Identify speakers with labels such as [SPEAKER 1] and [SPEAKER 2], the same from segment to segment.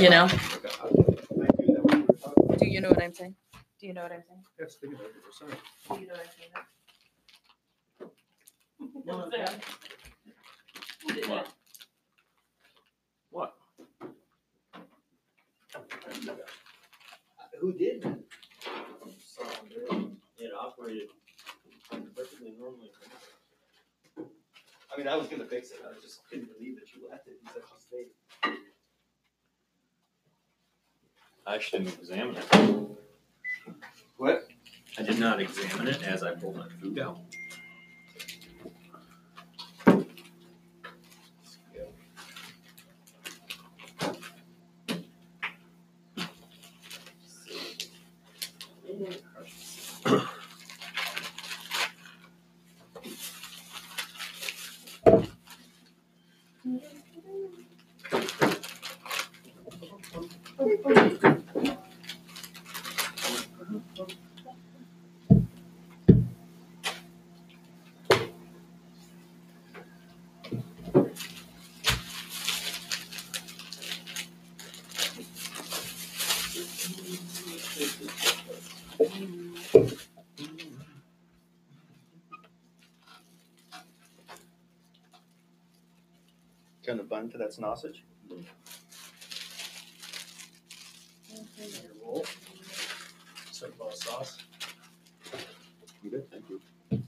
[SPEAKER 1] You know?
[SPEAKER 2] Do you know what I'm saying? Do you know what I'm saying?
[SPEAKER 3] Yes, think about it, sorry.
[SPEAKER 2] Do you know what I'm saying?
[SPEAKER 3] What?
[SPEAKER 4] Who did? It operated perfectly normally. I mean, I was gonna fix it, I just couldn't believe that you left it in such a state.
[SPEAKER 5] I shouldn't examine it.
[SPEAKER 4] What?
[SPEAKER 5] I did not examine it as I pulled my food out.
[SPEAKER 4] Kind of bun to that sausage?
[SPEAKER 3] Meatball sauce.
[SPEAKER 5] I'm good, thank you.
[SPEAKER 1] Do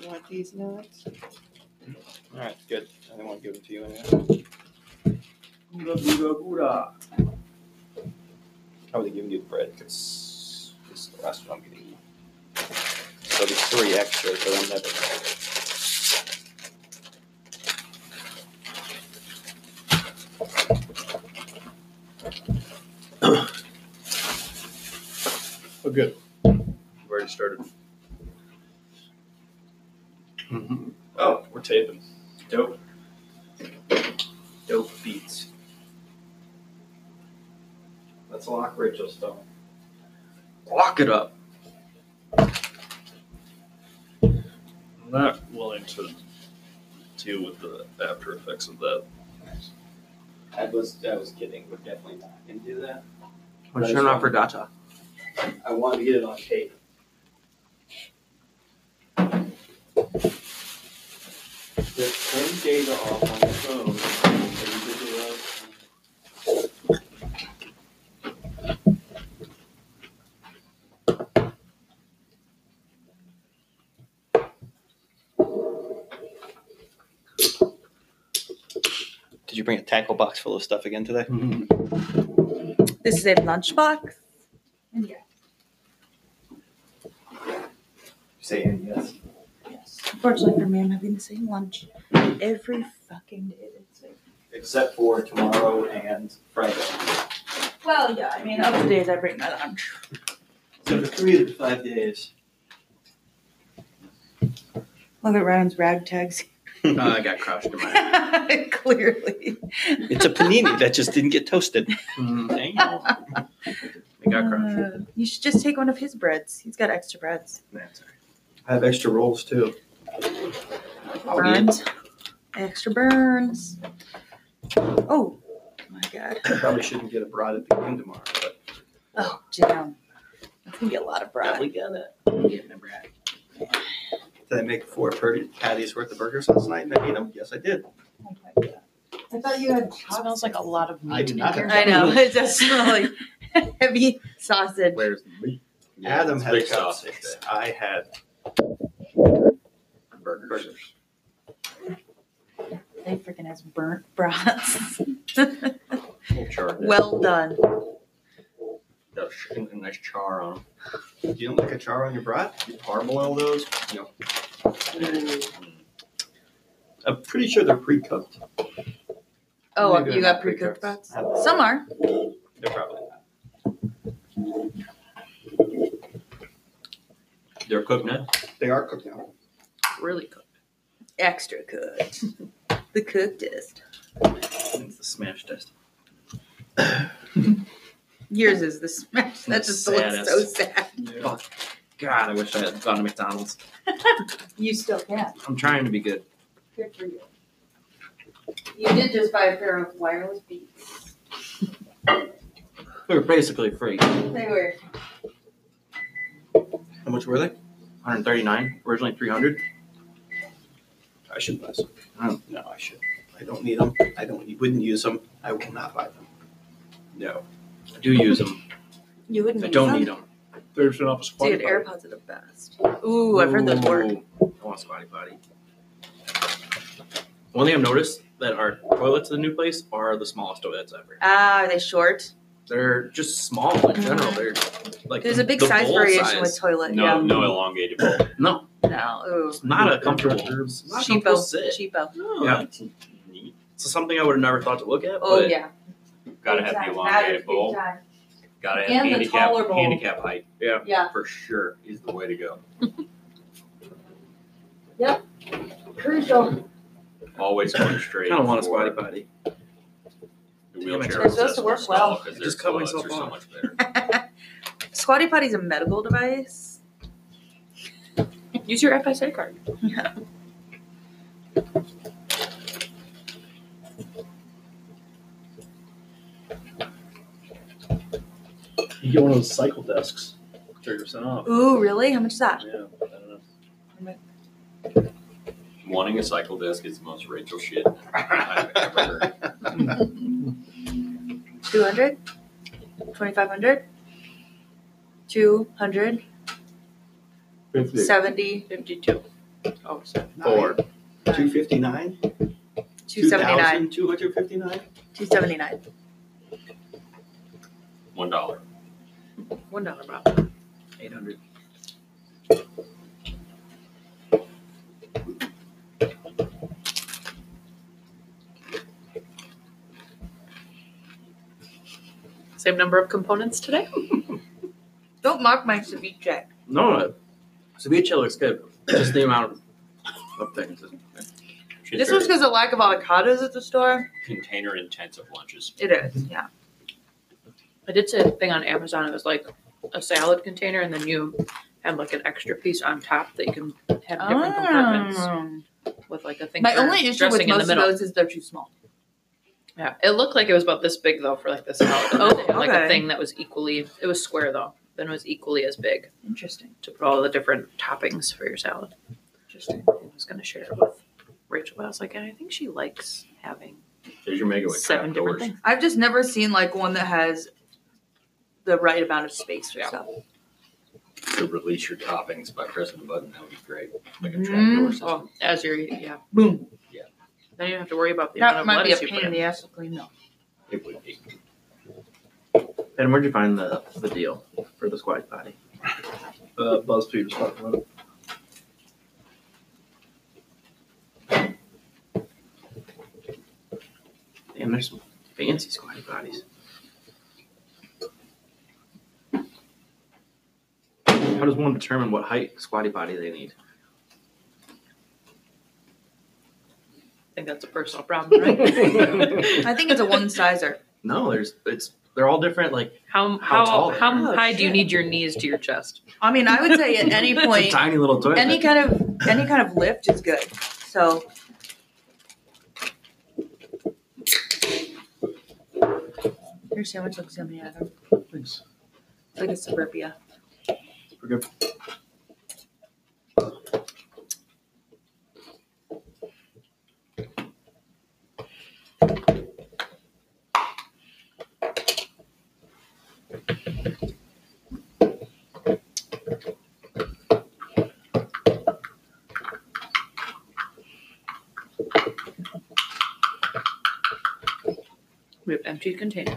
[SPEAKER 1] you want these nuts?
[SPEAKER 4] Alright, good, I didn't wanna give it to you anyway. I would have given you the bread, cause this is the last one I'm getting you. So there's three extra, but I'm never.
[SPEAKER 3] Oh, good.
[SPEAKER 5] We've already started. Mm-hmm.
[SPEAKER 4] Oh,
[SPEAKER 5] We're taping.
[SPEAKER 4] dope. Dope beats. Let's lock Rachel's stuff.
[SPEAKER 5] Lock it up.
[SPEAKER 3] I'm not willing to deal with the after effects of that.
[SPEAKER 4] I was I was kidding. We're definitely not gonna do that.
[SPEAKER 5] We're showing off for data.
[SPEAKER 4] I wanted to get it on tape. There's some data off on the phone. Did you bring a tackle box full of stuff again today?
[SPEAKER 2] This is a lunchbox. Yeah.
[SPEAKER 4] Say yes.
[SPEAKER 2] Unfortunately for me, I'm having the same lunch every fucking day this week.
[SPEAKER 4] Except for tomorrow and Friday.
[SPEAKER 2] Well, yeah, I mean, other days I bring my lunch.
[SPEAKER 4] So for three of the five days.
[SPEAKER 1] Love it, Ryan's ragtags.
[SPEAKER 5] Uh, I got crushed in my.
[SPEAKER 1] Clearly.
[SPEAKER 4] It's a panini that just didn't get toasted. Mm-hmm.
[SPEAKER 5] Dang. I got crushed.
[SPEAKER 1] Uh, you should just take one of his breads. He's got extra breads.
[SPEAKER 5] That's all right.
[SPEAKER 4] I have extra rolls too. Oh,
[SPEAKER 1] Burns. Extra burns. Oh, my God.
[SPEAKER 4] Probably shouldn't get a brat at the game tomorrow, but
[SPEAKER 1] Oh, damn. That's going to be a lot of bread.
[SPEAKER 4] got it. Did I make four per- patties worth of burgers last night and I ate them? Yes, I did.
[SPEAKER 1] I thought you had
[SPEAKER 6] Smells like a lot of meat.
[SPEAKER 4] I do not
[SPEAKER 6] in
[SPEAKER 4] have
[SPEAKER 6] here.
[SPEAKER 1] Mm, I know. It does smell like heavy sausage.
[SPEAKER 5] Where's the meat?
[SPEAKER 4] Adam
[SPEAKER 5] it's
[SPEAKER 4] had a
[SPEAKER 5] big
[SPEAKER 4] sausage.
[SPEAKER 5] sausage.
[SPEAKER 4] I had
[SPEAKER 5] Burgers.
[SPEAKER 4] burgers.
[SPEAKER 1] They freaking has burnt brats.
[SPEAKER 5] Little char. there.
[SPEAKER 1] well done.
[SPEAKER 5] Got a sh- a nice char on them.
[SPEAKER 4] You don't like a char on your brat? You parboil those? No. I'm pretty sure they're pre cooked.
[SPEAKER 1] Oh,
[SPEAKER 4] Maybe
[SPEAKER 1] you got
[SPEAKER 4] they're not
[SPEAKER 1] pre cooked brats?
[SPEAKER 4] They're
[SPEAKER 1] Some are.
[SPEAKER 4] probably not.
[SPEAKER 5] They're cooked now.
[SPEAKER 4] They are cooked now.
[SPEAKER 5] Really cooked.
[SPEAKER 1] Extra cooked. the cookedest.
[SPEAKER 5] It's the smash test.
[SPEAKER 1] Yours is the smash. That
[SPEAKER 5] The
[SPEAKER 1] just looks so
[SPEAKER 5] saddest.
[SPEAKER 1] sad.
[SPEAKER 3] Yeah.
[SPEAKER 5] God, I wish I had gone to McDonald's.
[SPEAKER 1] You still can.
[SPEAKER 5] I'm trying to be good.
[SPEAKER 1] Good for you.
[SPEAKER 7] You did just buy a pair of wireless beats.
[SPEAKER 8] They were basically free. How
[SPEAKER 7] They were.
[SPEAKER 8] much were they? 139. Originally 300.
[SPEAKER 4] I should buy some.
[SPEAKER 8] Oh.
[SPEAKER 4] No, I should. I don't need them. I don't. Wouldn't use them. I will not buy them. No.
[SPEAKER 8] I do use them.
[SPEAKER 1] You wouldn't
[SPEAKER 8] I
[SPEAKER 1] use
[SPEAKER 8] don't
[SPEAKER 1] them?
[SPEAKER 8] need them.
[SPEAKER 3] There's an office.
[SPEAKER 1] Dude, AirPods are the best. Ooh, I've heard those work.
[SPEAKER 8] I want Squatty Potty. One thing I've noticed that our toilets in the new place are the smallest toilets ever.
[SPEAKER 1] Ah, are they short?
[SPEAKER 8] They're just small in general. They're like
[SPEAKER 1] Mm-hmm. There's
[SPEAKER 8] the-
[SPEAKER 1] a big
[SPEAKER 8] the
[SPEAKER 1] size
[SPEAKER 8] bowl
[SPEAKER 1] variation
[SPEAKER 8] size.
[SPEAKER 1] with toilet.
[SPEAKER 5] No,
[SPEAKER 1] yeah.
[SPEAKER 5] no elongated bowl.
[SPEAKER 8] No,
[SPEAKER 1] No. Ooh.
[SPEAKER 8] it's not a comfortable.
[SPEAKER 3] Rooms.
[SPEAKER 8] it's not a comfortable
[SPEAKER 1] Cheapo.
[SPEAKER 8] sit.
[SPEAKER 1] Cheapo.
[SPEAKER 5] Oh,
[SPEAKER 8] Yeah.
[SPEAKER 5] that's neat.
[SPEAKER 8] It's something I would have never thought to look at.
[SPEAKER 1] Oh
[SPEAKER 8] but
[SPEAKER 1] yeah.
[SPEAKER 5] Gotta have the elongated bowl. Gotta have
[SPEAKER 7] And the
[SPEAKER 5] handicap,
[SPEAKER 7] taller bowl.
[SPEAKER 5] handicap height
[SPEAKER 7] Yeah.
[SPEAKER 5] for sure is the way to go.
[SPEAKER 7] Crucial.
[SPEAKER 5] Always going straight.
[SPEAKER 8] I kind of want a
[SPEAKER 5] for
[SPEAKER 8] squatty potty.
[SPEAKER 5] The
[SPEAKER 8] Damn it.
[SPEAKER 5] wheelchair
[SPEAKER 8] They're
[SPEAKER 1] supposed to
[SPEAKER 5] accessible
[SPEAKER 1] work
[SPEAKER 5] stall
[SPEAKER 1] well.
[SPEAKER 5] because
[SPEAKER 8] I
[SPEAKER 5] their
[SPEAKER 8] just cut
[SPEAKER 5] toilets
[SPEAKER 8] myself
[SPEAKER 5] are so
[SPEAKER 8] off.
[SPEAKER 5] much better.
[SPEAKER 1] Squatty potty's a medical device.
[SPEAKER 9] Use your FSA card.
[SPEAKER 3] You get one of those cycle desks. Thirty percent off.
[SPEAKER 1] Ooh, really? How much is that?
[SPEAKER 3] Yeah, I don't know.
[SPEAKER 5] Wanting a cycle desk is the most Rachel shit I've ever heard.
[SPEAKER 1] Two hundred? Twenty five hundred? Two hundred? Seventy?
[SPEAKER 9] 52. Oh, so.
[SPEAKER 8] Or
[SPEAKER 4] Two fifty nine.
[SPEAKER 1] Two seventy nine?
[SPEAKER 4] Two hundred fifty nine.
[SPEAKER 1] Two seventy nine.
[SPEAKER 5] One dollar.
[SPEAKER 9] One dollar, Bob.
[SPEAKER 8] 800.
[SPEAKER 9] Same number of components today.
[SPEAKER 1] Don't mock my ceviche.
[SPEAKER 8] No, no. ceviche looks good. Just the amount of things.
[SPEAKER 5] Shit's
[SPEAKER 1] This
[SPEAKER 5] very
[SPEAKER 1] was because of lack of avocados at the store.
[SPEAKER 5] container intensive lunches.
[SPEAKER 1] It is, yeah.
[SPEAKER 9] I did see a thing on Amazon. It was like a salad container, and then you had like an extra piece on top that you can have different compartments with like a thing.
[SPEAKER 1] Ah. My
[SPEAKER 9] for
[SPEAKER 1] only issue
[SPEAKER 9] dressing
[SPEAKER 1] with
[SPEAKER 9] in
[SPEAKER 1] most
[SPEAKER 9] the
[SPEAKER 1] of
[SPEAKER 9] middle.
[SPEAKER 1] those is they're too small.
[SPEAKER 9] Yeah, it looked like it was about this big though for like the salad.
[SPEAKER 1] Oh,
[SPEAKER 9] They had, like
[SPEAKER 1] okay.
[SPEAKER 9] a thing that was equally. It was square though. Then it was equally as big
[SPEAKER 1] Interesting.
[SPEAKER 9] to put all the different toppings for your salad.
[SPEAKER 1] Interesting.
[SPEAKER 9] I was gonna share it with Rachel, but I was like, I think she likes having
[SPEAKER 8] There's your mega
[SPEAKER 9] seven different things.
[SPEAKER 1] I've just never seen like one that has the right amount of space for
[SPEAKER 9] Yeah.
[SPEAKER 1] stuff.
[SPEAKER 5] To release your toppings by pressing a button, that would be great. Like a
[SPEAKER 1] Mm.
[SPEAKER 5] trapdoor system.
[SPEAKER 9] Oh, as you're eating, yeah.
[SPEAKER 1] Boom.
[SPEAKER 9] Then you don't have to worry about the
[SPEAKER 1] That
[SPEAKER 9] amount
[SPEAKER 1] might
[SPEAKER 9] of
[SPEAKER 1] be a
[SPEAKER 9] lettuce you
[SPEAKER 1] pain
[SPEAKER 9] put
[SPEAKER 1] in
[SPEAKER 9] in.
[SPEAKER 1] the ass to clean though.
[SPEAKER 5] It would be.
[SPEAKER 8] And where'd you find the, the deal for the squatty potty?
[SPEAKER 3] Uh, BuzzFeed was talking about it.
[SPEAKER 8] Damn, there's some fancy squatty potties. How does one determine what height squatty potty they need?
[SPEAKER 9] I think that's a personal problem, right?
[SPEAKER 1] I think it's a one sizer.
[SPEAKER 8] No, there's it's they're all different. Like
[SPEAKER 9] how
[SPEAKER 8] How
[SPEAKER 9] how
[SPEAKER 8] tall
[SPEAKER 9] how,
[SPEAKER 8] they
[SPEAKER 1] are.
[SPEAKER 9] high do you
[SPEAKER 1] Shit.
[SPEAKER 9] need your knees to your chest?
[SPEAKER 1] I mean, I would say at any
[SPEAKER 9] That's a
[SPEAKER 8] it's a
[SPEAKER 1] point,
[SPEAKER 8] tiny little toilet.
[SPEAKER 1] any kind of any kind of lift is good. So your sandwich looks yummy, Adam.
[SPEAKER 3] Thanks.
[SPEAKER 1] It's like a suburbia.
[SPEAKER 3] We're good.
[SPEAKER 9] We have empty container.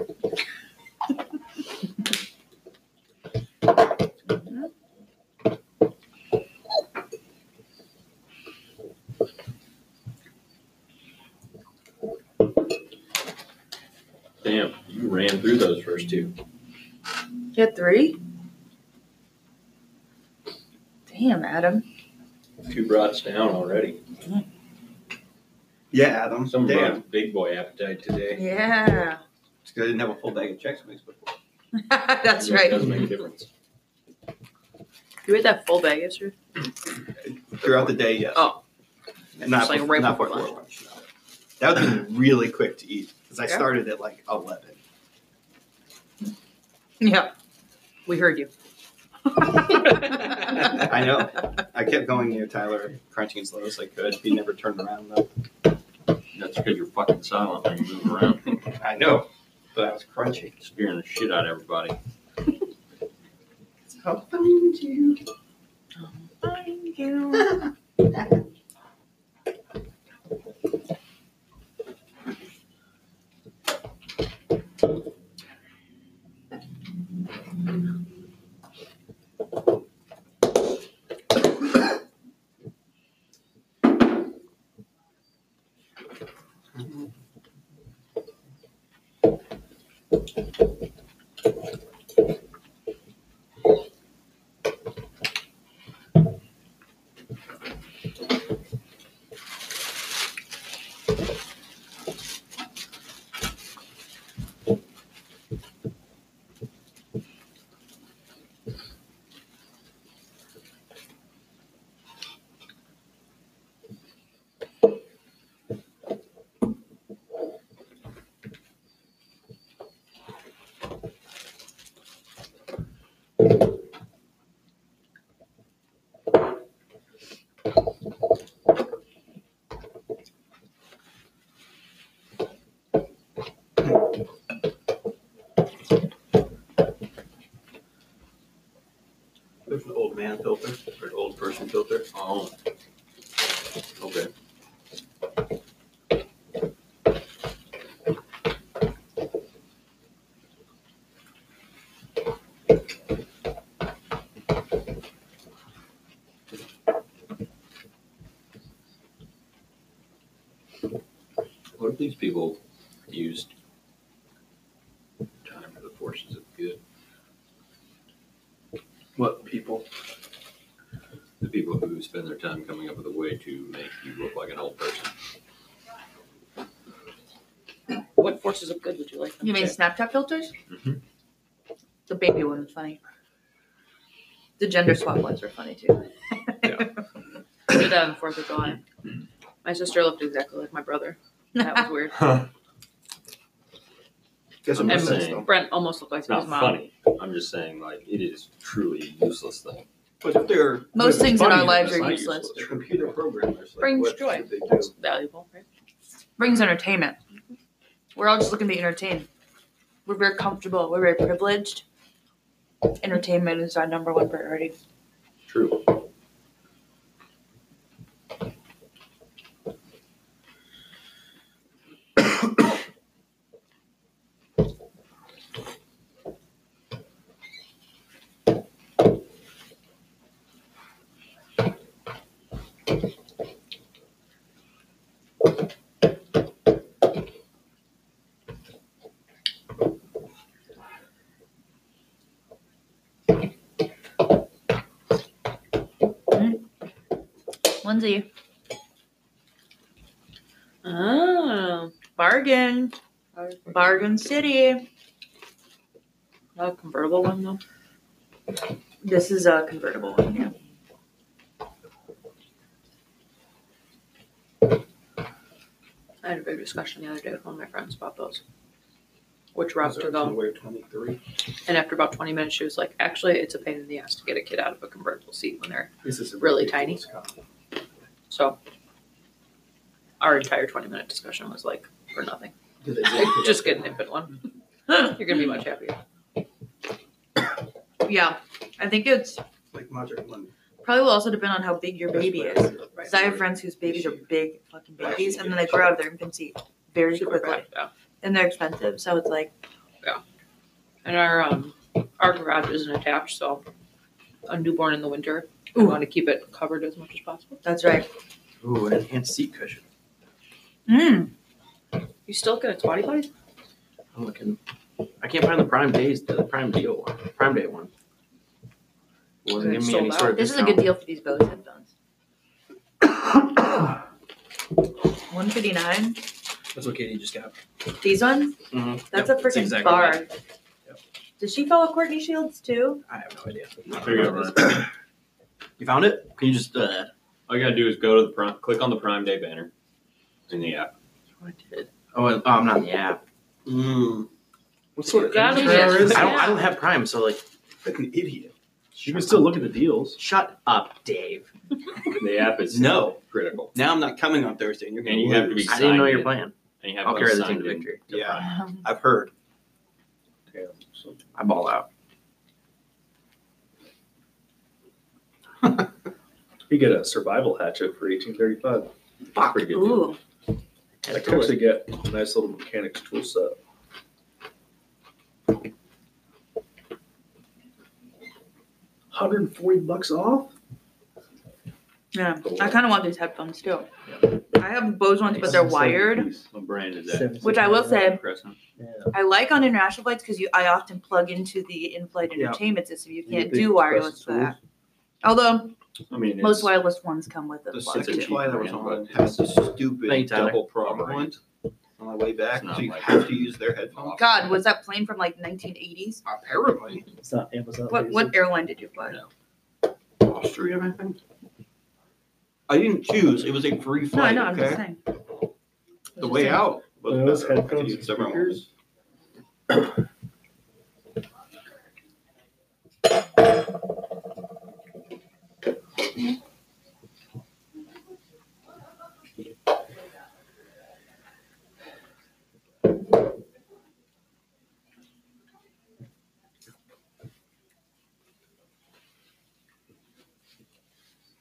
[SPEAKER 5] Damn, you ran through those first two.
[SPEAKER 1] You had three? Damn, Adam.
[SPEAKER 5] Two brats down already.
[SPEAKER 4] Yeah, Adam.
[SPEAKER 5] Some
[SPEAKER 4] Damn.
[SPEAKER 5] brought big boy appetite today.
[SPEAKER 1] Yeah.
[SPEAKER 4] It's 'cause I didn't have a full bag of checks Mix before.
[SPEAKER 1] That's
[SPEAKER 5] It
[SPEAKER 1] right.
[SPEAKER 5] does make a difference.
[SPEAKER 9] You had that full bag yesterday.
[SPEAKER 4] Throughout the day, yes.
[SPEAKER 9] Oh.
[SPEAKER 4] Not,
[SPEAKER 9] Just like
[SPEAKER 4] bef-
[SPEAKER 9] right
[SPEAKER 4] not
[SPEAKER 9] before
[SPEAKER 4] before lunch. no. That would have been really quick to eat because I
[SPEAKER 9] Yeah.
[SPEAKER 4] started at like 11.
[SPEAKER 9] Yeah. We heard you.
[SPEAKER 4] I know. I kept going near Tyler, crunching as low as I could. He never turned around though.
[SPEAKER 5] That's because you're fucking silent when you move around.
[SPEAKER 4] I know, but I was crunching.
[SPEAKER 5] Spearing the shit out of everybody.
[SPEAKER 4] I'll find you.
[SPEAKER 2] Thank you.
[SPEAKER 10] There's an old man filter or an old person filter.
[SPEAKER 5] Oh. Okay. What if these people used time for the forces of good?
[SPEAKER 8] What people?
[SPEAKER 5] The people who spend their time coming up with a way to make you look like an old person.
[SPEAKER 9] What forces of good would you like? them
[SPEAKER 1] You
[SPEAKER 9] to
[SPEAKER 1] mean Snapchat filters?
[SPEAKER 5] Mhm.
[SPEAKER 1] The baby one was funny. The gender swap ones were funny too.
[SPEAKER 9] I did that on the Fourth of July. My sister looked exactly like my brother. That was weird.
[SPEAKER 4] Guess
[SPEAKER 5] I'm
[SPEAKER 4] what I'm
[SPEAKER 5] just
[SPEAKER 4] saying,
[SPEAKER 5] saying.
[SPEAKER 4] though.
[SPEAKER 9] Brent almost looked like
[SPEAKER 5] It's
[SPEAKER 9] his
[SPEAKER 5] not
[SPEAKER 9] mom.
[SPEAKER 5] funny. I'm just saying, like, it is truly a useless thing.
[SPEAKER 4] But if they're
[SPEAKER 1] Most things in our
[SPEAKER 5] funny,
[SPEAKER 1] lives
[SPEAKER 5] but it's
[SPEAKER 1] are
[SPEAKER 5] not
[SPEAKER 1] useless.
[SPEAKER 4] they're computer programmers, like,
[SPEAKER 9] Brings
[SPEAKER 4] what
[SPEAKER 9] joy.
[SPEAKER 4] should they do?
[SPEAKER 9] That's valuable, right?
[SPEAKER 1] Brings entertainment. We're all just looking to be entertained. We're very comfortable. We're very privileged. Entertainment is our number one priority.
[SPEAKER 5] True.
[SPEAKER 1] Lindsay,
[SPEAKER 9] Oh,
[SPEAKER 1] bargain, bargain city.
[SPEAKER 9] a convertible one though.
[SPEAKER 1] This is a convertible one. Yeah.
[SPEAKER 9] I had a big discussion the other day with one of my friends about those. Which route to go?
[SPEAKER 4] We're 23.
[SPEAKER 9] And after about 20 minutes, she was like, "Actually, it's a pain in the ass to get a kid out of a convertible seat when they're
[SPEAKER 4] This is a
[SPEAKER 9] Really tiny.
[SPEAKER 4] ridiculous comment.
[SPEAKER 9] so." Our entire 20 minute discussion was like for nothing.
[SPEAKER 4] Do they
[SPEAKER 9] Like,
[SPEAKER 4] really-
[SPEAKER 9] just get an infant one. You're gonna be much happier.
[SPEAKER 1] yeah, I think it's
[SPEAKER 4] like modern one.
[SPEAKER 1] probably will also depend on how big your baby is. Because I have friends whose babies are big fucking babies, and then they grow out of their infancy very
[SPEAKER 9] Super
[SPEAKER 1] quickly,
[SPEAKER 9] fast, yeah.
[SPEAKER 1] and they're expensive. So it's like
[SPEAKER 9] And our um our garage isn't attached, so a newborn in the winter, we
[SPEAKER 1] Ooh.
[SPEAKER 9] want to keep it covered as much as possible.
[SPEAKER 1] that's right.
[SPEAKER 10] Ooh, an enhanced seat cushion.
[SPEAKER 1] Mm.
[SPEAKER 9] You still get a twatty potty?
[SPEAKER 10] I'm looking. I can't find the prime days, the prime deal one, prime day one. Wasn't giving
[SPEAKER 9] It's
[SPEAKER 10] me
[SPEAKER 9] sold
[SPEAKER 10] any
[SPEAKER 9] out.
[SPEAKER 10] sort of
[SPEAKER 1] This is a good deal for these Bose headphones. One fifty nine.
[SPEAKER 10] That's what Katie just got.
[SPEAKER 1] These ones.
[SPEAKER 10] Mhm.
[SPEAKER 1] That's
[SPEAKER 10] Yep,
[SPEAKER 1] a freaking
[SPEAKER 10] exactly
[SPEAKER 1] bar.
[SPEAKER 10] right.
[SPEAKER 1] Does she follow Courtney Shields too?
[SPEAKER 10] I have no idea.
[SPEAKER 5] Figure out, Ryan.
[SPEAKER 10] You found it? Can you just uh,
[SPEAKER 5] All you gotta do is go to the prime, click on the Prime Day banner in the app.
[SPEAKER 8] Oh, I did. Oh, I- oh, I'm not on the app.
[SPEAKER 5] Mm.
[SPEAKER 3] What sort of
[SPEAKER 9] Gotta
[SPEAKER 3] amateur
[SPEAKER 9] be-
[SPEAKER 3] is
[SPEAKER 8] I
[SPEAKER 3] that?
[SPEAKER 8] don't. I don't have Prime, so like,
[SPEAKER 3] Like an idiot. You can still look at the deals.
[SPEAKER 8] shut up, Dave.
[SPEAKER 5] The app is
[SPEAKER 8] No.
[SPEAKER 5] critical.
[SPEAKER 8] Now I'm not coming on Thursday, and you're
[SPEAKER 5] And you have to be
[SPEAKER 8] I didn't know
[SPEAKER 5] signed
[SPEAKER 8] your
[SPEAKER 5] in.
[SPEAKER 8] plan.
[SPEAKER 5] And you have
[SPEAKER 8] I'll
[SPEAKER 5] to
[SPEAKER 8] carry the
[SPEAKER 5] sign
[SPEAKER 8] team to
[SPEAKER 5] in.
[SPEAKER 8] victory.
[SPEAKER 5] Yeah.
[SPEAKER 1] Um,
[SPEAKER 8] I've heard.
[SPEAKER 3] Damn, so-
[SPEAKER 8] I ball out.
[SPEAKER 3] You get a survival hatchet for 1835.
[SPEAKER 8] Fuck.
[SPEAKER 5] Pretty good. deal.
[SPEAKER 1] ooh,
[SPEAKER 3] I could actually get a nice little mechanics tool set. Hundred and forty bucks off?
[SPEAKER 1] yeah. I kind of want these headphones too. I have Bose ones, but
[SPEAKER 5] Nice.
[SPEAKER 1] they're wired,
[SPEAKER 5] What brand is that?
[SPEAKER 1] which I will say
[SPEAKER 5] Crescent?
[SPEAKER 3] Yeah.
[SPEAKER 1] I like on international flights because you I often plug into the in-flight
[SPEAKER 8] Yeah.
[SPEAKER 1] entertainment system. You
[SPEAKER 3] You
[SPEAKER 1] can't
[SPEAKER 3] get the
[SPEAKER 1] do wireless for
[SPEAKER 3] Crescent
[SPEAKER 1] that. Although
[SPEAKER 5] I mean,
[SPEAKER 1] most
[SPEAKER 5] it's-
[SPEAKER 1] wireless ones come with a
[SPEAKER 5] The
[SPEAKER 1] plug.
[SPEAKER 5] six
[SPEAKER 1] too.
[SPEAKER 5] inch
[SPEAKER 8] It's why that was
[SPEAKER 5] brand,
[SPEAKER 8] on.
[SPEAKER 5] but Has a
[SPEAKER 8] Thank
[SPEAKER 5] stupid
[SPEAKER 8] you, Tyler.
[SPEAKER 5] double prong one.
[SPEAKER 8] on my way back,
[SPEAKER 5] It's not
[SPEAKER 8] so you
[SPEAKER 5] like-
[SPEAKER 8] have to use their headphones.
[SPEAKER 1] Oh, God, was that plane from like 1980s?
[SPEAKER 8] Apparently,
[SPEAKER 4] It's not Amazon.
[SPEAKER 1] What what airline did you fly?
[SPEAKER 8] Austria, I think. I didn't choose. It was a free
[SPEAKER 1] No, I
[SPEAKER 8] flight.
[SPEAKER 1] know. I'm just
[SPEAKER 8] okay,
[SPEAKER 1] saying.
[SPEAKER 8] the way out.
[SPEAKER 5] was
[SPEAKER 4] Those
[SPEAKER 5] better. I could
[SPEAKER 4] headphones
[SPEAKER 5] use
[SPEAKER 4] and
[SPEAKER 5] several
[SPEAKER 4] speakers?
[SPEAKER 5] ones.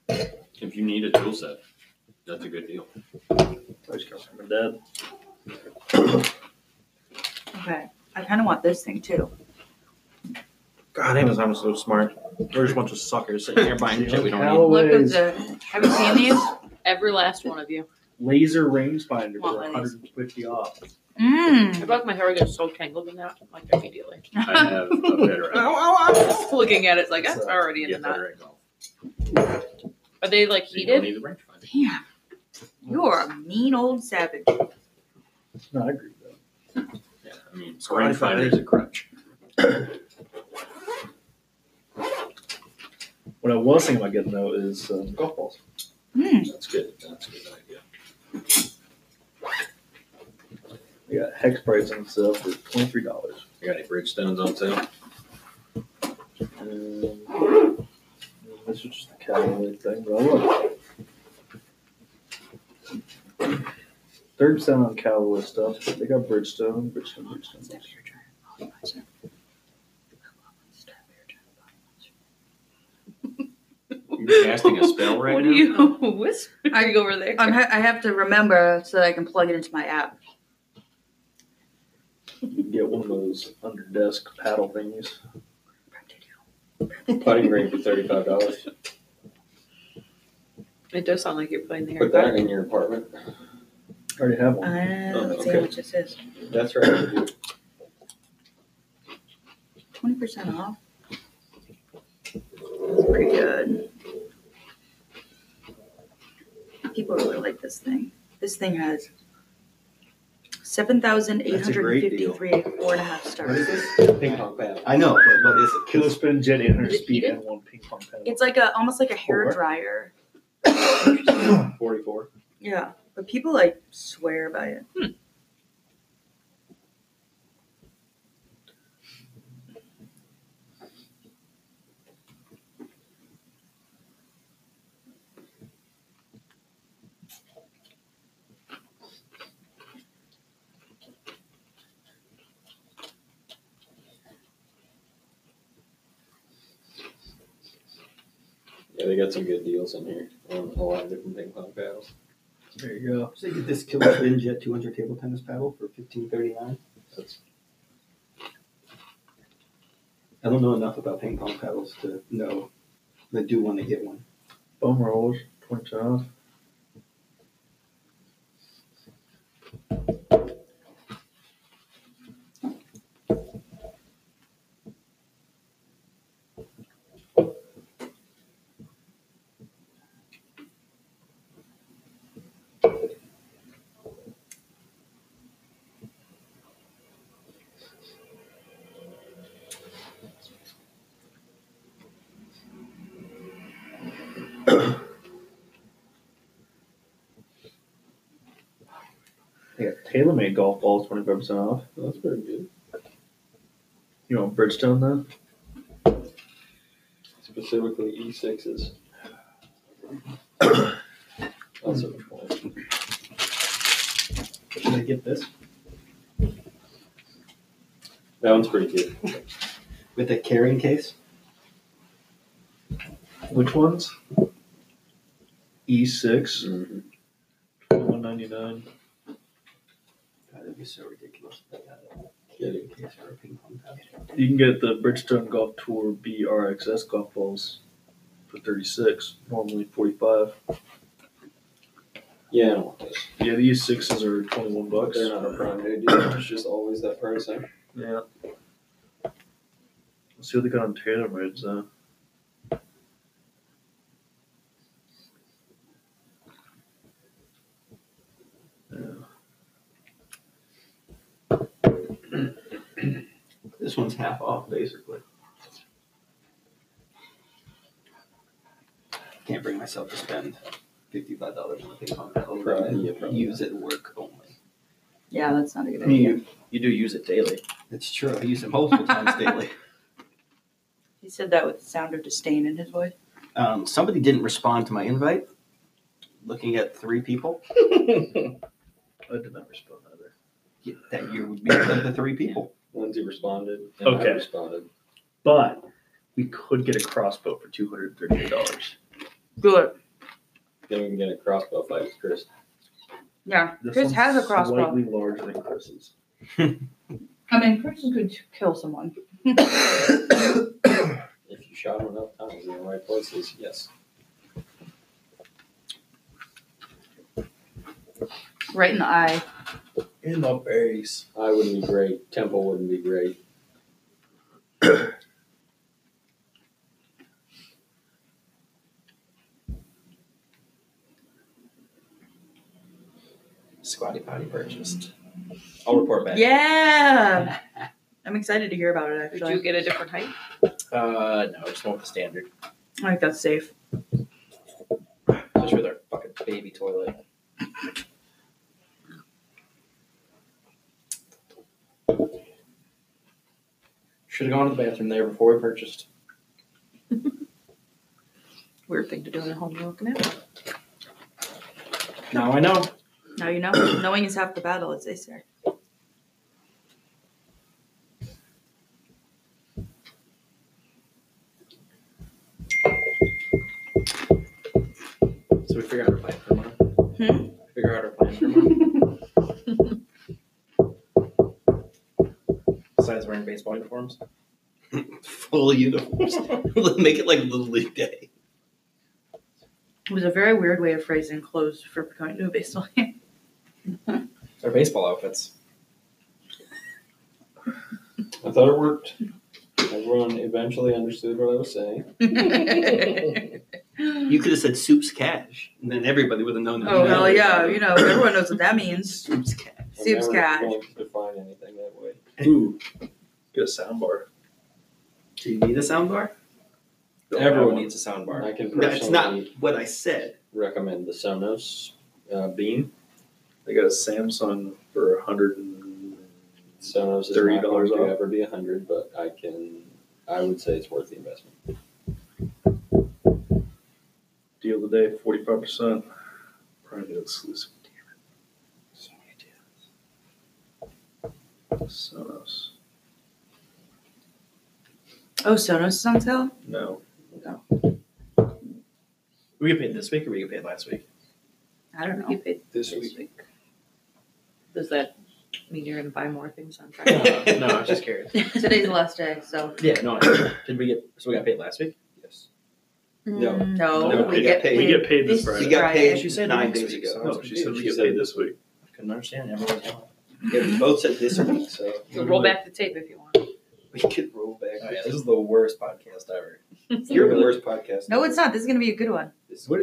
[SPEAKER 5] If you need a tool set, that's a good deal.
[SPEAKER 3] Always comes from my dad.
[SPEAKER 1] Okay, I kind of want this thing too.
[SPEAKER 8] God, Amazon was so smart. We're just a bunch of suckers sitting here buying shit we don't need.
[SPEAKER 1] Look at the. Have you seen these?
[SPEAKER 9] Every last one of you.
[SPEAKER 4] Laser rangefinder
[SPEAKER 1] Well,
[SPEAKER 4] for
[SPEAKER 1] it is.
[SPEAKER 4] 150 off.
[SPEAKER 9] I
[SPEAKER 1] Mmm.
[SPEAKER 9] feel like my hair gets so tangled in that, like immediately.
[SPEAKER 5] I have a better idea.
[SPEAKER 9] Looking at it, it's like that's
[SPEAKER 3] So,
[SPEAKER 9] already in
[SPEAKER 5] Yeah,
[SPEAKER 9] the knot.
[SPEAKER 5] better idea.
[SPEAKER 9] Are they like
[SPEAKER 5] So you don't need
[SPEAKER 9] heated?
[SPEAKER 5] the rangefinder.
[SPEAKER 1] Damn. You are a mean old savage.
[SPEAKER 4] It's not agreed though.
[SPEAKER 5] Yeah, I mean,
[SPEAKER 8] Crunch,
[SPEAKER 5] rangefinder is a crutch.
[SPEAKER 4] What I was thinking about getting though is um, golf balls.
[SPEAKER 1] Mm.
[SPEAKER 5] That's good. That's a good idea.
[SPEAKER 4] We got hex price on sale for twenty three dollars.
[SPEAKER 5] You got any Bridgestones on sale?
[SPEAKER 4] mm, This is just a Callaway thing, but I love it. Third percent on Callaway stuff. but They got Bridgestone, Bridgestone, Bridgestone.
[SPEAKER 5] You're casting a spell right
[SPEAKER 9] what
[SPEAKER 5] now?
[SPEAKER 9] are you whispering over there?
[SPEAKER 1] I'm ha- I have to remember so that I can plug it into my app.
[SPEAKER 4] You can get one of those under desk paddle thingies.
[SPEAKER 5] Putting green for thirty-five dollars.
[SPEAKER 9] it does sound like you're playing the
[SPEAKER 5] Put
[SPEAKER 9] air.
[SPEAKER 5] that in your apartment.
[SPEAKER 4] I already have
[SPEAKER 1] Uh,
[SPEAKER 4] one.
[SPEAKER 1] let's see
[SPEAKER 5] okay.
[SPEAKER 1] how much this is.
[SPEAKER 5] That's right.
[SPEAKER 1] Twenty percent off. That's pretty good. People really like this thing. This thing has seven thousand eight
[SPEAKER 8] That's a
[SPEAKER 1] hundred
[SPEAKER 8] great deal.
[SPEAKER 1] fifty-three four and a half stars.
[SPEAKER 8] Ping pong paddle. I know, but what is it?
[SPEAKER 4] Killer spin jet inner speed and one ping pong paddle.
[SPEAKER 1] It's like a almost like a hair
[SPEAKER 4] Four.
[SPEAKER 1] dryer.
[SPEAKER 5] Forty-four.
[SPEAKER 1] Yeah, but people like swear by it.
[SPEAKER 5] Yeah, they got some good deals in here. Um, a lot of different ping pong paddles.
[SPEAKER 4] there you go.
[SPEAKER 8] So you get this killer spin jet 200 table tennis paddle for 15.39.
[SPEAKER 5] That's
[SPEAKER 8] I don't know enough about ping pong paddles to know. I do want to get one.
[SPEAKER 4] Bum rolls, twenty percent off.
[SPEAKER 8] I
[SPEAKER 3] They got TaylorMade golf balls 25% off.
[SPEAKER 5] That's pretty good.
[SPEAKER 3] You know, Bridgestone, though?
[SPEAKER 5] Specifically E E6s.
[SPEAKER 4] Also, should I get this
[SPEAKER 5] That one's pretty good.
[SPEAKER 4] with the carrying case?
[SPEAKER 3] Which ones? E6,
[SPEAKER 5] Mm-hmm.
[SPEAKER 3] 199
[SPEAKER 4] God, that'd be so ridiculous. if they had a
[SPEAKER 5] Kidding.
[SPEAKER 4] Carrying case for a ping pong paddle.
[SPEAKER 3] You can get the Bridgestone Golf Tour BRXS golf balls for 36 normally 45
[SPEAKER 5] Yeah, I don't want this.
[SPEAKER 3] Yeah, the E6s are 21 bucks.
[SPEAKER 5] They're not a prime day deal. It's just always that price. huh?
[SPEAKER 3] Yeah. Let's see what they got on TaylorMade, though.
[SPEAKER 8] This one's half off, basically.
[SPEAKER 4] Can't bring myself to spend fifty-five dollars on a ping pong paddle.
[SPEAKER 5] Right,
[SPEAKER 4] that
[SPEAKER 5] yeah,
[SPEAKER 4] I
[SPEAKER 5] probably.
[SPEAKER 4] Use at work only.
[SPEAKER 1] Yeah, that's not a good
[SPEAKER 8] I mean,
[SPEAKER 1] idea.
[SPEAKER 8] you, you do use it daily.
[SPEAKER 4] It's true. I use it multiple times daily.
[SPEAKER 11] He said that with a sound of disdain in his voice.
[SPEAKER 4] Um, somebody didn't respond to my invite. Looking at three people,
[SPEAKER 3] I did not respond either.
[SPEAKER 4] yeah, that you would be one of the three people.
[SPEAKER 5] Lindsay responded. And I
[SPEAKER 3] Okay.
[SPEAKER 5] responded.
[SPEAKER 3] But we could get a crossbow for $238.
[SPEAKER 11] Do it.
[SPEAKER 5] Then we can get a crossbow fight with Chris.
[SPEAKER 11] Yeah.
[SPEAKER 3] This
[SPEAKER 11] Chris
[SPEAKER 3] one's
[SPEAKER 11] has a crossbow.
[SPEAKER 3] Slightly larger than Chris's.
[SPEAKER 11] I mean, Chris could kill someone.
[SPEAKER 5] If you shot him enough times in the right places, yes.
[SPEAKER 11] Right in the eye.
[SPEAKER 12] In the face.
[SPEAKER 5] I wouldn't be great. Temple wouldn't be great.
[SPEAKER 4] Squatty potty purchased. I'll report back.
[SPEAKER 1] Yeah. I'm excited to hear about it
[SPEAKER 9] Did you
[SPEAKER 1] actually.
[SPEAKER 9] get a different height?
[SPEAKER 8] Uh, no, I just want the standard.
[SPEAKER 1] I think that's safe.
[SPEAKER 8] Especially with our fucking baby toilet. Should have gone to the bathroom there before we purchased.
[SPEAKER 9] Weird thing to do in a home milk canal.
[SPEAKER 8] Now I know.
[SPEAKER 1] Now you know. Knowing is half the battle, as they say.
[SPEAKER 8] So we figure out our plan for tomorrow.
[SPEAKER 1] Hmm?
[SPEAKER 8] Figure out our plan for tomorrow. Besides wearing baseball uniforms.
[SPEAKER 4] Full uniforms. Make it like Little League Day.
[SPEAKER 11] It was a very weird way of phrasing clothes for going to a baseball game.
[SPEAKER 8] Our baseball outfits.
[SPEAKER 5] I thought it worked. Everyone eventually understood what I was saying.
[SPEAKER 4] You could have said Soup's Cash, and then everybody would have known. that
[SPEAKER 1] Oh
[SPEAKER 4] you
[SPEAKER 1] hell
[SPEAKER 4] know.
[SPEAKER 1] yeah! You know everyone knows what that means.
[SPEAKER 4] Soup's Cash.
[SPEAKER 5] I'm
[SPEAKER 1] Soup's
[SPEAKER 5] never
[SPEAKER 1] cash.
[SPEAKER 5] going to define anything that way.
[SPEAKER 3] Ooh. Get a soundbar.
[SPEAKER 8] Do you need a sound bar?
[SPEAKER 3] Don't have
[SPEAKER 8] Everyone
[SPEAKER 3] one.
[SPEAKER 8] needs a sound bar.
[SPEAKER 5] I can
[SPEAKER 4] That's not
[SPEAKER 5] personally
[SPEAKER 4] what I said.
[SPEAKER 5] recommend the Sonos uh, Beam.
[SPEAKER 3] They got a Samsung for 100 and...
[SPEAKER 5] Sonos is
[SPEAKER 3] $30
[SPEAKER 5] not going to
[SPEAKER 3] off.
[SPEAKER 5] ever be a hundred, but I can. I would say it's worth the investment.
[SPEAKER 3] Deal of the day, 45%. Prime Day exclusive. Damn it. Sonos.
[SPEAKER 1] Oh, Sonos is on sale.
[SPEAKER 3] No.
[SPEAKER 8] We get paid this week or we get paid last week?
[SPEAKER 1] I don't know.
[SPEAKER 9] You paid
[SPEAKER 5] This
[SPEAKER 9] this
[SPEAKER 5] week,
[SPEAKER 9] week. Does that mean you're gonna buy more things on
[SPEAKER 8] no,
[SPEAKER 9] Friday?
[SPEAKER 8] no, I was just curious.
[SPEAKER 1] Today's the last day, so
[SPEAKER 8] Yeah, no. I- Did we get? So we got paid last week.
[SPEAKER 5] yes. No.
[SPEAKER 1] no.
[SPEAKER 5] No,
[SPEAKER 1] we
[SPEAKER 4] we
[SPEAKER 1] get
[SPEAKER 4] got paid.
[SPEAKER 3] We get paid this
[SPEAKER 1] This-
[SPEAKER 3] Friday.
[SPEAKER 4] You got paid.
[SPEAKER 8] She said
[SPEAKER 4] nine
[SPEAKER 8] next
[SPEAKER 4] days
[SPEAKER 8] week,
[SPEAKER 4] ago.
[SPEAKER 8] so-
[SPEAKER 3] No, she said we
[SPEAKER 5] She
[SPEAKER 3] get
[SPEAKER 5] said-
[SPEAKER 3] paid this week.
[SPEAKER 8] I couldn't understand. Everyone's yelling.
[SPEAKER 4] Yeah, we both said this week, so
[SPEAKER 9] We'll roll back the tape if you want.
[SPEAKER 4] we could roll back.
[SPEAKER 8] Oh, yeah, this is the worst podcast ever.
[SPEAKER 4] You're the worst podcast.
[SPEAKER 1] No, it's not. This is gonna be a good one.
[SPEAKER 4] This
[SPEAKER 3] What?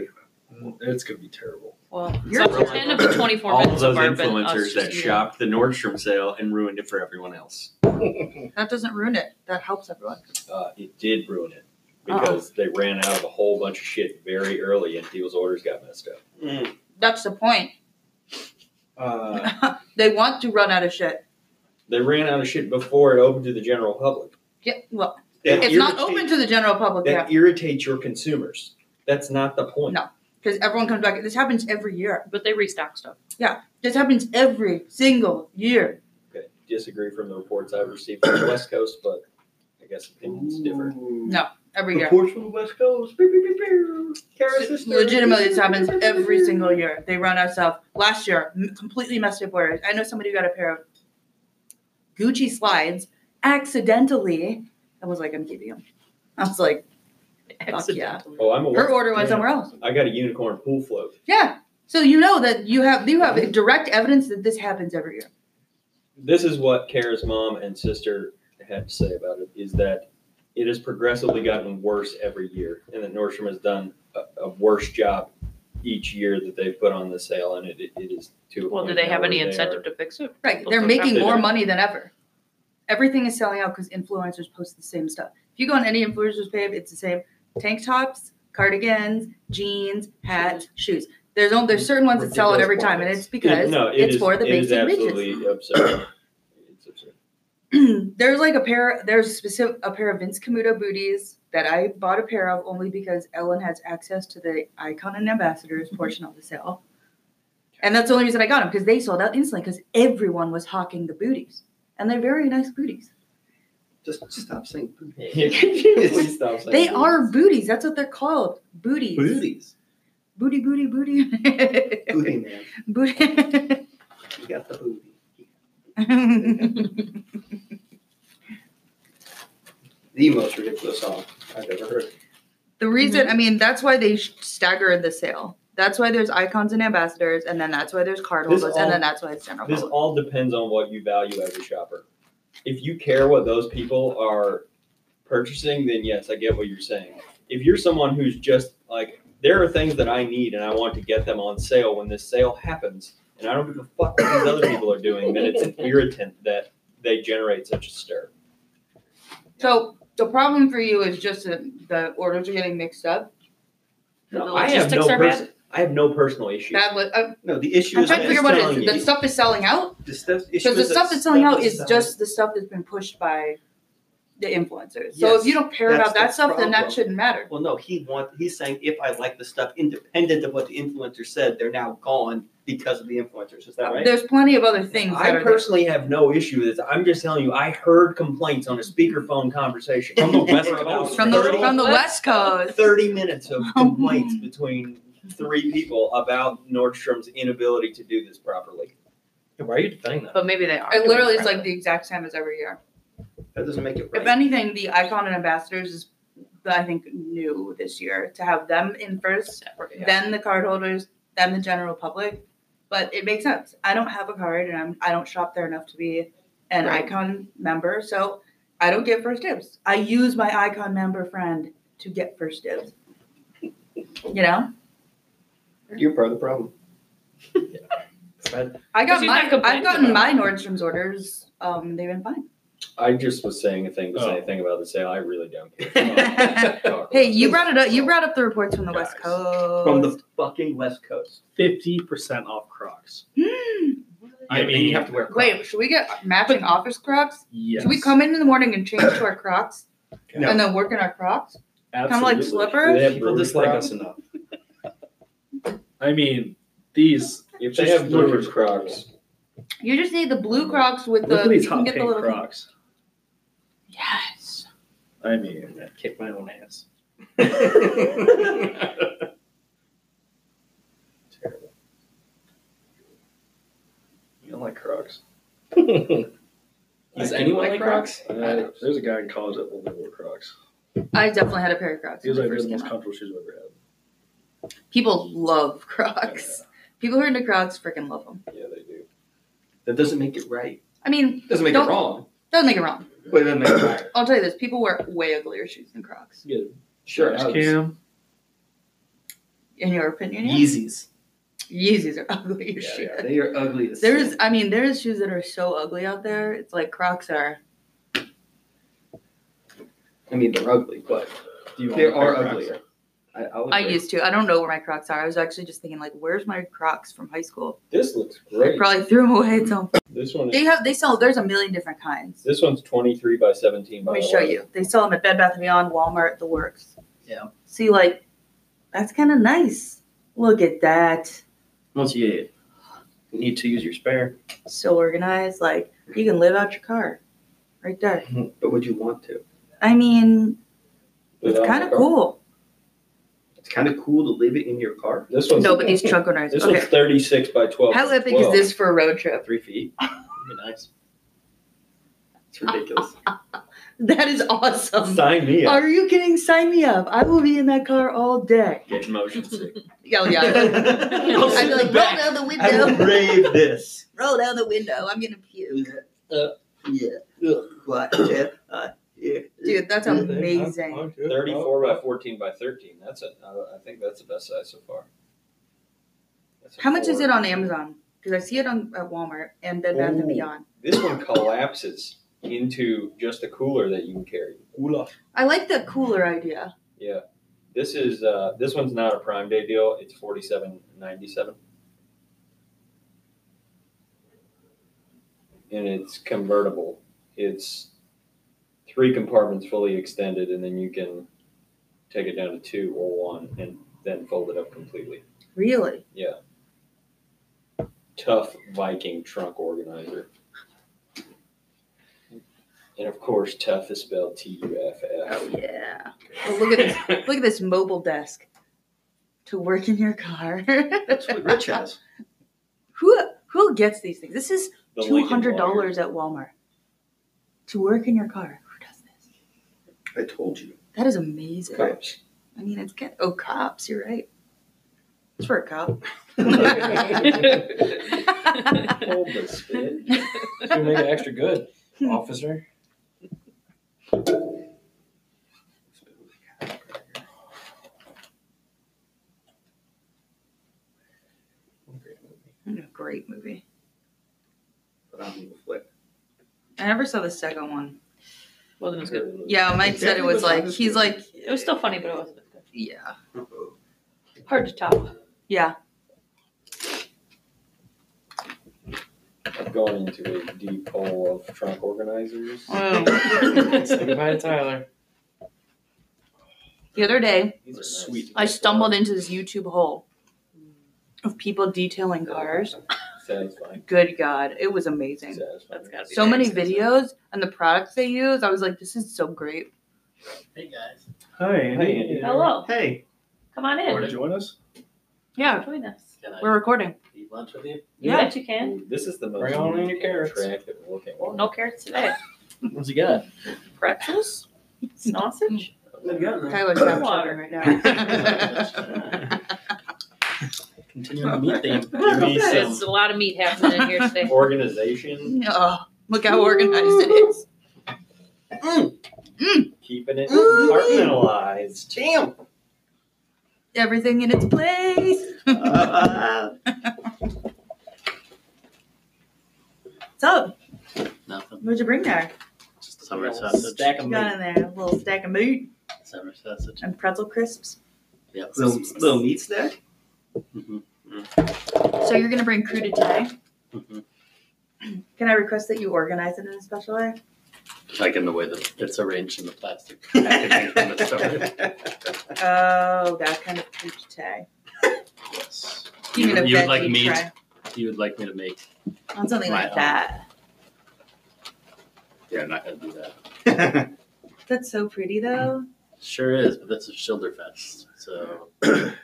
[SPEAKER 3] Mm, It's gonna be terrible.
[SPEAKER 1] Well,
[SPEAKER 9] So
[SPEAKER 1] you're
[SPEAKER 9] for ten of the twenty-four
[SPEAKER 5] All of
[SPEAKER 9] minutes
[SPEAKER 5] those
[SPEAKER 9] our been us
[SPEAKER 5] influencers
[SPEAKER 9] just
[SPEAKER 5] that
[SPEAKER 9] eating.
[SPEAKER 5] shopped the Nordstrom sale and ruined it for everyone else.
[SPEAKER 1] That doesn't ruin it. That helps everyone.
[SPEAKER 5] Uh, it did ruin it
[SPEAKER 1] Uh-oh.
[SPEAKER 5] because they ran out of a whole bunch of shit very early, and people's orders got messed up.
[SPEAKER 4] Mm.
[SPEAKER 1] That's the point.
[SPEAKER 5] Uh,
[SPEAKER 1] they want to run out of shit.
[SPEAKER 5] they ran out of shit before it opened to the general public.
[SPEAKER 1] Yeah, well,
[SPEAKER 5] That
[SPEAKER 1] it's not
[SPEAKER 5] irritate-
[SPEAKER 1] open to the general public yet
[SPEAKER 5] That irritates your consumers. That's not the point.
[SPEAKER 1] No. because everyone comes back. This happens every year.
[SPEAKER 9] But they restock stuff.
[SPEAKER 1] This happens every single year.
[SPEAKER 5] Okay. Disagree from the reports I've received from the West Coast, but I guess opinions differ.
[SPEAKER 1] Every year.
[SPEAKER 5] Reports from the West Coast. Pew, pew, pew, pew. Kara's sister.
[SPEAKER 1] Legitimately, this happens
[SPEAKER 5] Pew, pew, pew,
[SPEAKER 1] every
[SPEAKER 5] pew.
[SPEAKER 1] single year. They run out of stuff. Last year, m- completely messed up orders. I know somebody who got a pair of Gucci slides accidentally. I was like, I'm keeping them. I was like,
[SPEAKER 9] Accidentally.
[SPEAKER 5] Oh, I'm aware.
[SPEAKER 1] her order went
[SPEAKER 5] Yeah.
[SPEAKER 1] somewhere else.
[SPEAKER 5] I got a unicorn pool float.
[SPEAKER 1] Yeah. So you know that you have you have direct evidence that this happens every year.
[SPEAKER 5] This is what Kara's mom and sister had to say about it: is that it has progressively gotten worse every year, and that Nordstrom has done a, a worse job each year that they've put on the sale, and it, it, it is to. a
[SPEAKER 9] Well, do
[SPEAKER 5] point
[SPEAKER 9] they
[SPEAKER 5] now
[SPEAKER 9] have
[SPEAKER 5] where
[SPEAKER 9] any
[SPEAKER 5] they
[SPEAKER 9] incentive to fix it?
[SPEAKER 1] Right.
[SPEAKER 9] Well,
[SPEAKER 1] They're
[SPEAKER 9] sometimes
[SPEAKER 1] making
[SPEAKER 5] they
[SPEAKER 1] more
[SPEAKER 5] don't.
[SPEAKER 1] money than ever. Everything is selling out because influencers post the same stuff. If you go on any influencer's page, it's the same tank tops, cardigans, jeans, hats, shoes. There's only there's certain ones that sell it every
[SPEAKER 5] Ridiculous
[SPEAKER 1] time, and
[SPEAKER 5] quantities.
[SPEAKER 1] it's because
[SPEAKER 5] It- no, it
[SPEAKER 1] it's
[SPEAKER 5] is-
[SPEAKER 1] for the
[SPEAKER 5] it is
[SPEAKER 1] basic bitches.
[SPEAKER 5] absolutely absurd. It's absurd.
[SPEAKER 1] there's like a pair there's specific a pair of Vince Camuto booties that I bought a pair of only because Ellen has access to the icon and
[SPEAKER 5] Mm-hmm.
[SPEAKER 1] ambassadors portion of the sale. And that's the only reason I got them because they sold out instantly because everyone was hawking the booties. And they're very nice booties.
[SPEAKER 4] Just, just stop saying.
[SPEAKER 5] Just stop saying
[SPEAKER 1] They
[SPEAKER 5] it.
[SPEAKER 1] are booties. That's what they're called. Booties.
[SPEAKER 4] Booties.
[SPEAKER 1] Booty, booty, booty.
[SPEAKER 4] Booty man.
[SPEAKER 1] booty.
[SPEAKER 4] You got the booty. The most ridiculous song I've ever heard.
[SPEAKER 1] The reason, I mean, that's why they sh- staggered the sale. That's why there's icons and ambassadors, and then that's why there's card
[SPEAKER 5] This
[SPEAKER 1] holders,
[SPEAKER 5] all-
[SPEAKER 1] and then that's why it's general.
[SPEAKER 5] This
[SPEAKER 1] public.
[SPEAKER 5] all depends on what you value as a shopper. If you care what those people are purchasing, then yes, I get what you're saying. If you're someone who's just like, there are things that I need and I want to get them on sale when this sale happens, and I don't give a fuck what these other people are doing, then it's an irritant that they generate such a stir.
[SPEAKER 1] So the problem for you is just that the orders are getting mixed up.
[SPEAKER 5] No,
[SPEAKER 9] The
[SPEAKER 5] I have no
[SPEAKER 9] logistics are bad?
[SPEAKER 5] pers- I have no personal issue.
[SPEAKER 1] That was, I'm,
[SPEAKER 4] No, the issue
[SPEAKER 1] I'm
[SPEAKER 4] is.
[SPEAKER 1] trying to
[SPEAKER 4] that
[SPEAKER 1] figure
[SPEAKER 4] it's
[SPEAKER 1] out what it
[SPEAKER 4] telling
[SPEAKER 1] is. The
[SPEAKER 4] you-
[SPEAKER 1] stuff is selling out
[SPEAKER 4] The stuff. issue
[SPEAKER 1] because the
[SPEAKER 4] is that
[SPEAKER 1] stuff that's selling out
[SPEAKER 4] stuff
[SPEAKER 1] is
[SPEAKER 4] selling.
[SPEAKER 1] just the stuff that's been pushed by the influencers. So
[SPEAKER 4] Yes,
[SPEAKER 1] if you don't care
[SPEAKER 4] that's
[SPEAKER 1] about that
[SPEAKER 4] the
[SPEAKER 1] stuff, then that
[SPEAKER 4] problem.
[SPEAKER 1] shouldn't matter.
[SPEAKER 4] Well, no, he want, he's saying if I like the stuff independent of what the influencer said, they're now gone because of the influencers. Is that right?
[SPEAKER 1] There's plenty of other things that
[SPEAKER 5] I
[SPEAKER 1] are there.
[SPEAKER 5] personally have no issue with this. I'm just telling you, I heard complaints on a speakerphone conversation
[SPEAKER 4] From the West
[SPEAKER 5] for about
[SPEAKER 4] Coast.
[SPEAKER 1] from the
[SPEAKER 5] 30
[SPEAKER 1] from the West Coast.
[SPEAKER 5] 30 minutes of complaints between three people about Nordstrom's inability to do this properly.
[SPEAKER 4] Why are you defending that?
[SPEAKER 9] But maybe they are.
[SPEAKER 1] It
[SPEAKER 9] doing
[SPEAKER 1] literally is
[SPEAKER 9] crap.
[SPEAKER 1] like the exact same as every year.
[SPEAKER 4] That doesn't make it
[SPEAKER 1] If
[SPEAKER 4] right.
[SPEAKER 1] anything, the icon and ambassadors is I think new this year to have them in first
[SPEAKER 9] Separate, yeah.
[SPEAKER 1] then the card holders, then the general public. But it makes sense. I don't have a card and I'm I don't shop there enough to be an
[SPEAKER 9] Right.
[SPEAKER 1] icon member, so I don't get first dibs. I use my icon member friend to get first dibs. You know?
[SPEAKER 4] You're part of the problem.
[SPEAKER 1] I
[SPEAKER 9] But
[SPEAKER 1] got
[SPEAKER 9] she's
[SPEAKER 1] my
[SPEAKER 9] not complaining
[SPEAKER 1] I've gotten my
[SPEAKER 9] about
[SPEAKER 1] Nordstrom's orders. Um, they've been fine.
[SPEAKER 5] I just was saying a thing to say
[SPEAKER 13] Oh.
[SPEAKER 5] a thing about the sale. I really don't care. Talk
[SPEAKER 1] Hey,
[SPEAKER 5] about
[SPEAKER 1] you
[SPEAKER 5] it.
[SPEAKER 1] brought it up. You brought up the reports from the West
[SPEAKER 5] Guys,
[SPEAKER 1] Coast.
[SPEAKER 4] From the fucking West Coast.
[SPEAKER 3] Fifty percent off Crocs.
[SPEAKER 1] Hmm.
[SPEAKER 13] I
[SPEAKER 4] and you
[SPEAKER 13] mean,
[SPEAKER 4] have to wear. Crocs.
[SPEAKER 1] Wait, should we get matching office Crocs?
[SPEAKER 3] Yes.
[SPEAKER 1] Should we come in in the morning and change to our Crocs
[SPEAKER 4] No.
[SPEAKER 1] and then work in our Crocs? Kind of like
[SPEAKER 3] Absolutely.
[SPEAKER 1] slippers.
[SPEAKER 5] They have
[SPEAKER 4] People dislike us enough.
[SPEAKER 3] I mean, these
[SPEAKER 5] If they
[SPEAKER 3] Just
[SPEAKER 5] have
[SPEAKER 3] look at-
[SPEAKER 5] Brewers Crocs,
[SPEAKER 1] You just need the
[SPEAKER 9] Mm.
[SPEAKER 1] blue Crocs with
[SPEAKER 3] look
[SPEAKER 1] the.
[SPEAKER 3] at these
[SPEAKER 1] you can
[SPEAKER 3] hot
[SPEAKER 1] get the
[SPEAKER 3] pink
[SPEAKER 1] little.
[SPEAKER 3] Crocs.
[SPEAKER 1] Yes.
[SPEAKER 3] I mean,
[SPEAKER 4] Kick my own ass.
[SPEAKER 3] you don't like Crocs.
[SPEAKER 4] Does
[SPEAKER 3] I do
[SPEAKER 4] anyone like Crocs?
[SPEAKER 3] Uh, there's a guy in college that only wore Crocs.
[SPEAKER 1] I definitely had a pair of Crocs.
[SPEAKER 3] He was
[SPEAKER 1] when
[SPEAKER 3] like
[SPEAKER 1] I first
[SPEAKER 3] they're the most
[SPEAKER 1] came out.
[SPEAKER 3] comfortable shoes I've ever had.
[SPEAKER 1] People love Crocs. People who are into Crocs freaking love them.
[SPEAKER 5] yeah, they do.
[SPEAKER 4] That doesn't make it right.
[SPEAKER 1] I mean,
[SPEAKER 4] Doesn't make
[SPEAKER 1] Don't-
[SPEAKER 4] it wrong.
[SPEAKER 1] doesn't make it wrong.
[SPEAKER 4] But it doesn't make it right.
[SPEAKER 1] I'll tell you this: people wear way uglier shoes than Crocs.
[SPEAKER 4] Sure.
[SPEAKER 3] Crocs,
[SPEAKER 4] Alex.
[SPEAKER 3] Cam.
[SPEAKER 1] In your opinion, yeah?
[SPEAKER 4] Yeezys.
[SPEAKER 1] Yeezys are ugly as
[SPEAKER 4] Yeah,
[SPEAKER 1] shit.
[SPEAKER 4] yeah, they are ugly as
[SPEAKER 1] There's,
[SPEAKER 4] shit.
[SPEAKER 1] I mean, there's shoes that are so ugly out there. It's like Crocs are.
[SPEAKER 4] I mean, they're ugly, but
[SPEAKER 3] Do you want
[SPEAKER 4] they
[SPEAKER 3] a pair
[SPEAKER 4] are
[SPEAKER 3] of Crocs?
[SPEAKER 4] uglier.
[SPEAKER 5] I, I, would
[SPEAKER 1] I
[SPEAKER 5] agree.
[SPEAKER 1] used to. I don't know where my Crocs are. I was actually just thinking, like, where's my Crocs from high school?
[SPEAKER 5] This looks
[SPEAKER 1] I
[SPEAKER 5] great.
[SPEAKER 1] probably threw them away. So
[SPEAKER 5] This one.
[SPEAKER 1] they
[SPEAKER 5] Is,
[SPEAKER 1] have they sell. There's a million different kinds.
[SPEAKER 5] this one's twenty three by seventeen.
[SPEAKER 1] Let
[SPEAKER 5] by
[SPEAKER 1] me show
[SPEAKER 5] 11.
[SPEAKER 1] you. They sell them at Bed Bath and Beyond, Walmart, the works.
[SPEAKER 8] Yeah.
[SPEAKER 1] See, like, that's kind of nice. Look at that.
[SPEAKER 8] Once you need to use your spare,
[SPEAKER 1] So organized. Like, you can live out your car, right there.
[SPEAKER 8] but would you want to?
[SPEAKER 1] I mean,
[SPEAKER 5] Put it
[SPEAKER 1] it's
[SPEAKER 5] on
[SPEAKER 1] kind
[SPEAKER 5] the
[SPEAKER 1] of
[SPEAKER 5] car.
[SPEAKER 1] cool.
[SPEAKER 8] It's kind of cool to leave it in your car.
[SPEAKER 5] This one's
[SPEAKER 1] No, but these trunk owners.
[SPEAKER 5] This
[SPEAKER 1] Okay.
[SPEAKER 5] one's thirty six by twelve.
[SPEAKER 1] How epic is
[SPEAKER 5] 12.
[SPEAKER 1] this for a road trip?
[SPEAKER 8] Three feet. That'd be nice. It's ridiculous.
[SPEAKER 1] That is awesome.
[SPEAKER 5] Sign me up.
[SPEAKER 1] Are you kidding? Sign me up. I will be in that car all day.
[SPEAKER 5] Get motion sick.
[SPEAKER 1] Oh, yeah.
[SPEAKER 9] I'll
[SPEAKER 1] I'd be like, roll down the
[SPEAKER 8] I
[SPEAKER 1] window.
[SPEAKER 8] brave this.
[SPEAKER 1] roll down the window. I'm going to puke. Dude, that's amazing.
[SPEAKER 8] Oh,
[SPEAKER 5] Thirty four by fourteen by thirteen. That's it. I, I think that's the best size so far. That's a
[SPEAKER 1] How much is
[SPEAKER 5] four.
[SPEAKER 1] it on Amazon? Because I see it on at Walmart and Bed Bath
[SPEAKER 5] Ooh.
[SPEAKER 1] and Beyond.
[SPEAKER 5] This one collapses into just a cooler that you can carry.
[SPEAKER 1] I like the cooler idea.
[SPEAKER 5] Yeah. This is uh, this one's not a prime day deal. It's forty seven ninety seven. And it's convertible. It's three compartments fully extended, and then you can take it down to two or one, and then fold it up completely.
[SPEAKER 1] Really?
[SPEAKER 5] Tough Viking trunk organizer. And of course, tough is spelled T U F
[SPEAKER 1] Oh yeah. Well, look at this.
[SPEAKER 5] F.
[SPEAKER 1] Look at this mobile desk to work in your car.
[SPEAKER 8] That's what Rich has.
[SPEAKER 1] who who gets these things? This is
[SPEAKER 5] The Lincoln
[SPEAKER 1] two hundred
[SPEAKER 5] Lawyer.
[SPEAKER 1] dollars at Walmart to work in your car. Who does this?
[SPEAKER 8] I told you.
[SPEAKER 1] That is amazing.
[SPEAKER 5] Cops.
[SPEAKER 1] I mean, it's good. Oh, cops. You're right. It's for a cop.
[SPEAKER 5] Hold the spit.
[SPEAKER 1] gonna
[SPEAKER 8] make it extra good,
[SPEAKER 1] Hmm.
[SPEAKER 8] officer.
[SPEAKER 1] Great movie.
[SPEAKER 8] But I don't give a flip.
[SPEAKER 1] I never saw the second one.
[SPEAKER 9] Wasn't as good.
[SPEAKER 1] Yeah, Mike said it was like he's like
[SPEAKER 9] It was still funny, but it wasn't as good.
[SPEAKER 1] yeah.
[SPEAKER 8] Oh.
[SPEAKER 9] Hard to top.
[SPEAKER 1] Yeah.
[SPEAKER 5] I've gone into a deep hole of trunk organizers.
[SPEAKER 1] oh.
[SPEAKER 8] Say goodbye to Tyler.
[SPEAKER 1] The other day,
[SPEAKER 5] These are nice.
[SPEAKER 8] Sweet.
[SPEAKER 1] I stumbled into this YouTube hole of people detailing cars.
[SPEAKER 5] Satisfying.
[SPEAKER 1] Good God, it was amazing.
[SPEAKER 5] Satisfying.
[SPEAKER 9] That's gotta be
[SPEAKER 1] So
[SPEAKER 9] nice.
[SPEAKER 1] many videos and the products they use. I was like, this is so great.
[SPEAKER 8] Hey guys.
[SPEAKER 3] Hi,
[SPEAKER 5] Andy.
[SPEAKER 9] Hello,
[SPEAKER 8] Hey.
[SPEAKER 9] come on
[SPEAKER 3] Want to
[SPEAKER 9] in.
[SPEAKER 3] join us?
[SPEAKER 1] Yeah,
[SPEAKER 9] Join us.
[SPEAKER 8] Can I
[SPEAKER 1] we're recording.
[SPEAKER 8] eat lunch with you?
[SPEAKER 9] You bet you can.
[SPEAKER 5] Ooh, This is the most
[SPEAKER 8] Bring on in your carrots.
[SPEAKER 5] attractive looking one.
[SPEAKER 9] No carrots today.
[SPEAKER 8] What's he got?
[SPEAKER 9] Pretzels, sausage.
[SPEAKER 1] Tyler's not children right now.
[SPEAKER 8] Continuing the meat theme.
[SPEAKER 5] Give me
[SPEAKER 9] There's
[SPEAKER 5] some
[SPEAKER 9] a lot of meat happening in here today.
[SPEAKER 5] organization,
[SPEAKER 1] oh, look how organized it is.
[SPEAKER 5] keeping it
[SPEAKER 1] Ooh.
[SPEAKER 5] compartmentalized. Damn.
[SPEAKER 1] Everything in its place.
[SPEAKER 8] Uh,
[SPEAKER 1] so,
[SPEAKER 8] Nothing.
[SPEAKER 1] what'd you bring there?
[SPEAKER 8] Just summer sausage. Stack
[SPEAKER 1] You got in there a little stack of meat
[SPEAKER 8] Summer sausage.
[SPEAKER 1] and pretzel crisps.
[SPEAKER 8] Yeah. Little, little meat snack? Mm-hmm.
[SPEAKER 1] So you're gonna bring crew to today.
[SPEAKER 8] Mhm.
[SPEAKER 1] Can I request that you organize it in a special way?
[SPEAKER 8] Like in the way that it's arranged in the plastic packaging from the store.
[SPEAKER 1] Oh, that kind of crew to today.
[SPEAKER 8] Yes.
[SPEAKER 1] You
[SPEAKER 8] You,
[SPEAKER 1] mean a
[SPEAKER 8] you would
[SPEAKER 1] veggie
[SPEAKER 8] like me?
[SPEAKER 1] tray
[SPEAKER 8] You would like me to make?
[SPEAKER 1] on something
[SPEAKER 8] My
[SPEAKER 1] like
[SPEAKER 8] own.
[SPEAKER 1] that.
[SPEAKER 8] Yeah, I'm not gonna do that.
[SPEAKER 1] That's so pretty though.
[SPEAKER 8] sure is, but that's a Schilderfest, so this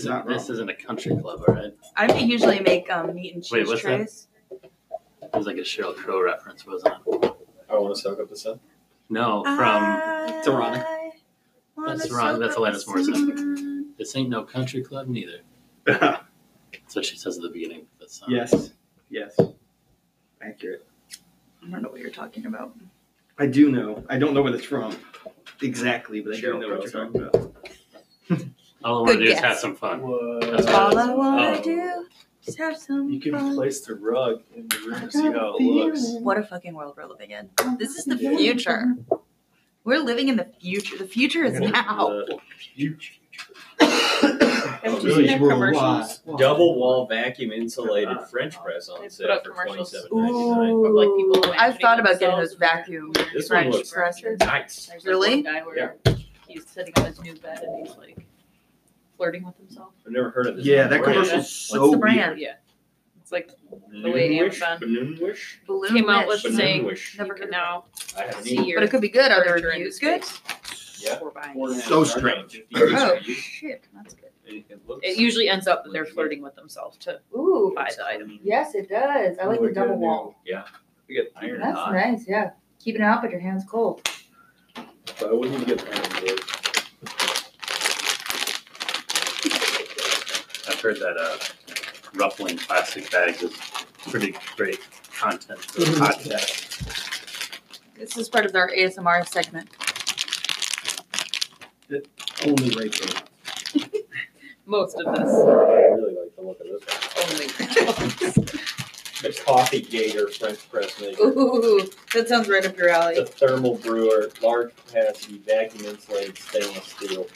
[SPEAKER 8] is
[SPEAKER 4] Not
[SPEAKER 8] this isn't a country club, all right?
[SPEAKER 1] I may usually make um, meat and cheese
[SPEAKER 8] Wait, what's that?
[SPEAKER 1] trays.
[SPEAKER 8] It was like a Cheryl Crow reference, wasn't it?
[SPEAKER 5] I want to soak up the sun.
[SPEAKER 8] No, from
[SPEAKER 2] Ah.
[SPEAKER 1] I
[SPEAKER 8] Toronto.
[SPEAKER 1] wanna
[SPEAKER 8] That's Toronto- that's
[SPEAKER 1] soak up
[SPEAKER 8] Alanis Morissette.
[SPEAKER 1] some-
[SPEAKER 8] this ain't no country club neither. That's what she says at the beginning of the song.
[SPEAKER 4] Yes. Yes. Accurate.
[SPEAKER 1] I don't know what you're talking about.
[SPEAKER 4] I do know. I don't know what it's from exactly, but I
[SPEAKER 8] Cheryl
[SPEAKER 4] do know what
[SPEAKER 8] Crow's
[SPEAKER 4] you're talking about.
[SPEAKER 8] All I want to
[SPEAKER 1] Good
[SPEAKER 8] do is
[SPEAKER 1] guess.
[SPEAKER 8] have some fun.
[SPEAKER 3] What?
[SPEAKER 1] All I wanna
[SPEAKER 8] Oh.
[SPEAKER 1] do is have some
[SPEAKER 3] You
[SPEAKER 1] fun.
[SPEAKER 3] can place the rug in the room
[SPEAKER 1] I
[SPEAKER 3] and see how
[SPEAKER 1] got
[SPEAKER 3] it looks.
[SPEAKER 1] What a fucking world we're living in. This is the
[SPEAKER 8] uh,
[SPEAKER 1] future. We're living in the future. The future is now.
[SPEAKER 3] Uh,
[SPEAKER 9] Have
[SPEAKER 5] you
[SPEAKER 9] seen their
[SPEAKER 14] Worldwide.
[SPEAKER 9] commercials?
[SPEAKER 5] Oh, Double wall vacuum insulated
[SPEAKER 8] Ah.
[SPEAKER 3] Uh,
[SPEAKER 5] French press
[SPEAKER 9] They
[SPEAKER 5] on
[SPEAKER 9] put
[SPEAKER 5] sale
[SPEAKER 9] out
[SPEAKER 5] for twenty
[SPEAKER 9] commercials.
[SPEAKER 5] seven ninety nine.
[SPEAKER 1] Ooh,
[SPEAKER 9] like people
[SPEAKER 1] I've thought about getting
[SPEAKER 9] themselves
[SPEAKER 1] those vacuum
[SPEAKER 9] in their-
[SPEAKER 5] This one
[SPEAKER 1] French
[SPEAKER 5] looks
[SPEAKER 1] presses.
[SPEAKER 5] Nice.
[SPEAKER 9] There's
[SPEAKER 1] Really?
[SPEAKER 9] This one guy where he's sitting on his new bed and he's like flirting with himself.
[SPEAKER 5] I've never heard of this.
[SPEAKER 4] Yeah, that
[SPEAKER 5] brand.
[SPEAKER 4] commercial's
[SPEAKER 1] What's
[SPEAKER 4] so
[SPEAKER 1] the
[SPEAKER 4] weird.
[SPEAKER 1] brand?
[SPEAKER 9] Yeah, it's like
[SPEAKER 5] Noon
[SPEAKER 9] The way
[SPEAKER 5] wish,
[SPEAKER 9] Amazon-
[SPEAKER 5] Noon wish.
[SPEAKER 1] Balloon
[SPEAKER 9] came out
[SPEAKER 1] Wish.
[SPEAKER 9] with
[SPEAKER 5] Banana
[SPEAKER 9] saying you
[SPEAKER 5] wish.
[SPEAKER 1] Never
[SPEAKER 9] can
[SPEAKER 1] heard
[SPEAKER 9] now
[SPEAKER 5] I haven't
[SPEAKER 9] see
[SPEAKER 5] either.
[SPEAKER 9] your
[SPEAKER 1] But it could be good. Are the
[SPEAKER 9] furniture in
[SPEAKER 1] reviews
[SPEAKER 9] the
[SPEAKER 1] good?
[SPEAKER 9] space
[SPEAKER 5] Yeah.
[SPEAKER 9] before buying
[SPEAKER 5] Four and a
[SPEAKER 9] it.
[SPEAKER 5] half
[SPEAKER 4] So
[SPEAKER 5] stars out of 50
[SPEAKER 1] Oh
[SPEAKER 5] reviews.
[SPEAKER 1] shit, that's good.
[SPEAKER 5] And It looks.
[SPEAKER 9] It usually ends up that they're flirting with themselves to
[SPEAKER 1] Ooh,
[SPEAKER 9] buy the item.
[SPEAKER 1] yes, it does. I like the double wall.
[SPEAKER 5] We get iron
[SPEAKER 1] That's
[SPEAKER 5] hot.
[SPEAKER 1] nice. Yeah, keep it out, but your hands cold.
[SPEAKER 3] But I wouldn't even get that on board. I've heard that uh, ruffling plastic bags is pretty great content for
[SPEAKER 4] Mm-hmm.
[SPEAKER 3] a podcast.
[SPEAKER 1] This is part of our ASMR segment.
[SPEAKER 3] Only Rachel.
[SPEAKER 9] Most of
[SPEAKER 5] I
[SPEAKER 9] this
[SPEAKER 5] really like the look of this one.
[SPEAKER 9] only.
[SPEAKER 5] The coffee gator French press maker.
[SPEAKER 1] Ooh, that sounds right up your alley.
[SPEAKER 5] The thermal brewer, large capacity, vacuum insulated stainless steel.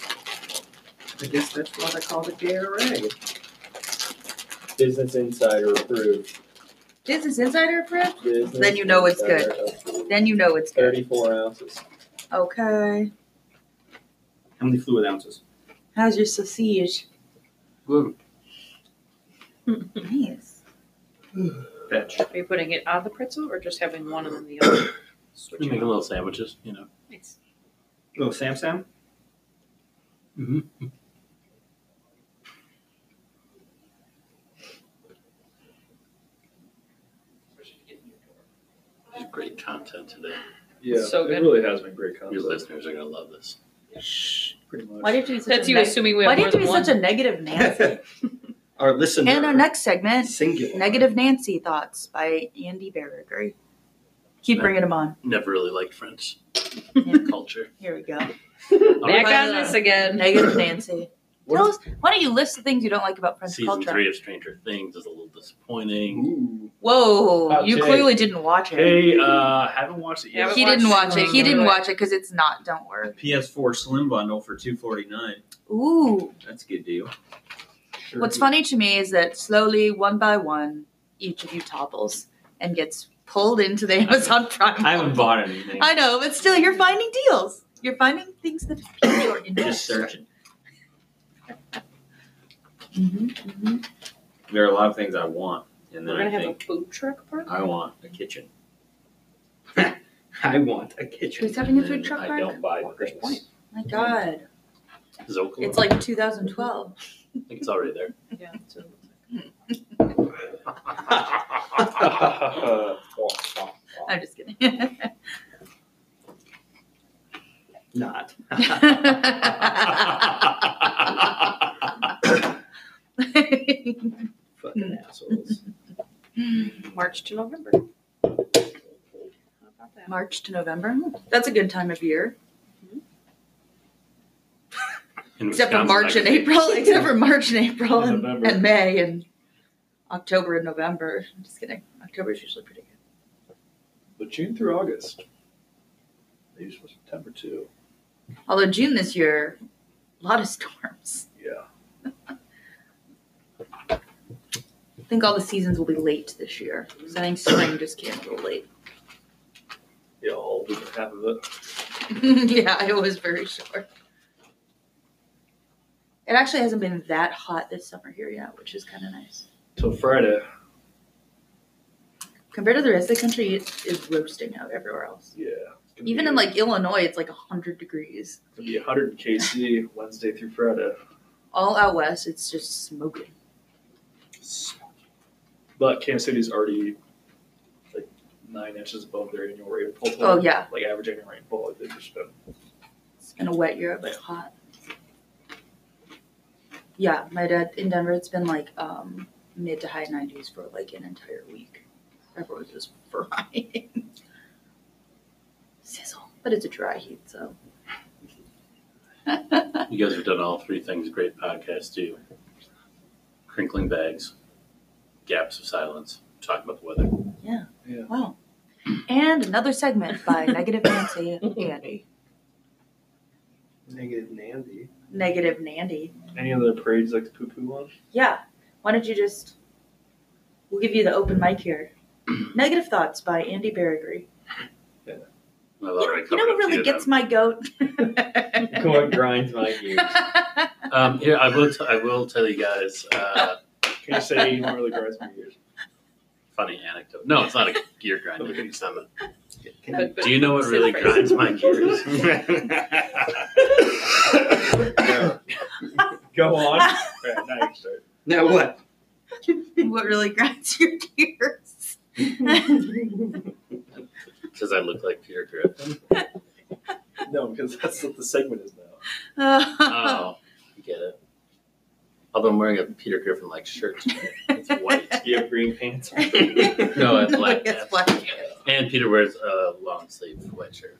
[SPEAKER 4] I guess that's why they called it JRA.
[SPEAKER 5] Business Insider approved.
[SPEAKER 1] Business Insider approved?
[SPEAKER 5] Business
[SPEAKER 1] Then you know it's good.
[SPEAKER 5] Insider approved.
[SPEAKER 1] Then you know it's good.
[SPEAKER 5] Thirty-four ounces.
[SPEAKER 1] Okay.
[SPEAKER 4] How many fluid ounces?
[SPEAKER 15] How's your sausage?
[SPEAKER 4] Whoa.
[SPEAKER 1] Nice.
[SPEAKER 4] Fetch.
[SPEAKER 9] Are you putting it on the pretzel or just having one and then the other?
[SPEAKER 4] We
[SPEAKER 9] Switching.
[SPEAKER 4] make little sandwiches, you know.
[SPEAKER 9] Nice.
[SPEAKER 4] Little Oh, Sam Sam? Mm-hmm.
[SPEAKER 3] Great content today.
[SPEAKER 8] Yeah,
[SPEAKER 9] So
[SPEAKER 8] it
[SPEAKER 9] good.
[SPEAKER 8] really has been great
[SPEAKER 3] Your
[SPEAKER 8] content.
[SPEAKER 3] listeners are gonna love this.
[SPEAKER 8] Pretty much.
[SPEAKER 15] Why did you be such
[SPEAKER 9] That's
[SPEAKER 15] a
[SPEAKER 9] you assuming we
[SPEAKER 15] Why
[SPEAKER 9] have
[SPEAKER 15] do you
[SPEAKER 9] more
[SPEAKER 15] have to
[SPEAKER 9] than
[SPEAKER 15] be
[SPEAKER 9] one.
[SPEAKER 15] such a negative Nancy?
[SPEAKER 4] Our listener.
[SPEAKER 1] And our next segment,
[SPEAKER 4] singular.
[SPEAKER 1] Negative Nancy Thoughts by Andy Barragher. Keep bringing him on.
[SPEAKER 3] Never really liked French culture.
[SPEAKER 1] Here we go.
[SPEAKER 9] Back
[SPEAKER 1] Alright.
[SPEAKER 9] on this again.
[SPEAKER 1] Negative Nancy.
[SPEAKER 3] What
[SPEAKER 1] Tell us, why don't you list the things you don't like about French
[SPEAKER 3] Season
[SPEAKER 1] culture?
[SPEAKER 3] three of Stranger Things is a little disappointing.
[SPEAKER 8] Ooh.
[SPEAKER 1] Whoa,
[SPEAKER 5] Oh,
[SPEAKER 1] you
[SPEAKER 5] Jay.
[SPEAKER 1] clearly didn't watch it.
[SPEAKER 3] Hey, uh, haven't watched it yet.
[SPEAKER 9] Haven't
[SPEAKER 1] he didn't
[SPEAKER 9] watched
[SPEAKER 1] watch it. He
[SPEAKER 9] it.
[SPEAKER 1] didn't watch it because it's not. Don't worry.
[SPEAKER 5] PS4 Slim Bundle for two forty-nine.
[SPEAKER 1] Ooh.
[SPEAKER 5] That's a good deal.
[SPEAKER 8] Sure.
[SPEAKER 1] What's funny to me is that slowly, one by one, each of you topples and gets pulled into the Amazon Prime.
[SPEAKER 5] I haven't bought anything.
[SPEAKER 1] I know, but still, you're finding deals. You're finding things that pique your
[SPEAKER 5] Just
[SPEAKER 1] interest.
[SPEAKER 5] searching.
[SPEAKER 1] Mhm, mhm.
[SPEAKER 5] There are a lot of things I want, and then
[SPEAKER 9] We're gonna
[SPEAKER 5] I
[SPEAKER 9] have a
[SPEAKER 5] think
[SPEAKER 9] food truck party.
[SPEAKER 5] I want a kitchen.
[SPEAKER 4] I want a kitchen.
[SPEAKER 1] Who's having a
[SPEAKER 5] And
[SPEAKER 1] food truck
[SPEAKER 5] I
[SPEAKER 1] park?
[SPEAKER 5] don't buy
[SPEAKER 9] Great
[SPEAKER 5] things.
[SPEAKER 9] point.
[SPEAKER 1] My God,
[SPEAKER 3] Zocal.
[SPEAKER 1] it's like 2012.
[SPEAKER 3] I think it's already there.
[SPEAKER 9] Yeah. So.
[SPEAKER 1] I'm just kidding.
[SPEAKER 4] Not.
[SPEAKER 5] Fucking assholes.
[SPEAKER 9] March to November. How about that?
[SPEAKER 1] March to November. That's a good time of year,
[SPEAKER 3] In
[SPEAKER 1] except for
[SPEAKER 3] Wisconsin,
[SPEAKER 1] March
[SPEAKER 3] I
[SPEAKER 1] and
[SPEAKER 3] could-
[SPEAKER 1] April. Except for March and April
[SPEAKER 3] And
[SPEAKER 1] and,
[SPEAKER 3] November.
[SPEAKER 1] and May and October and November. I'm just kidding. October is usually pretty good.
[SPEAKER 3] But June through August. They used for September too.
[SPEAKER 1] Although June this year, a lot of storms.
[SPEAKER 3] Yeah.
[SPEAKER 1] I think all the seasons will be late this year. So I think spring just came a little late.
[SPEAKER 3] Yeah, all week and half of it.
[SPEAKER 1] yeah, it was very short. It actually hasn't been that hot this summer here yet, which is kind of nice.
[SPEAKER 3] Till Friday.
[SPEAKER 1] Compared to the rest of the country, it is roasting out everywhere else.
[SPEAKER 3] Yeah. It's gonna
[SPEAKER 1] Even
[SPEAKER 3] be-
[SPEAKER 1] in like Illinois, it's like 100 degrees.
[SPEAKER 3] It's gonna be 100 in KC Wednesday through Friday.
[SPEAKER 1] All out west, it's just smoking.
[SPEAKER 3] But Kansas City's already like nine inches above their annual rainfall.
[SPEAKER 1] Oh, yeah.
[SPEAKER 3] Like average annual rainfall. They've just been
[SPEAKER 1] It's been a wet year, but hot. Yeah, my dad in Denver, it's been like um, mid to high 90s for like an entire week. Everyone's just frying. Sizzle. But it's a dry heat, so.
[SPEAKER 3] You guys have done all three things great podcasts do. Crinkling bags, gaps of silence, talking about the weather.
[SPEAKER 1] Wow. And another segment by Negative Nancy Andy.
[SPEAKER 5] Negative Nandy.
[SPEAKER 2] negative Nandy.
[SPEAKER 3] Any other parades like the poo poo one?
[SPEAKER 2] Yeah. Why don't you just? We'll give you the open mic here. negative thoughts by Andy Berrigree.
[SPEAKER 8] I
[SPEAKER 2] You know, you know what really gets my goat?
[SPEAKER 16] What grinds my gears?
[SPEAKER 8] Um, here, I will. T- I will tell you guys. Uh,
[SPEAKER 3] Can you say you don't really grinds my gears?
[SPEAKER 8] funny anecdote. No, it's not a gear grinder. It's not a-
[SPEAKER 9] But- but
[SPEAKER 8] do you know what really
[SPEAKER 9] Same
[SPEAKER 8] grinds my gears?
[SPEAKER 16] Go on.
[SPEAKER 3] Alright, now you can start.
[SPEAKER 10] Now what?
[SPEAKER 1] what really grinds your gears?
[SPEAKER 8] Because I look like Peter Griffin.
[SPEAKER 3] No, because that's what the segment is now.
[SPEAKER 8] Oh, I get it. Although I'm wearing a Peter Griffin like shirt today. It's white.
[SPEAKER 16] Do you have green pants?
[SPEAKER 8] No, I have
[SPEAKER 1] No,
[SPEAKER 8] black.
[SPEAKER 1] it's
[SPEAKER 8] pants.
[SPEAKER 1] black pants.
[SPEAKER 8] And Peter wears a long sleeve sweatshirt.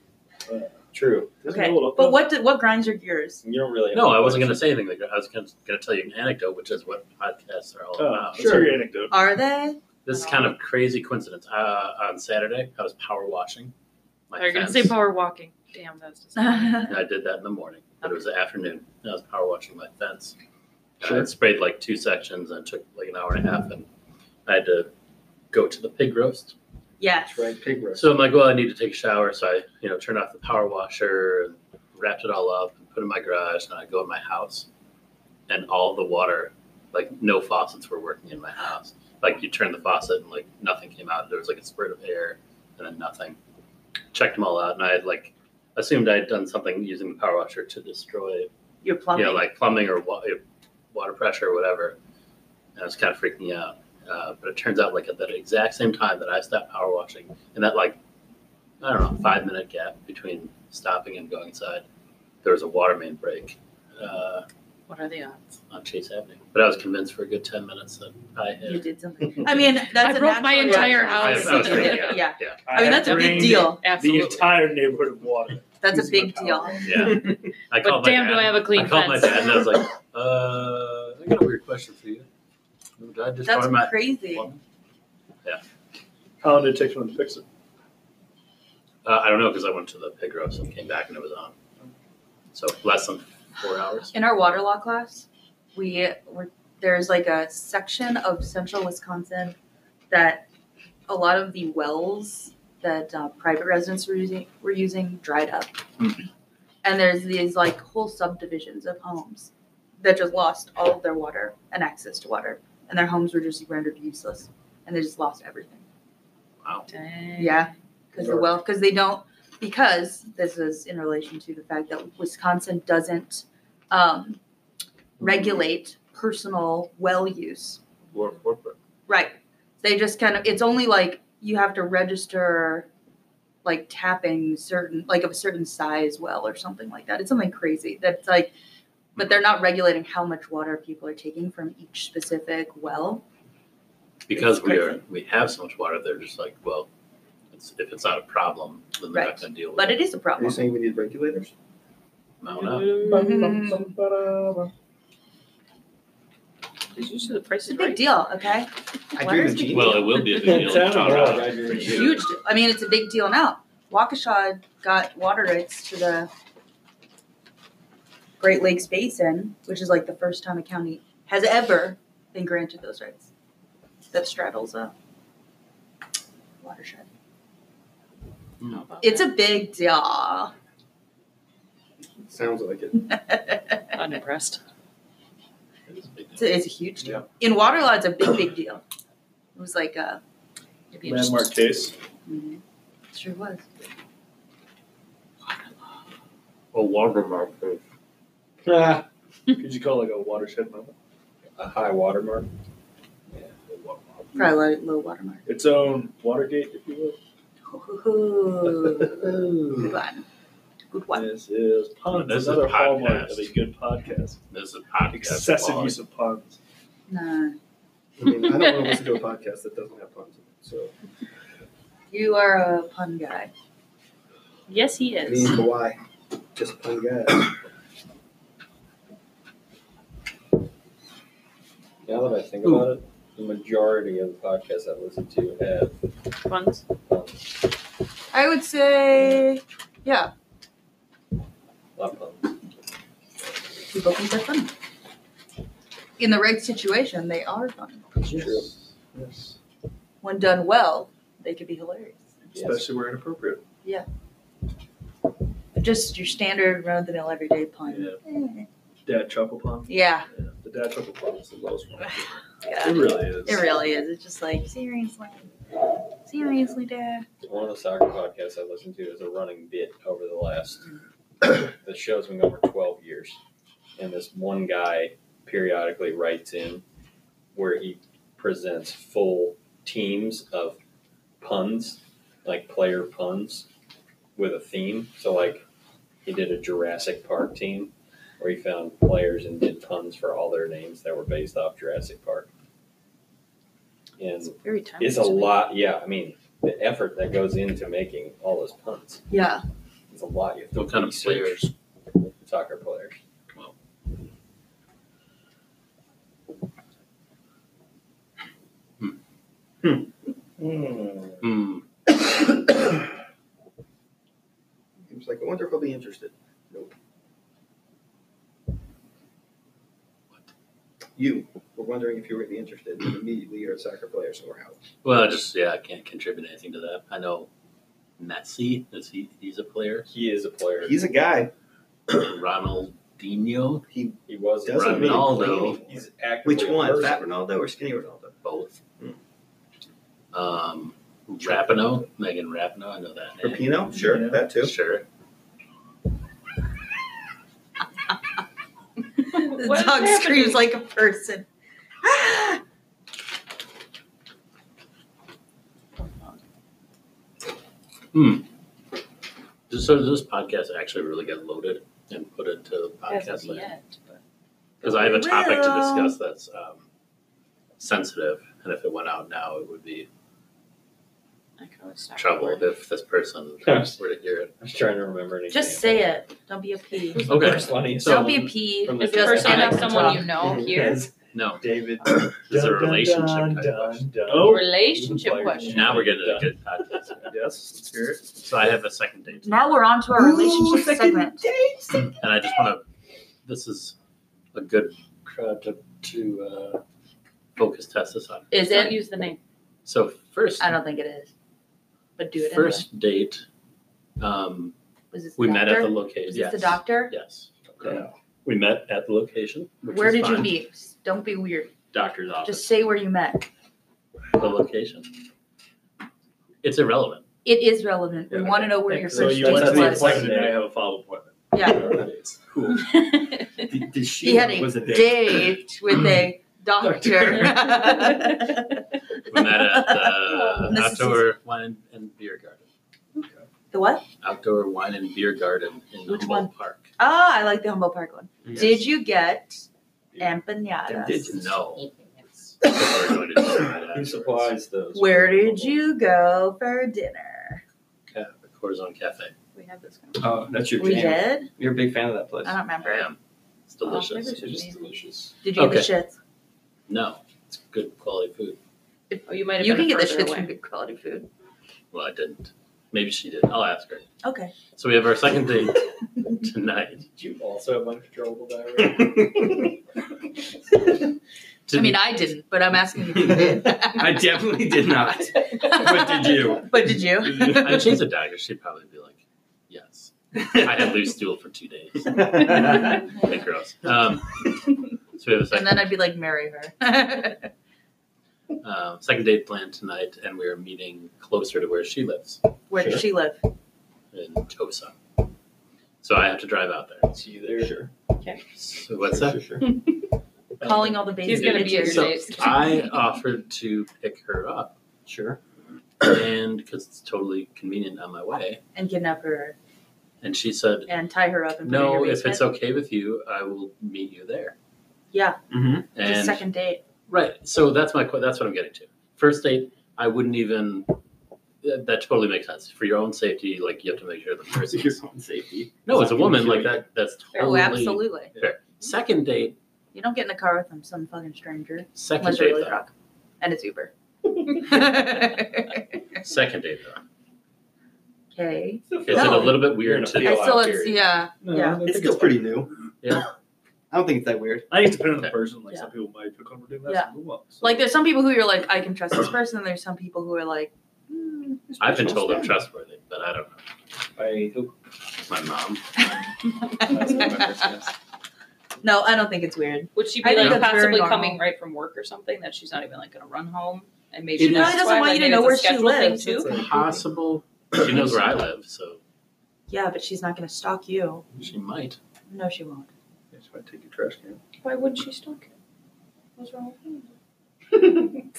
[SPEAKER 16] True.
[SPEAKER 3] Doesn't
[SPEAKER 2] Okay,
[SPEAKER 3] it look-
[SPEAKER 2] but what do, what grinds your gears?
[SPEAKER 16] You don't really. Have
[SPEAKER 8] No, I wasn't going to say anything. Like that. I was going to tell you an anecdote, which is what podcasts are all
[SPEAKER 3] Oh,
[SPEAKER 8] about.
[SPEAKER 3] sure. Your anecdote.
[SPEAKER 1] Are they?
[SPEAKER 8] This is kind of crazy coincidence. Uh, on Saturday, I was power washing. My
[SPEAKER 9] They're gonna
[SPEAKER 8] fence.
[SPEAKER 9] say power walking. Damn, that's disgusting.
[SPEAKER 8] And I did that in the morning, but it was the afternoon. And I was power washing my fence. And I
[SPEAKER 3] Sure.
[SPEAKER 8] had sprayed like two sections and it took like an hour and a half, and I had to go to the pig roast.
[SPEAKER 1] yes.
[SPEAKER 3] That's right, pig roast.
[SPEAKER 8] So I'm like, well, I need to take a shower, so I, you know, turned off the power washer and wrapped it all up and put it in my garage, and I go in my house, and all the water, like no faucets were working in my house. Like you turn the faucet and like nothing came out. There was like a spurt of air and then nothing. Checked them all out, and I had like assumed I had done something using the power washer to destroy
[SPEAKER 2] Your plumbing.
[SPEAKER 8] yeah, like plumbing or wa- water pressure or whatever. And I was kind of freaking me out. Uh, but it turns out, like at the exact same time that I stopped power washing, and that like I don't know five minute gap between stopping and going inside, there was a water main break uh,
[SPEAKER 9] What are the odds?
[SPEAKER 8] on Chase Avenue. But I was convinced for a good ten minutes that I
[SPEAKER 1] You
[SPEAKER 8] had.
[SPEAKER 1] did something. I mean, that's
[SPEAKER 9] I
[SPEAKER 1] a
[SPEAKER 9] broke my
[SPEAKER 1] natural
[SPEAKER 9] entire
[SPEAKER 1] reaction.
[SPEAKER 8] I,
[SPEAKER 9] house.
[SPEAKER 8] I was freaking out.
[SPEAKER 1] yeah.
[SPEAKER 8] yeah,
[SPEAKER 1] I mean,
[SPEAKER 3] had
[SPEAKER 1] that's a big
[SPEAKER 3] drained
[SPEAKER 1] deal.
[SPEAKER 3] The
[SPEAKER 9] Absolutely.
[SPEAKER 3] entire neighborhood of water.
[SPEAKER 1] That's a
[SPEAKER 3] Using
[SPEAKER 1] big
[SPEAKER 3] my
[SPEAKER 1] deal.
[SPEAKER 3] power.
[SPEAKER 8] yeah. I
[SPEAKER 9] But
[SPEAKER 8] called
[SPEAKER 9] damn,
[SPEAKER 8] my
[SPEAKER 9] do I
[SPEAKER 8] dad.
[SPEAKER 9] have a
[SPEAKER 8] I
[SPEAKER 9] clean
[SPEAKER 8] called
[SPEAKER 9] fence?
[SPEAKER 8] my dad and I was like, uh, "I got a weird question for you. Did I destroy
[SPEAKER 1] That's
[SPEAKER 8] my
[SPEAKER 1] crazy.
[SPEAKER 8] plumbing?"
[SPEAKER 3] How long did it take someone to fix it?
[SPEAKER 8] Uh, I don't know because I went to the pig roast and came back and it was on. So less than four hours.
[SPEAKER 1] In our water law class, we were there's like a section of central Wisconsin that a lot of the wells that uh, private residents were using were using dried up, and there's these like whole subdivisions of homes that just lost all of their water and access to water, and their homes were just rendered useless, and they just lost everything.
[SPEAKER 8] Wow.
[SPEAKER 9] Dang.
[SPEAKER 1] Yeah, because the well, because they don't, because this is in relation to the fact that Wisconsin doesn't um, regulate personal well use.
[SPEAKER 8] War corporate.
[SPEAKER 1] Right. They just kind of, it's only like you have to register like tapping certain, like of a certain size well or something like that. It's something crazy that's like, but they're not regulating how much water people are taking from each specific well.
[SPEAKER 8] Because
[SPEAKER 1] It's
[SPEAKER 8] we
[SPEAKER 1] crazy.
[SPEAKER 8] are we have so much water, they're just like, well, it's, if it's not a problem, then they're
[SPEAKER 1] Right.
[SPEAKER 8] not going to deal with
[SPEAKER 1] But
[SPEAKER 8] it.
[SPEAKER 1] it is a problem.
[SPEAKER 4] saying we need regulators?
[SPEAKER 8] I don't know.
[SPEAKER 1] Mm-hmm.
[SPEAKER 9] Did you see the price
[SPEAKER 1] It's a
[SPEAKER 9] is
[SPEAKER 1] big
[SPEAKER 9] right?
[SPEAKER 1] deal, okay? Water is a big
[SPEAKER 8] Well,
[SPEAKER 1] deal.
[SPEAKER 8] it will be a big deal in Colorado.
[SPEAKER 16] For
[SPEAKER 1] It's huge. deal. I mean, it's a big deal now. Waukesha got water rights to the Great Lakes Basin, which is like the first time a county has ever been granted those rights. That straddles a watershed.
[SPEAKER 9] How about
[SPEAKER 1] It's a big deal.
[SPEAKER 4] Sounds like it.
[SPEAKER 1] it's,
[SPEAKER 9] that? unimpressed.
[SPEAKER 8] It is a big deal.
[SPEAKER 1] a, it's a huge deal. In water law, it's a big, big deal. It was like a. If you just-
[SPEAKER 3] Landmark case.
[SPEAKER 1] Mhm. Sure was.
[SPEAKER 8] Well, watermark. is-
[SPEAKER 16] Ah,
[SPEAKER 3] Could you call it like a watershed moment?
[SPEAKER 16] a high watermark.
[SPEAKER 1] Probably low, low watermark.
[SPEAKER 3] Its own Watergate, if you will.
[SPEAKER 1] Good one. Good one.
[SPEAKER 3] This is puns.
[SPEAKER 8] This is
[SPEAKER 3] another
[SPEAKER 8] podcast.
[SPEAKER 3] hallmark of a good podcast.
[SPEAKER 8] This is podcast.
[SPEAKER 3] Excessive
[SPEAKER 8] quality.
[SPEAKER 3] use of puns.
[SPEAKER 1] No.
[SPEAKER 4] I mean, I don't want to listen to a podcast that doesn't have puns in it. So
[SPEAKER 1] You are a pun guy.
[SPEAKER 9] Yes, he
[SPEAKER 4] me
[SPEAKER 9] is.
[SPEAKER 4] and Kawhi, just pun guys.
[SPEAKER 16] Now that I think
[SPEAKER 10] Ooh.
[SPEAKER 16] about it, the majority of the podcasts I listen to have.
[SPEAKER 9] Funds.
[SPEAKER 16] Um,
[SPEAKER 1] I would say, yeah.
[SPEAKER 16] lot of puns.
[SPEAKER 1] people think they're funny. In the right situation, they are funny.
[SPEAKER 3] Yes. Yes.
[SPEAKER 1] When done well, they could be hilarious.
[SPEAKER 3] Especially where inappropriate.
[SPEAKER 1] But Just your standard run of the mill everyday pun. Eh.
[SPEAKER 3] Dad chuckle pump.
[SPEAKER 1] Yeah,
[SPEAKER 3] Yeah. The dad chuckle pump is the lowest one.
[SPEAKER 1] yeah.
[SPEAKER 3] It really is.
[SPEAKER 1] It really is. It's just like seriously, seriously, Dad.
[SPEAKER 5] One of the soccer podcasts I listen to is a running bit over the last. the show's been going for twelve years, and this one guy periodically writes in where he presents full teams of puns, like player puns, with a theme. So like, he did a Jurassic Park team where he found players and did puns for all their names that were based off Jurassic Park. And
[SPEAKER 9] It's very time.
[SPEAKER 5] it's a lot. Yeah, I mean, the effort that goes into making all those punts.
[SPEAKER 1] Yeah,
[SPEAKER 5] It's a lot. You have to
[SPEAKER 8] What kind of
[SPEAKER 5] research
[SPEAKER 8] players?
[SPEAKER 5] Soccer players.
[SPEAKER 4] Hmm.
[SPEAKER 8] Hmm.
[SPEAKER 4] He was like, I wonder if I'll be interested. Nope. You were wondering if you would be interested. and Immediately, you're a soccer player somewhere else.
[SPEAKER 8] Well, just yeah, I can't contribute anything to that. I know Messi is he? He's a player.
[SPEAKER 5] He is a player.
[SPEAKER 4] He's a guy.
[SPEAKER 8] Ronaldinho,
[SPEAKER 5] He was a
[SPEAKER 4] Doesn't
[SPEAKER 5] running-
[SPEAKER 4] really
[SPEAKER 8] Ronaldo.
[SPEAKER 4] play anymore.
[SPEAKER 5] He's actively
[SPEAKER 4] Which
[SPEAKER 5] a
[SPEAKER 4] one?
[SPEAKER 5] person.
[SPEAKER 4] Fat Ronaldo or skinny Ronaldo?
[SPEAKER 8] both. Um, Rapinoe, Megan Rapinoe. I know that name.
[SPEAKER 4] Rapino? Sure,
[SPEAKER 3] Yeah.
[SPEAKER 4] that too.
[SPEAKER 8] Sure.
[SPEAKER 1] the
[SPEAKER 9] What is
[SPEAKER 1] dog screams
[SPEAKER 9] happening?
[SPEAKER 1] like a person.
[SPEAKER 8] Just so Hmm. this podcast actually really got loaded and put into podcast land. because I have a topic to
[SPEAKER 1] Well.
[SPEAKER 8] discuss that's um, sensitive, and if it went out now, it would be
[SPEAKER 9] I can always stop
[SPEAKER 8] trouble
[SPEAKER 9] recording.
[SPEAKER 8] if this person
[SPEAKER 5] Yes.
[SPEAKER 8] were to hear it.
[SPEAKER 5] I was trying to remember any
[SPEAKER 2] Just say it. Don't be a P.
[SPEAKER 5] name.
[SPEAKER 8] Okay.
[SPEAKER 5] First one he
[SPEAKER 8] So-
[SPEAKER 2] Don't be a P.
[SPEAKER 5] From the
[SPEAKER 2] Just
[SPEAKER 9] Is the person
[SPEAKER 2] stand
[SPEAKER 9] like
[SPEAKER 2] up and
[SPEAKER 9] someone
[SPEAKER 2] talk.
[SPEAKER 9] you know here?
[SPEAKER 5] Yes.
[SPEAKER 8] No,
[SPEAKER 16] David.
[SPEAKER 8] this is a
[SPEAKER 16] Dun, dun,
[SPEAKER 8] relationship
[SPEAKER 16] dun,
[SPEAKER 8] type
[SPEAKER 16] dun,
[SPEAKER 8] question.
[SPEAKER 16] dun.
[SPEAKER 8] Oh.
[SPEAKER 9] Relationship
[SPEAKER 5] Players.
[SPEAKER 9] question.
[SPEAKER 8] Now we're getting a good podcast.
[SPEAKER 3] Yes. Let's hear it.
[SPEAKER 8] So I have a second date,
[SPEAKER 2] Now we're on to our relationship segment.
[SPEAKER 8] and I just want to. This is a good crowd to, to uh, focus test this on.
[SPEAKER 2] Is
[SPEAKER 9] Don't
[SPEAKER 2] it?
[SPEAKER 9] use the name.
[SPEAKER 8] So first,
[SPEAKER 2] I don't think it is. But do it anyway.
[SPEAKER 8] first date, um,
[SPEAKER 2] Was this the
[SPEAKER 8] we
[SPEAKER 2] doctor?
[SPEAKER 8] met at the location.
[SPEAKER 2] Was this
[SPEAKER 8] yes.
[SPEAKER 2] the doctor?
[SPEAKER 8] Yes.
[SPEAKER 3] Okay.
[SPEAKER 8] We met at the location. Which
[SPEAKER 2] Where
[SPEAKER 8] was
[SPEAKER 2] did you
[SPEAKER 8] fine.
[SPEAKER 2] meet? Don't be weird.
[SPEAKER 8] Doctor's office.
[SPEAKER 2] Just say where you met.
[SPEAKER 8] the location. It's irrelevant.
[SPEAKER 2] It is relevant. We
[SPEAKER 5] Yeah,
[SPEAKER 2] want to know where your
[SPEAKER 5] Thanks.
[SPEAKER 16] So
[SPEAKER 2] first
[SPEAKER 16] you
[SPEAKER 2] date
[SPEAKER 16] went to the
[SPEAKER 2] was.
[SPEAKER 16] appointment
[SPEAKER 5] Yeah.
[SPEAKER 16] and I have a follow appointment.
[SPEAKER 2] Yeah.
[SPEAKER 16] Cool.
[SPEAKER 4] Did, did she
[SPEAKER 1] He had a
[SPEAKER 16] was a
[SPEAKER 1] date.
[SPEAKER 16] date.
[SPEAKER 1] with a doctor.
[SPEAKER 8] We met at the
[SPEAKER 1] This is-
[SPEAKER 8] outdoor wine and beer garden.
[SPEAKER 2] the what?
[SPEAKER 8] Outdoor wine and beer garden in
[SPEAKER 2] Which
[SPEAKER 8] Humboldt Park.
[SPEAKER 1] Ah, I like the Humboldt Park one. Did you get empanadas?
[SPEAKER 4] Did you?
[SPEAKER 8] No. We're going to do that
[SPEAKER 5] Who
[SPEAKER 8] afterwards.
[SPEAKER 5] supplies those?
[SPEAKER 1] Where did you go for dinner?
[SPEAKER 8] Yeah, the Corazon Cafe.
[SPEAKER 9] We have this.
[SPEAKER 16] Oh, that's your
[SPEAKER 1] We
[SPEAKER 16] jam.
[SPEAKER 1] did. Uh,
[SPEAKER 16] You're a big fan of that place.
[SPEAKER 1] I don't
[SPEAKER 8] I
[SPEAKER 1] remember.
[SPEAKER 8] am. It's
[SPEAKER 1] Oh, maybe
[SPEAKER 8] delicious.
[SPEAKER 1] it should
[SPEAKER 5] It's
[SPEAKER 1] be.
[SPEAKER 5] delicious.
[SPEAKER 1] Did you get
[SPEAKER 8] Okay.
[SPEAKER 1] the shits?
[SPEAKER 8] No, it's good quality food.
[SPEAKER 9] Oh, you might have
[SPEAKER 1] You
[SPEAKER 9] been
[SPEAKER 1] can get the
[SPEAKER 9] further
[SPEAKER 1] shits
[SPEAKER 9] away.
[SPEAKER 1] from good quality food.
[SPEAKER 8] Well, I didn't. Maybe she did. I'll ask her.
[SPEAKER 1] Okay.
[SPEAKER 8] So we have our second date tonight.
[SPEAKER 5] Did you also have uncontrollable diarrhea?
[SPEAKER 1] I mean, I didn't, but I'm asking if you did.
[SPEAKER 16] I definitely did not. What did you?
[SPEAKER 1] But did you?
[SPEAKER 8] if she's a doctor, she'd probably be like, yes. I had loose stool for two days. Hey, girls. Um, so we have a
[SPEAKER 1] And
[SPEAKER 8] second
[SPEAKER 1] then I'd be like, marry her.
[SPEAKER 8] uh, second date planned tonight, and we are meeting closer to where she lives
[SPEAKER 1] Where
[SPEAKER 5] Sure.
[SPEAKER 1] does she live?
[SPEAKER 8] in Tosa. So I have to drive out there.
[SPEAKER 5] See you there. Sure.
[SPEAKER 8] So what's that?
[SPEAKER 5] Sure,
[SPEAKER 1] Calling all the
[SPEAKER 9] He's
[SPEAKER 1] babies.
[SPEAKER 9] gonna be at your
[SPEAKER 8] So-
[SPEAKER 9] date.
[SPEAKER 8] I offered to pick her up,
[SPEAKER 5] sure.
[SPEAKER 8] and because it's totally convenient on my way,
[SPEAKER 1] and kidnap her
[SPEAKER 8] and she said,
[SPEAKER 1] and tie her up and put her in
[SPEAKER 8] "No,
[SPEAKER 1] your
[SPEAKER 8] if it's
[SPEAKER 1] basement.
[SPEAKER 8] okay with you, I will meet you there."
[SPEAKER 1] yeah,
[SPEAKER 16] Mm-hmm.
[SPEAKER 1] just
[SPEAKER 8] And
[SPEAKER 1] second date.
[SPEAKER 8] right, so that's my que- that's what I'm getting to. First date, I wouldn't even. That that totally makes sense for your own safety. Like you have to make sure the person.
[SPEAKER 16] Your own safety.
[SPEAKER 8] No, as a woman, like
[SPEAKER 16] Security.
[SPEAKER 8] that. That's
[SPEAKER 1] Oh,
[SPEAKER 8] totally.
[SPEAKER 1] absolutely.
[SPEAKER 8] Second date.
[SPEAKER 1] You don't get in the car with them, some fucking stranger,
[SPEAKER 8] Second
[SPEAKER 1] unless you're
[SPEAKER 8] date.
[SPEAKER 1] really
[SPEAKER 8] though.
[SPEAKER 1] drunk, and it's Uber.
[SPEAKER 8] Second date though.
[SPEAKER 1] okay.
[SPEAKER 8] Is it a
[SPEAKER 1] No.
[SPEAKER 8] little bit
[SPEAKER 5] You're in
[SPEAKER 8] weird
[SPEAKER 5] a
[SPEAKER 8] to
[SPEAKER 5] feel
[SPEAKER 1] I
[SPEAKER 5] out
[SPEAKER 1] still, it's,
[SPEAKER 5] period.
[SPEAKER 1] yeah,
[SPEAKER 4] No,
[SPEAKER 1] Yeah.
[SPEAKER 4] It's still pretty new.
[SPEAKER 5] I don't think it's that weird.
[SPEAKER 3] I think it's dependent on the person. Like
[SPEAKER 1] Yeah.
[SPEAKER 3] some people might pick on redeem that,
[SPEAKER 1] Yeah.
[SPEAKER 3] some people won't. So-
[SPEAKER 1] Like there's some people who you're like, I can trust this person. And there's some people who are like, mm,
[SPEAKER 8] I've been told I'm trustworthy, but I don't know.
[SPEAKER 5] I hope
[SPEAKER 8] My mom.
[SPEAKER 5] that's my personal-
[SPEAKER 1] no, I don't think it's weird.
[SPEAKER 9] Would she
[SPEAKER 1] I
[SPEAKER 9] be
[SPEAKER 1] think
[SPEAKER 9] like
[SPEAKER 1] that's very
[SPEAKER 9] possibly
[SPEAKER 1] normal.
[SPEAKER 9] coming right from work or something that she's not even like going to run home and maybe
[SPEAKER 17] It is-
[SPEAKER 9] she that's
[SPEAKER 17] No, it
[SPEAKER 1] doesn't
[SPEAKER 9] why,
[SPEAKER 1] want
[SPEAKER 9] like,
[SPEAKER 1] you to
[SPEAKER 9] maybe
[SPEAKER 1] know
[SPEAKER 9] it's a
[SPEAKER 1] where she
[SPEAKER 9] schedule thing,
[SPEAKER 1] lives.
[SPEAKER 9] too?
[SPEAKER 1] It's like-
[SPEAKER 17] Possible.
[SPEAKER 8] She knows where I live, so
[SPEAKER 1] Yeah, but she's not going to stalk you.
[SPEAKER 17] She might.
[SPEAKER 1] No, she won't.
[SPEAKER 3] Yeah, she might take your trash can.
[SPEAKER 9] Why wouldn't she stalk him? What's wrong with him?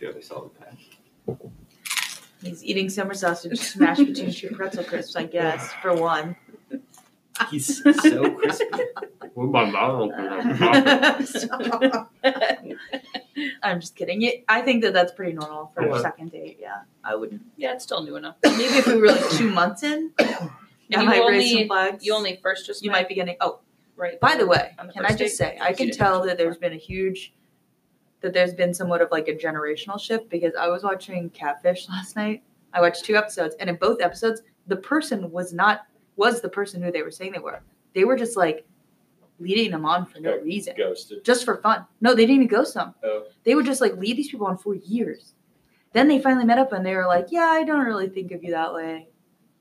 [SPEAKER 5] the other side of the pack.
[SPEAKER 1] He's eating summer sausage smashed between two pretzel crisps, I guess, for one.
[SPEAKER 5] He's so crispy.
[SPEAKER 8] my mom.
[SPEAKER 1] Stop. I'm just kidding. It- I think that that's pretty normal for a
[SPEAKER 8] Okay.
[SPEAKER 1] second date. Yeah, I wouldn't.
[SPEAKER 9] Yeah, it's still new enough.
[SPEAKER 1] Maybe if we were like two months in,
[SPEAKER 9] And
[SPEAKER 1] I
[SPEAKER 9] you
[SPEAKER 1] might raise
[SPEAKER 9] only-
[SPEAKER 1] some flags.
[SPEAKER 9] You only first just
[SPEAKER 1] you
[SPEAKER 9] met,
[SPEAKER 1] might be getting. Oh,
[SPEAKER 9] right.
[SPEAKER 1] by the way,
[SPEAKER 9] On the
[SPEAKER 1] can I
[SPEAKER 9] first
[SPEAKER 1] just say
[SPEAKER 9] date?
[SPEAKER 1] I
[SPEAKER 9] You
[SPEAKER 1] can
[SPEAKER 9] didn't
[SPEAKER 1] tell
[SPEAKER 9] mention
[SPEAKER 1] that there's been a huge, that there's been somewhat of like a generational shift because I was watching Catfish last night. I watched two episodes, and in both episodes, the person was not was the person who they were saying they were. They were just like leading them on for no
[SPEAKER 5] Okay.
[SPEAKER 1] reason.
[SPEAKER 5] Ghosted.
[SPEAKER 1] just for fun. No, they didn't even ghost them.
[SPEAKER 5] Oh.
[SPEAKER 1] They would just like lead these people on for years. Then they finally met up and they were like, "Yeah, I don't really think of you that way.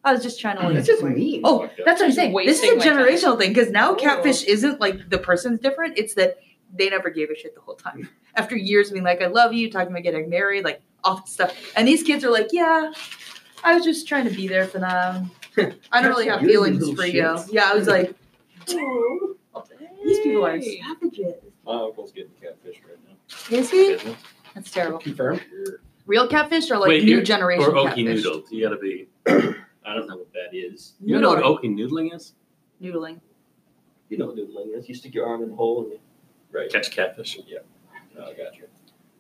[SPEAKER 1] I was just trying to like."
[SPEAKER 18] It's just mean.
[SPEAKER 1] Oh,
[SPEAKER 5] Fucked up.
[SPEAKER 1] that's what I'm saying. This is a
[SPEAKER 9] Wasting my time.
[SPEAKER 1] generational thing because now
[SPEAKER 9] Ooh.
[SPEAKER 1] catfish isn't like the person's different. It's that they never gave a shit the whole time. After years of being like, "I love you," talking about getting married, like all this stuff, and these kids are like, "Yeah, I was just trying to be there for them. I don't really have
[SPEAKER 17] You're the
[SPEAKER 1] feelings
[SPEAKER 17] little
[SPEAKER 1] for you."
[SPEAKER 17] shits.
[SPEAKER 1] Yeah, I was like, "Oh, these people are
[SPEAKER 9] Hey.
[SPEAKER 1] savages."
[SPEAKER 5] My uncle's getting catfish right now.
[SPEAKER 1] Is he? That's terrible.
[SPEAKER 17] Confirmed.
[SPEAKER 5] You're-
[SPEAKER 1] Real catfish or like
[SPEAKER 8] Wait,
[SPEAKER 1] new
[SPEAKER 8] you're-
[SPEAKER 1] generation
[SPEAKER 8] Or okie
[SPEAKER 1] catfish?
[SPEAKER 8] noodled. You gotta be. I don't know what that is. You know what
[SPEAKER 1] Noodling.
[SPEAKER 8] okie noodling is?
[SPEAKER 1] Noodling.
[SPEAKER 4] You know what doodling is. You stick your arm in the hole and you.
[SPEAKER 5] Right.
[SPEAKER 8] Catch catfish.
[SPEAKER 5] Oh, I got you.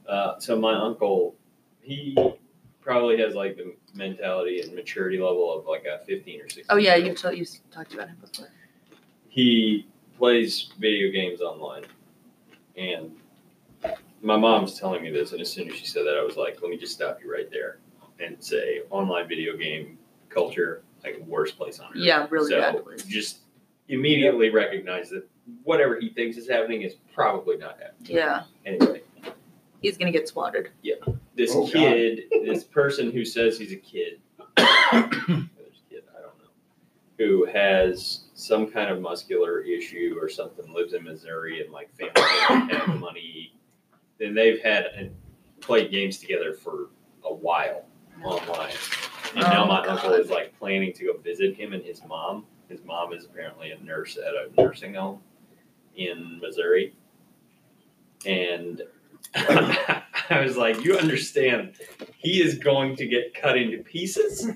[SPEAKER 5] Uh, so my uncle, he probably has like the mentality and maturity level of like a 15 or 16.
[SPEAKER 1] Oh yeah,
[SPEAKER 5] year
[SPEAKER 1] you
[SPEAKER 5] old.
[SPEAKER 1] t- you talked about him before.
[SPEAKER 5] He plays video games online, and my mom's telling me this, and as soon as she said that, I was like, let me just stop you right there and say, online video game culture, like worst place on earth.
[SPEAKER 1] Yeah, really
[SPEAKER 5] so
[SPEAKER 1] bad place.
[SPEAKER 5] just immediately recognize that whatever he thinks is happening is probably not happening.
[SPEAKER 1] Yeah,
[SPEAKER 5] Anyway.
[SPEAKER 1] he's gonna get swatted.
[SPEAKER 5] this
[SPEAKER 3] Oh, God.
[SPEAKER 5] kid, this person who says he's a kid, there's a kid, I don't know, who has some kind of muscular issue or something, lives in Missouri and like family doesn't have money. Then they've had and played games together for a while online. And now
[SPEAKER 1] Oh,
[SPEAKER 5] my uncle
[SPEAKER 1] God.
[SPEAKER 5] is like planning to go visit him and his mom. His mom is apparently a nurse at a nursing home in Missouri. And I was like, you understand, he is going to get cut into pieces,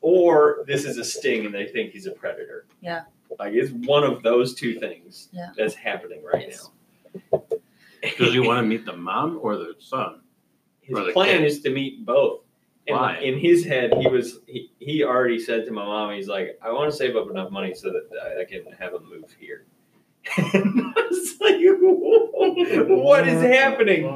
[SPEAKER 5] or this is a sting and they think he's a predator.
[SPEAKER 1] Yeah.
[SPEAKER 5] Like, it's one of those two things
[SPEAKER 1] Yeah.
[SPEAKER 5] that's happening right
[SPEAKER 9] Yes.
[SPEAKER 5] now.
[SPEAKER 8] Does he want to meet the mom or the son?
[SPEAKER 5] his
[SPEAKER 8] Or the
[SPEAKER 5] plan
[SPEAKER 8] kid.
[SPEAKER 5] is to meet both. And
[SPEAKER 8] Why?
[SPEAKER 5] In his head, he was he, he already said to my mom, he's like, I want to save up enough money so that I, I can have him move here. And I was like, what is happening?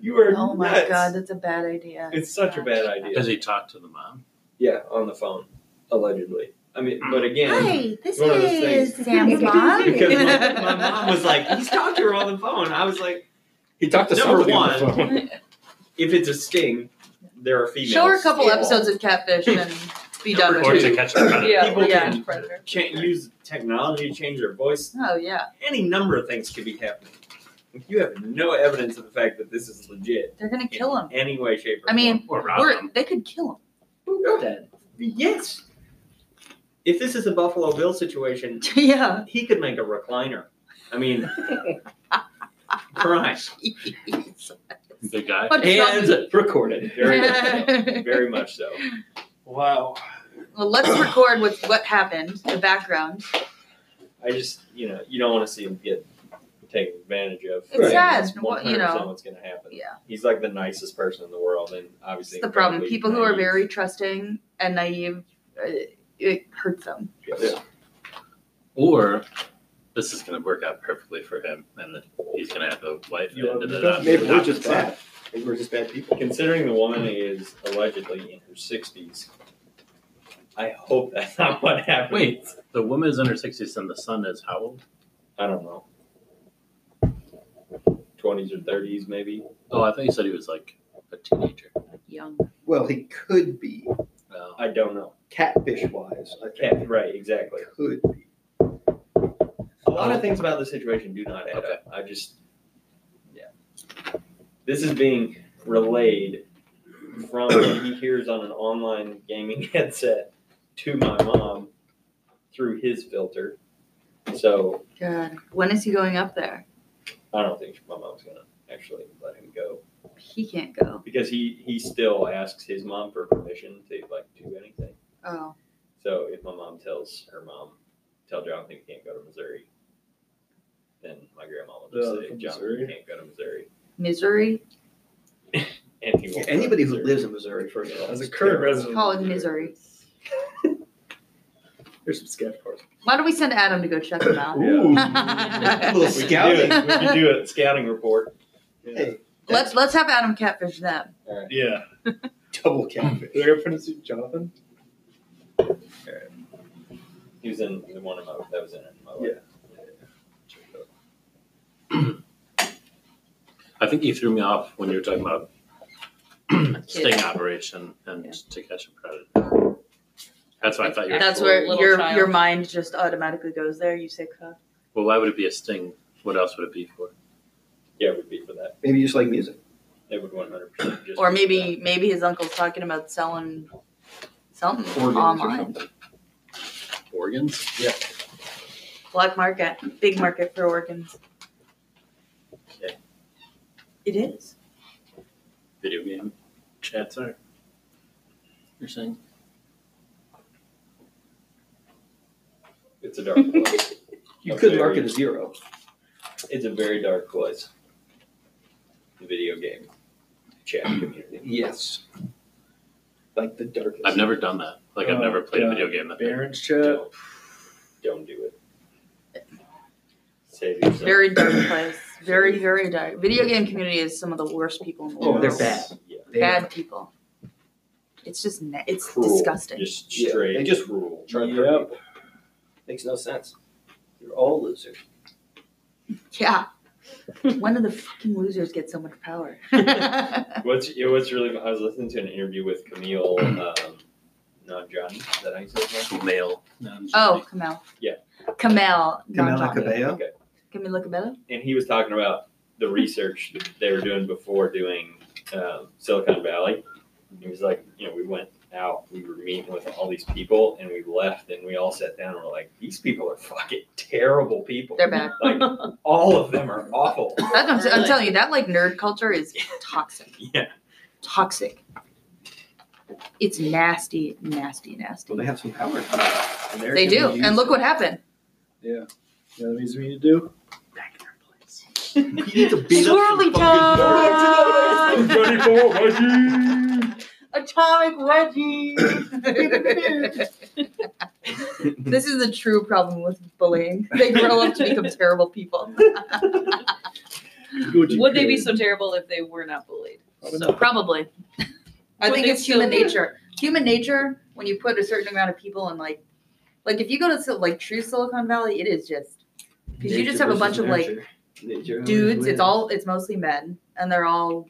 [SPEAKER 5] You are
[SPEAKER 1] Oh my
[SPEAKER 5] nuts.
[SPEAKER 1] god, that's a bad idea.
[SPEAKER 5] It's such a bad idea.
[SPEAKER 8] Does he talk to the mom?
[SPEAKER 5] Yeah, on the phone, allegedly. I mean, but again,
[SPEAKER 1] Hi, this
[SPEAKER 5] One of those things.
[SPEAKER 1] is Sam's mom.
[SPEAKER 5] because my, my mom was like, he's talked to her on the phone. I was like,
[SPEAKER 17] He talked to
[SPEAKER 5] Number
[SPEAKER 17] somebody on the
[SPEAKER 5] one.
[SPEAKER 17] phone.
[SPEAKER 5] if it's a sting, there are females.
[SPEAKER 1] show her a couple
[SPEAKER 5] involved.
[SPEAKER 1] episodes of catfish and be done
[SPEAKER 8] or
[SPEAKER 1] with
[SPEAKER 5] two.
[SPEAKER 1] it.
[SPEAKER 8] to catch the predator?
[SPEAKER 9] Yeah,
[SPEAKER 5] People
[SPEAKER 9] yeah.
[SPEAKER 5] can Can't use technology to change their voice.
[SPEAKER 1] Oh yeah,
[SPEAKER 5] Any number of things could be happening. If you have no evidence of the fact that this is legit,
[SPEAKER 1] they're gonna
[SPEAKER 5] in
[SPEAKER 1] kill him.
[SPEAKER 5] any way, shape, or
[SPEAKER 1] I mean,
[SPEAKER 8] Or rob
[SPEAKER 1] We're,
[SPEAKER 8] him?
[SPEAKER 1] they could kill him.
[SPEAKER 5] form. yes. If this is a Buffalo Bill situation,
[SPEAKER 1] yeah.
[SPEAKER 5] he could make a recliner. I mean, Christ.
[SPEAKER 8] The guy.
[SPEAKER 1] But Trump-
[SPEAKER 17] And recorded.
[SPEAKER 5] Very much so. Very much so.
[SPEAKER 3] Wow.
[SPEAKER 1] well, let's record with what happened, the background.
[SPEAKER 5] I just, you know, you don't want to see him get taken advantage of.
[SPEAKER 1] It's sad,
[SPEAKER 5] That's
[SPEAKER 1] what- you know.
[SPEAKER 5] 100% What's going to happen?
[SPEAKER 1] Yeah.
[SPEAKER 5] He's like the nicest person in the world, and obviously
[SPEAKER 1] That's the problem.
[SPEAKER 5] incredibly
[SPEAKER 1] People who are
[SPEAKER 5] naive.
[SPEAKER 1] very trusting and naive, uh, it hurts them.
[SPEAKER 5] Yes.
[SPEAKER 8] Or this is going to work out perfectly for him, and then he's going to have a wife.
[SPEAKER 3] You
[SPEAKER 8] and
[SPEAKER 3] are-
[SPEAKER 8] then uh,
[SPEAKER 3] maybe we're
[SPEAKER 8] adopt
[SPEAKER 3] just
[SPEAKER 8] the
[SPEAKER 3] bad.
[SPEAKER 4] Maybe we're just bad people.
[SPEAKER 5] Considering the woman is allegedly in her sixties, I hope that's not what happened.
[SPEAKER 8] Wait. son. The woman is in her sixties, and the son is how old?
[SPEAKER 5] I don't know, twenties or thirties maybe.
[SPEAKER 8] Oh, I thought you said he was like a teenager.
[SPEAKER 9] Young.
[SPEAKER 4] Well, he could be
[SPEAKER 8] Well,
[SPEAKER 5] I don't know.
[SPEAKER 4] catfish wise. I think
[SPEAKER 5] Cat, right? Exactly.
[SPEAKER 4] he could be.
[SPEAKER 5] A lot of things about the situation do not add up. I just, yeah. This is being relayed from what he hears on an online gaming headset to my mom through his filter. So
[SPEAKER 1] God, when is he going up there?
[SPEAKER 5] I don't think my mom's gonna actually let him go
[SPEAKER 1] He can't go.
[SPEAKER 5] because he he still asks his mom for permission to like do anything.
[SPEAKER 1] Oh,
[SPEAKER 5] So if my mom tells her mom, tell Jonathan he can't go to Missouri, then my grandma will just
[SPEAKER 3] Yeah,
[SPEAKER 5] say
[SPEAKER 3] from
[SPEAKER 5] Jonathan you
[SPEAKER 3] Missouri.
[SPEAKER 5] can't go to Missouri.
[SPEAKER 1] Missouri.
[SPEAKER 5] And he won't go to
[SPEAKER 4] Anybody who
[SPEAKER 5] Missouri.
[SPEAKER 4] lives in Missouri, first of all,
[SPEAKER 3] As a
[SPEAKER 4] is
[SPEAKER 3] current
[SPEAKER 4] terrible.
[SPEAKER 3] resident,
[SPEAKER 1] Call it Missouri.
[SPEAKER 3] there's some scat parts.
[SPEAKER 1] Why don't we send Adam to go check it out?
[SPEAKER 4] Ooh,
[SPEAKER 1] Yeah.
[SPEAKER 4] a little
[SPEAKER 5] we can, do
[SPEAKER 4] scouting.
[SPEAKER 5] it. we can do a scouting report.
[SPEAKER 4] Hey,
[SPEAKER 1] Let's let's have Adam catfish them.
[SPEAKER 3] Yeah.
[SPEAKER 4] double catfish.
[SPEAKER 3] Do I ever pronounce it Jonathan?
[SPEAKER 5] He was in the one of my that was in it. My
[SPEAKER 3] Yeah.
[SPEAKER 8] I think you threw me off when you were talking about
[SPEAKER 9] Kid.
[SPEAKER 8] sting operation and to catch a predator. That's what I thought you were.
[SPEAKER 1] That's
[SPEAKER 9] That's Actual
[SPEAKER 1] where
[SPEAKER 9] little
[SPEAKER 1] your
[SPEAKER 9] child.
[SPEAKER 1] your mind just automatically goes there. You say cuck.
[SPEAKER 8] Well, why would it be a sting? What else would it be for?
[SPEAKER 5] yeah, it would be for that.
[SPEAKER 4] Maybe you just like music.
[SPEAKER 5] It would one hundred percent just
[SPEAKER 1] Or
[SPEAKER 5] be for
[SPEAKER 1] maybe maybe his uncle's talking about selling something
[SPEAKER 4] Organs or
[SPEAKER 1] online.
[SPEAKER 8] Organs?
[SPEAKER 1] Black market, big market for organs.
[SPEAKER 8] Yeah.
[SPEAKER 1] It is.
[SPEAKER 8] Video game chats are. You're saying?
[SPEAKER 5] that. It's a dark place.
[SPEAKER 4] You
[SPEAKER 5] A
[SPEAKER 4] could
[SPEAKER 5] very-
[SPEAKER 4] mark it as zero.
[SPEAKER 5] It's a very dark place. The video game chat community.
[SPEAKER 4] Yes. Like the darkest.
[SPEAKER 8] I've never done that. Like, I've
[SPEAKER 3] Oh,
[SPEAKER 8] never played a
[SPEAKER 3] yeah.
[SPEAKER 8] video game that
[SPEAKER 3] Baron's chat.
[SPEAKER 5] Don't, don't do it. Save yourself.
[SPEAKER 1] Very dark place. Very, very dark. Video game community is some of the worst people in the world.
[SPEAKER 4] Oh, they're bad.
[SPEAKER 5] Yeah.
[SPEAKER 4] They
[SPEAKER 1] Bad people. It's just ne- it's
[SPEAKER 5] Cruel.
[SPEAKER 1] disgusting.
[SPEAKER 5] Just
[SPEAKER 4] Yeah,
[SPEAKER 5] straight.
[SPEAKER 4] they just-
[SPEAKER 5] rule.
[SPEAKER 4] Try to hurt
[SPEAKER 3] Yep.
[SPEAKER 4] people. Makes no sense. You're all losers.
[SPEAKER 1] Yeah. when do the fucking losers get so much power?
[SPEAKER 5] What's you know, what's really? I was listening to an interview with Camille, um, not Johnny. Is that how you say his name?
[SPEAKER 8] I've Male. No, I'm just
[SPEAKER 1] oh,
[SPEAKER 8] kidding.
[SPEAKER 1] Kamel.
[SPEAKER 5] Yeah.
[SPEAKER 1] Kamel. not
[SPEAKER 4] Camila
[SPEAKER 1] John.
[SPEAKER 4] Cabello.
[SPEAKER 5] Okay.
[SPEAKER 1] Camila Cabello?
[SPEAKER 5] And he was talking about the research that they were doing before doing um, Silicon Valley. He was like, you know, we went out, we were meeting with all these people, and we left, and we all sat down, and we're like, these people are fucking terrible people.
[SPEAKER 1] They're bad.
[SPEAKER 5] Like all of them are awful.
[SPEAKER 1] That's what I'm, I'm
[SPEAKER 9] Really?
[SPEAKER 1] telling you, that like nerd culture is toxic.
[SPEAKER 5] Yeah.
[SPEAKER 1] Toxic. It's nasty, nasty, nasty.
[SPEAKER 4] Well, they have some power. And they're
[SPEAKER 1] They do.
[SPEAKER 4] gonna use
[SPEAKER 1] And look what happened.
[SPEAKER 3] You know what he's mean to do?
[SPEAKER 4] it. He needs to beat up some
[SPEAKER 1] Swirly
[SPEAKER 4] fucking
[SPEAKER 1] time!
[SPEAKER 4] nerds.
[SPEAKER 1] Atomic Reggie! this is the true problem with bullying. They grow up to become terrible people.
[SPEAKER 9] Would they be so terrible if they were not bullied? So
[SPEAKER 1] Probably. I
[SPEAKER 9] Would
[SPEAKER 1] think
[SPEAKER 9] they
[SPEAKER 1] it's human
[SPEAKER 9] still-
[SPEAKER 1] nature. Human nature, when you put a certain amount of people in like like if you go to Sil- like true Silicon Valley, it is just because you just have a bunch of like
[SPEAKER 4] Nature
[SPEAKER 1] dudes.
[SPEAKER 4] always
[SPEAKER 1] It's all it's mostly men, and they're all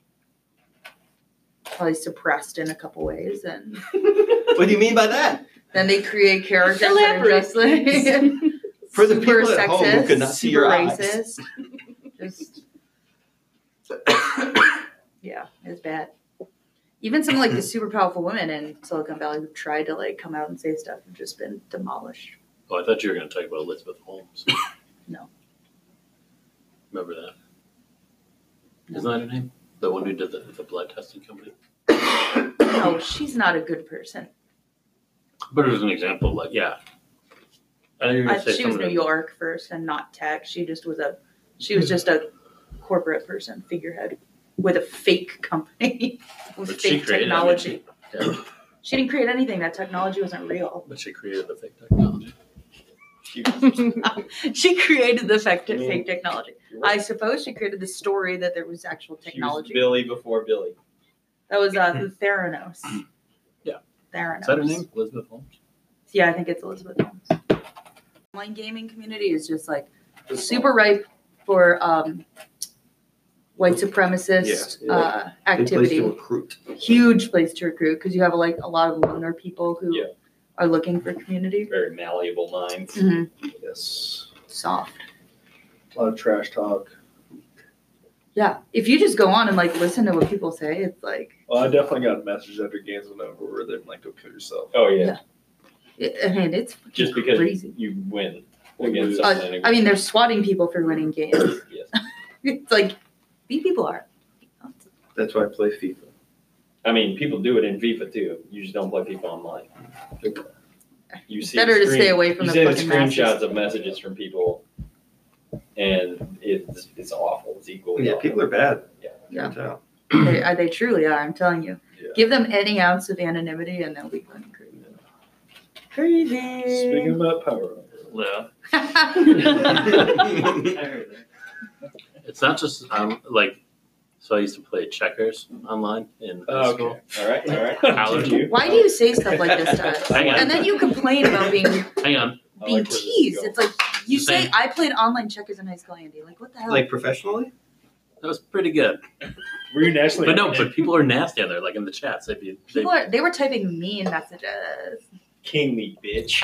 [SPEAKER 1] probably suppressed in a couple ways, and
[SPEAKER 4] wins. What do you mean by that?
[SPEAKER 1] then they create characters that are just like
[SPEAKER 4] For the
[SPEAKER 1] super
[SPEAKER 4] people at home
[SPEAKER 1] sexist,
[SPEAKER 4] who could not see
[SPEAKER 1] super
[SPEAKER 4] your eyes.
[SPEAKER 1] racist. Just yeah, it's bad. Even some like the super powerful women in Silicon Valley who tried to like come out and say stuff have just been demolished.
[SPEAKER 8] Oh, I thought you were going to talk about Elizabeth Holmes.
[SPEAKER 1] No.
[SPEAKER 8] Remember that? not that her name? The one who did the, the blood testing company?
[SPEAKER 1] No, she's not a good person.
[SPEAKER 8] But it was an example, like, yeah. I think you were
[SPEAKER 1] I,
[SPEAKER 8] gonna say
[SPEAKER 1] Uh, she was
[SPEAKER 8] something
[SPEAKER 1] New York first and not tech. She just was a she was just a corporate person, figurehead with a fake company with
[SPEAKER 8] But she
[SPEAKER 1] fake
[SPEAKER 8] created it,
[SPEAKER 1] technology.
[SPEAKER 8] didn't
[SPEAKER 1] She didn't create anything. That technology wasn't real.
[SPEAKER 8] But she created the fake technology.
[SPEAKER 5] She-
[SPEAKER 1] She created the fake,
[SPEAKER 5] I mean,
[SPEAKER 1] fake technology.
[SPEAKER 5] you're
[SPEAKER 1] I
[SPEAKER 5] right.
[SPEAKER 1] suppose she created the story that there was actual
[SPEAKER 5] She was
[SPEAKER 1] technology.
[SPEAKER 5] Billy before Billy.
[SPEAKER 1] That was uh, the Theranos.
[SPEAKER 8] Yeah.
[SPEAKER 1] Theranos.
[SPEAKER 8] Is that her name? Elizabeth Holmes?
[SPEAKER 1] Yeah, I think it's Elizabeth Holmes. Online gaming community is just like super ripe for um, white supremacist
[SPEAKER 4] Yeah.
[SPEAKER 1] uh,
[SPEAKER 4] Good place
[SPEAKER 1] activity.
[SPEAKER 4] to recruit.
[SPEAKER 1] Huge place to recruit because you have like a lot of loner people who
[SPEAKER 5] Yeah.
[SPEAKER 1] are looking for community.
[SPEAKER 5] Very malleable minds.
[SPEAKER 1] Mm-hmm.
[SPEAKER 19] Yes.
[SPEAKER 1] Soft.
[SPEAKER 19] A lot of trash talk.
[SPEAKER 1] Yeah. If you just go on and like listen to what people say, it's like
[SPEAKER 19] Well, I definitely got a message after games went over where they're like, "Go kill yourself."
[SPEAKER 5] Oh yeah.
[SPEAKER 1] Yeah. I I mean it's fucking
[SPEAKER 5] Just because
[SPEAKER 1] crazy. uh,
[SPEAKER 5] you win
[SPEAKER 19] We
[SPEAKER 5] against
[SPEAKER 19] lose.
[SPEAKER 5] something.
[SPEAKER 1] I mean they're swatting people for winning games.
[SPEAKER 5] Yes.
[SPEAKER 1] it's like these people are.
[SPEAKER 4] That's why I play FIFA.
[SPEAKER 5] I mean, people do it in FIFA too. You just don't play FIFA online. You see
[SPEAKER 1] Better
[SPEAKER 5] the
[SPEAKER 1] to
[SPEAKER 5] screen-
[SPEAKER 1] stay away from
[SPEAKER 5] you
[SPEAKER 1] the
[SPEAKER 5] see the
[SPEAKER 1] fucking masses.
[SPEAKER 5] screenshots of messages from people, and it's it's awful. It's equally
[SPEAKER 4] Yeah,
[SPEAKER 5] awful.
[SPEAKER 4] people are bad.
[SPEAKER 5] Yeah.
[SPEAKER 1] Yeah.
[SPEAKER 4] Turns out.
[SPEAKER 1] They, are, they truly are. I'm telling you.
[SPEAKER 19] Yeah.
[SPEAKER 1] Give them any ounce of anonymity, and they'll be going crazy.
[SPEAKER 19] Speaking
[SPEAKER 1] Crazy.
[SPEAKER 19] about power,
[SPEAKER 8] Yeah. It's not just um like so I used to play checkers online in high
[SPEAKER 5] Oh,
[SPEAKER 8] school.
[SPEAKER 5] okay. All right. All right.
[SPEAKER 8] Howard.
[SPEAKER 5] Continue.
[SPEAKER 1] Why do you say stuff like this to us?
[SPEAKER 8] Hang on.
[SPEAKER 1] And then you complain about being
[SPEAKER 8] Hang on.
[SPEAKER 5] I
[SPEAKER 1] being
[SPEAKER 5] like where this is
[SPEAKER 1] teased.
[SPEAKER 5] going.
[SPEAKER 1] It's like you
[SPEAKER 8] Just
[SPEAKER 1] say
[SPEAKER 8] saying.
[SPEAKER 1] I played online checkers in high school, Andy. Like what the hell?
[SPEAKER 4] Like professionally?
[SPEAKER 8] That was pretty good.
[SPEAKER 5] Were you nationally?
[SPEAKER 8] But no, but people are nasty on there, like in the chats. They'd be they,
[SPEAKER 1] People are, they were typing mean messages.
[SPEAKER 5] king me, bitch.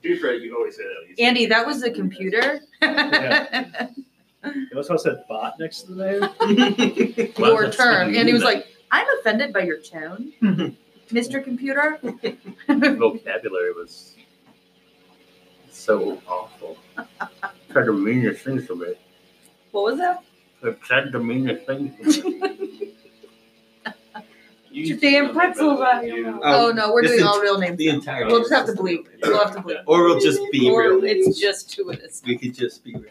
[SPEAKER 3] Dude, Fred, you always say that. You say-
[SPEAKER 1] Andy, that was the computer.
[SPEAKER 19] notice how I said "bot" next to the name.
[SPEAKER 8] Well,
[SPEAKER 1] Your
[SPEAKER 8] that's-
[SPEAKER 1] term. And he was
[SPEAKER 8] that
[SPEAKER 1] like, I'm offended by your tone, Mr. Computer. Oh,
[SPEAKER 8] vocabulary was so awful. Tried the meanest things to me.
[SPEAKER 1] what was that?
[SPEAKER 8] I tried the meanest things to me.
[SPEAKER 3] You
[SPEAKER 9] Get your damn
[SPEAKER 3] know me better
[SPEAKER 9] pretzels
[SPEAKER 3] than
[SPEAKER 9] out of
[SPEAKER 3] you
[SPEAKER 9] your
[SPEAKER 3] do.
[SPEAKER 9] mouth.
[SPEAKER 1] oh no, we're
[SPEAKER 4] this
[SPEAKER 1] doing
[SPEAKER 4] ent-
[SPEAKER 1] all real names.
[SPEAKER 4] The entire
[SPEAKER 1] We'll just have to bleep. We'll have to bleep.
[SPEAKER 4] Or we'll just be
[SPEAKER 9] or
[SPEAKER 4] real.
[SPEAKER 9] Oh, it's just who it is.
[SPEAKER 4] We could just be real.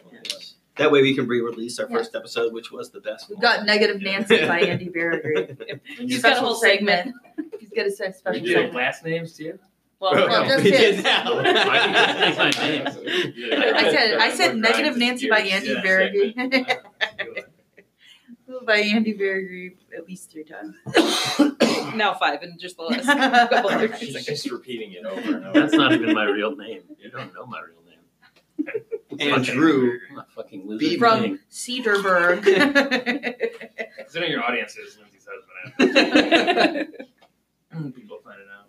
[SPEAKER 4] That way we can re-release our first episode, which was the best.
[SPEAKER 1] We've
[SPEAKER 4] one.
[SPEAKER 1] got Negative Nancy by Andy Berry.
[SPEAKER 9] He's got a whole segment.
[SPEAKER 1] He's got a se-
[SPEAKER 3] We
[SPEAKER 1] special
[SPEAKER 3] did
[SPEAKER 1] segment.
[SPEAKER 3] last names too.
[SPEAKER 1] Well,
[SPEAKER 4] We
[SPEAKER 1] just
[SPEAKER 4] did
[SPEAKER 1] his.
[SPEAKER 4] now.
[SPEAKER 8] That's my name.
[SPEAKER 1] I said I said Negative Nancy by Andy
[SPEAKER 5] Yeah,
[SPEAKER 1] Berry. by Andy Berry at least three times.
[SPEAKER 9] Now five in just the last couple of years.
[SPEAKER 5] She's just repeating it over and over.
[SPEAKER 8] That's not even my real name. You don't know my real name.
[SPEAKER 4] And
[SPEAKER 8] Fucking-
[SPEAKER 4] Drew,
[SPEAKER 8] I'm a fucking loser.
[SPEAKER 1] From
[SPEAKER 8] king.
[SPEAKER 1] Cedarburg.
[SPEAKER 3] Considering your audience is Lindsay's husband, I- people find it out.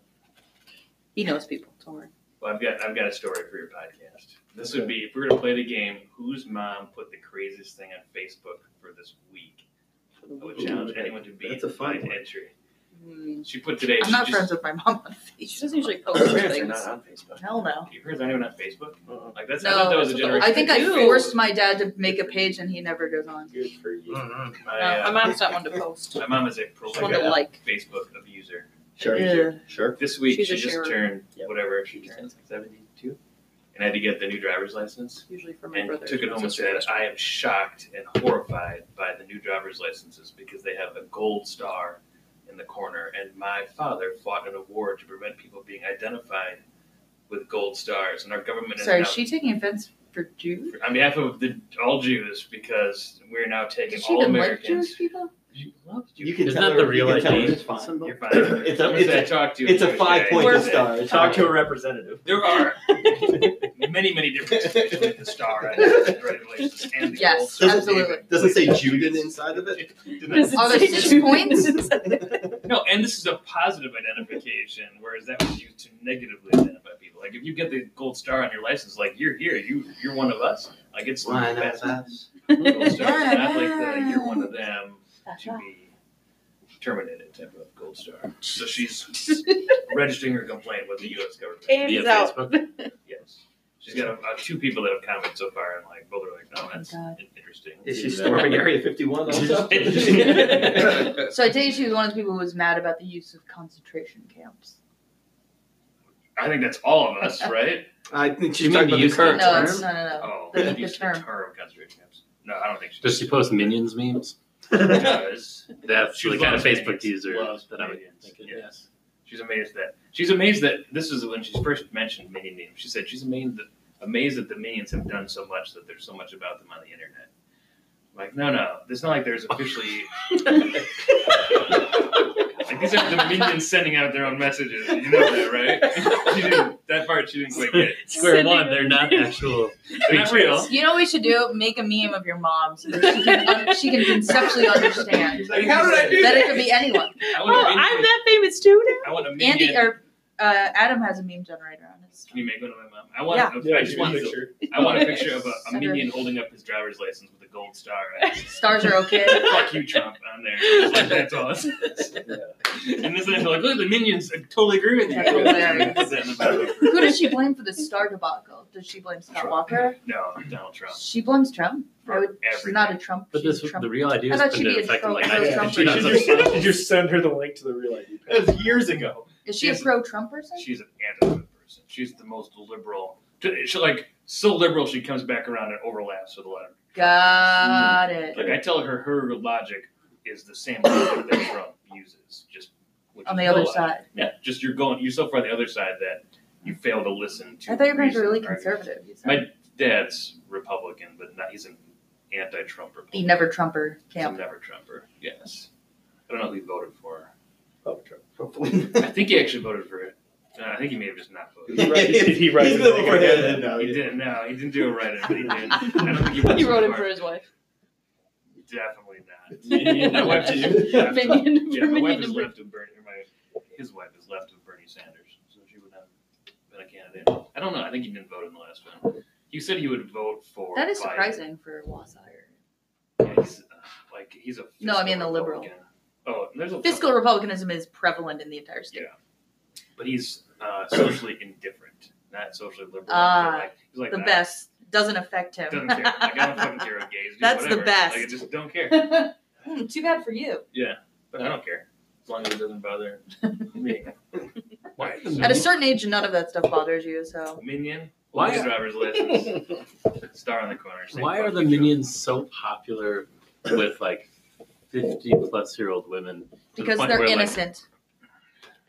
[SPEAKER 9] he knows people. Don't worry.
[SPEAKER 3] Well, I've got I've got a story for your podcast. This would be if we were to play the game, whose mom put the craziest thing on Facebook for this week? I would challenge anyone to beat
[SPEAKER 4] That's a fun
[SPEAKER 3] my
[SPEAKER 4] one.
[SPEAKER 3] entry.
[SPEAKER 9] Mm.
[SPEAKER 3] She put today.
[SPEAKER 1] I'm
[SPEAKER 3] she
[SPEAKER 1] not
[SPEAKER 3] just,
[SPEAKER 1] friends with my mom on
[SPEAKER 9] She
[SPEAKER 1] Facebook.
[SPEAKER 9] doesn't usually post
[SPEAKER 4] Our parents are
[SPEAKER 9] things.
[SPEAKER 4] not on Facebook.
[SPEAKER 1] Hell no.
[SPEAKER 3] Your parents aren't even on Facebook. Like that's I
[SPEAKER 1] No,
[SPEAKER 3] thought that was a
[SPEAKER 9] that's
[SPEAKER 3] generation.
[SPEAKER 1] I think I
[SPEAKER 9] Dude.
[SPEAKER 1] forced my dad to make a page and he never goes on.
[SPEAKER 5] Good for you.
[SPEAKER 3] my,
[SPEAKER 9] No, my
[SPEAKER 3] uh,
[SPEAKER 9] mom's not one to post.
[SPEAKER 3] my mom is a
[SPEAKER 9] Just one to
[SPEAKER 3] prolific
[SPEAKER 9] like.
[SPEAKER 3] Facebook abuser.
[SPEAKER 4] Sure, sure.
[SPEAKER 3] This week
[SPEAKER 9] She's
[SPEAKER 3] she
[SPEAKER 9] a
[SPEAKER 3] just
[SPEAKER 9] sharer.
[SPEAKER 3] turned
[SPEAKER 4] Yep.
[SPEAKER 3] whatever she turned seventy-two, and had to get the new driver's license.
[SPEAKER 9] Usually for my
[SPEAKER 3] and
[SPEAKER 9] brother.
[SPEAKER 3] took it home and
[SPEAKER 9] sister.
[SPEAKER 3] said, "I am shocked and horrified by the new driver's licenses because they have a gold star in the corner, and my father fought an award to prevent people being identified with gold stars, and our government is
[SPEAKER 1] Sorry,
[SPEAKER 3] now."
[SPEAKER 1] is she taking offense for Jews?
[SPEAKER 3] on behalf of the, all Jews, because we're now taking
[SPEAKER 1] Does she
[SPEAKER 3] all
[SPEAKER 1] even like
[SPEAKER 3] Americans.
[SPEAKER 1] Jewish people?
[SPEAKER 3] You love
[SPEAKER 4] You can
[SPEAKER 8] Isn't
[SPEAKER 4] tell
[SPEAKER 8] that
[SPEAKER 4] her-
[SPEAKER 8] the
[SPEAKER 4] you
[SPEAKER 8] real
[SPEAKER 4] can tell her
[SPEAKER 8] ID
[SPEAKER 4] It's fine.
[SPEAKER 3] You're fine.
[SPEAKER 4] It's a- it's a-
[SPEAKER 3] I talked to
[SPEAKER 4] It's a
[SPEAKER 3] Jewish guy,
[SPEAKER 4] five-pointed
[SPEAKER 3] he's a-
[SPEAKER 4] star. Talk to a representative.
[SPEAKER 3] There are many, many differences between the star and the regulations and the
[SPEAKER 1] Yes,
[SPEAKER 3] gold star.
[SPEAKER 1] absolutely.
[SPEAKER 4] Doesn't say Juden inside of it.
[SPEAKER 3] Didn't I-
[SPEAKER 9] Does it
[SPEAKER 1] Are there
[SPEAKER 9] say
[SPEAKER 1] six
[SPEAKER 9] Jew?
[SPEAKER 1] points?
[SPEAKER 3] No, and this is a positive identification, whereas that was used to negatively identify people. Like if you get the gold star on your license, like you're here, you you're one of us. Like it's
[SPEAKER 4] Why
[SPEAKER 3] the
[SPEAKER 4] not
[SPEAKER 3] best
[SPEAKER 4] us?
[SPEAKER 3] gold star. Not like the you're one of them to be terminated type of gold star. So she's registering her complaint with the U.S. government.
[SPEAKER 9] Hands
[SPEAKER 8] Via
[SPEAKER 9] out.
[SPEAKER 8] Facebook.
[SPEAKER 3] Yes, she's got uh, two people that have commented so far, and like both are like, "No, that's interesting."
[SPEAKER 4] Is she storming Area 51 also?
[SPEAKER 1] So I take it she was one of the people who was mad about the use of concentration camps.
[SPEAKER 3] I think Oh, that's all of us, right?
[SPEAKER 4] I think
[SPEAKER 8] You
[SPEAKER 4] she's
[SPEAKER 8] mean
[SPEAKER 4] talking about the
[SPEAKER 8] use
[SPEAKER 1] No,
[SPEAKER 4] current
[SPEAKER 1] no,
[SPEAKER 4] term.
[SPEAKER 1] no, no.
[SPEAKER 3] Oh,
[SPEAKER 1] The- the
[SPEAKER 3] use the
[SPEAKER 1] term.
[SPEAKER 3] term concentration camps. No, I don't think she
[SPEAKER 8] Does she post minions memes?
[SPEAKER 3] does.
[SPEAKER 8] That's
[SPEAKER 3] She
[SPEAKER 8] the kind of
[SPEAKER 3] loves
[SPEAKER 8] Facebook
[SPEAKER 3] minions,
[SPEAKER 8] user
[SPEAKER 3] loves
[SPEAKER 8] that I would
[SPEAKER 3] minions,
[SPEAKER 8] think.
[SPEAKER 3] yes. She's amazed that she's amazed that this is when she first mentioned minion names. She said she's amazed that amazed that the minions have done so much that there's so much about them on the internet. I'm like, no, no, it's not like there's officially like
[SPEAKER 5] These are the minions sending out their own messages. You know that, right? She didn't, that part she didn't quite get.
[SPEAKER 8] Square one, they're not actual.
[SPEAKER 5] They're not real.
[SPEAKER 1] You know what we should do? Make a meme of your mom so that she can, she can conceptually understand
[SPEAKER 5] Like, how did I do
[SPEAKER 1] that
[SPEAKER 5] that?
[SPEAKER 1] it could be anyone.
[SPEAKER 5] I
[SPEAKER 9] Oh,
[SPEAKER 5] want a
[SPEAKER 9] I'm
[SPEAKER 5] minion.
[SPEAKER 9] that famous too now.
[SPEAKER 5] I want a minion.
[SPEAKER 1] Andy or uh, Adam has a meme generator on his.
[SPEAKER 5] Can you make one of my mom? I want.
[SPEAKER 1] Yeah.
[SPEAKER 5] a- I just want. the- I want a picture of a, a minion holding up his driver's license with a gold star. and
[SPEAKER 1] Stars are okay.
[SPEAKER 5] Fuck you, Trump, on there. It's like, that's awesome. And this thing, like, look, the minions. I totally agree with you.
[SPEAKER 1] That's hilarious.
[SPEAKER 5] Is that in the Bible?
[SPEAKER 1] Who does she blame for the star debacle? Does she blame Scott Walker?
[SPEAKER 5] No, Donald Trump.
[SPEAKER 1] She blames Trump. I
[SPEAKER 5] For
[SPEAKER 1] would, she's not a Trump.
[SPEAKER 8] But this,
[SPEAKER 1] she's Trump.
[SPEAKER 8] the real idea
[SPEAKER 1] I
[SPEAKER 8] is
[SPEAKER 1] thought
[SPEAKER 8] been
[SPEAKER 1] she'd
[SPEAKER 8] in
[SPEAKER 1] be a
[SPEAKER 8] effect in like
[SPEAKER 1] troll-
[SPEAKER 8] nineteen-
[SPEAKER 1] Yeah,
[SPEAKER 3] You should just,
[SPEAKER 1] Trump.
[SPEAKER 3] you should just send her the link to the real ID.
[SPEAKER 5] That was years ago.
[SPEAKER 1] Is she a
[SPEAKER 5] she's-
[SPEAKER 1] pro Trump person?
[SPEAKER 5] She's an anti person. She's the most liberal. She like so liberal she comes back around and overlaps with a lot of
[SPEAKER 1] Got it.
[SPEAKER 5] Like I tell her, her logic is the same logic that Trump uses, just which
[SPEAKER 1] On
[SPEAKER 5] is
[SPEAKER 1] the other
[SPEAKER 5] logic.
[SPEAKER 1] side.
[SPEAKER 5] Yeah, just you're going, you're so far on the other side that you fail to listen to.
[SPEAKER 1] I thought your parents were
[SPEAKER 5] reason
[SPEAKER 1] really
[SPEAKER 5] or-
[SPEAKER 1] conservative. You said.
[SPEAKER 5] My dad's Republican, but not, he's an anti-Trump
[SPEAKER 1] the
[SPEAKER 5] Republican.
[SPEAKER 1] never Trumper
[SPEAKER 5] He's a
[SPEAKER 1] camp.
[SPEAKER 5] never Trumper. Yes, I don't know who he voted for.
[SPEAKER 3] Probably Trump.
[SPEAKER 5] I think he actually voted for it. Uh, I think he may have just not voted.
[SPEAKER 3] He writes- he- he writes
[SPEAKER 20] He's
[SPEAKER 3] it.
[SPEAKER 20] the one that-
[SPEAKER 3] No,
[SPEAKER 5] he
[SPEAKER 3] he-
[SPEAKER 5] didn't. No, he didn't do it right. But he did. I don't think he, voted
[SPEAKER 9] He wrote it
[SPEAKER 5] for
[SPEAKER 9] for his wife.
[SPEAKER 5] Definitely not.
[SPEAKER 9] Yeah,
[SPEAKER 5] My wife is-
[SPEAKER 9] Minion for
[SPEAKER 5] Yeah, my wife
[SPEAKER 9] minion
[SPEAKER 5] is
[SPEAKER 9] to bring-
[SPEAKER 5] left of Bernie. Or my his wife is left of Bernie Sanders, so she would not have been a candidate. I don't know. I think he didn't vote in the last one. He said he would vote for.
[SPEAKER 1] That is
[SPEAKER 5] Biden.
[SPEAKER 1] surprising for Wasire.
[SPEAKER 5] Yeah, he's, uh, like he's a.
[SPEAKER 1] No, I mean
[SPEAKER 5] fiscal
[SPEAKER 1] the liberal.
[SPEAKER 5] Republican. Oh, there's a
[SPEAKER 1] Fiscal republicanism is prevalent in the entire state.
[SPEAKER 5] but he's uh, socially indifferent, not socially liberal.
[SPEAKER 1] Ah,
[SPEAKER 5] like, he's like
[SPEAKER 1] The
[SPEAKER 5] "Nah,
[SPEAKER 1] best doesn't affect him.
[SPEAKER 5] Doesn't care. Like, I don't fucking care what gays do.
[SPEAKER 1] That's the
[SPEAKER 5] whatever.
[SPEAKER 1] best.
[SPEAKER 5] Like, I just don't care.
[SPEAKER 1] Hmm, too bad for you.
[SPEAKER 5] But I don't care as long as it doesn't bother me. Why?
[SPEAKER 1] At a certain age, none of that stuff bothers you. So
[SPEAKER 5] Minion.
[SPEAKER 8] Why-
[SPEAKER 5] Why driver's license? Star on the corner. saying,
[SPEAKER 8] Why are
[SPEAKER 5] "Fuck
[SPEAKER 8] the
[SPEAKER 5] you, Trump."
[SPEAKER 8] minions so popular with like fifty plus year old women? to the
[SPEAKER 1] because
[SPEAKER 8] point
[SPEAKER 1] they're
[SPEAKER 8] where, like,
[SPEAKER 1] innocent,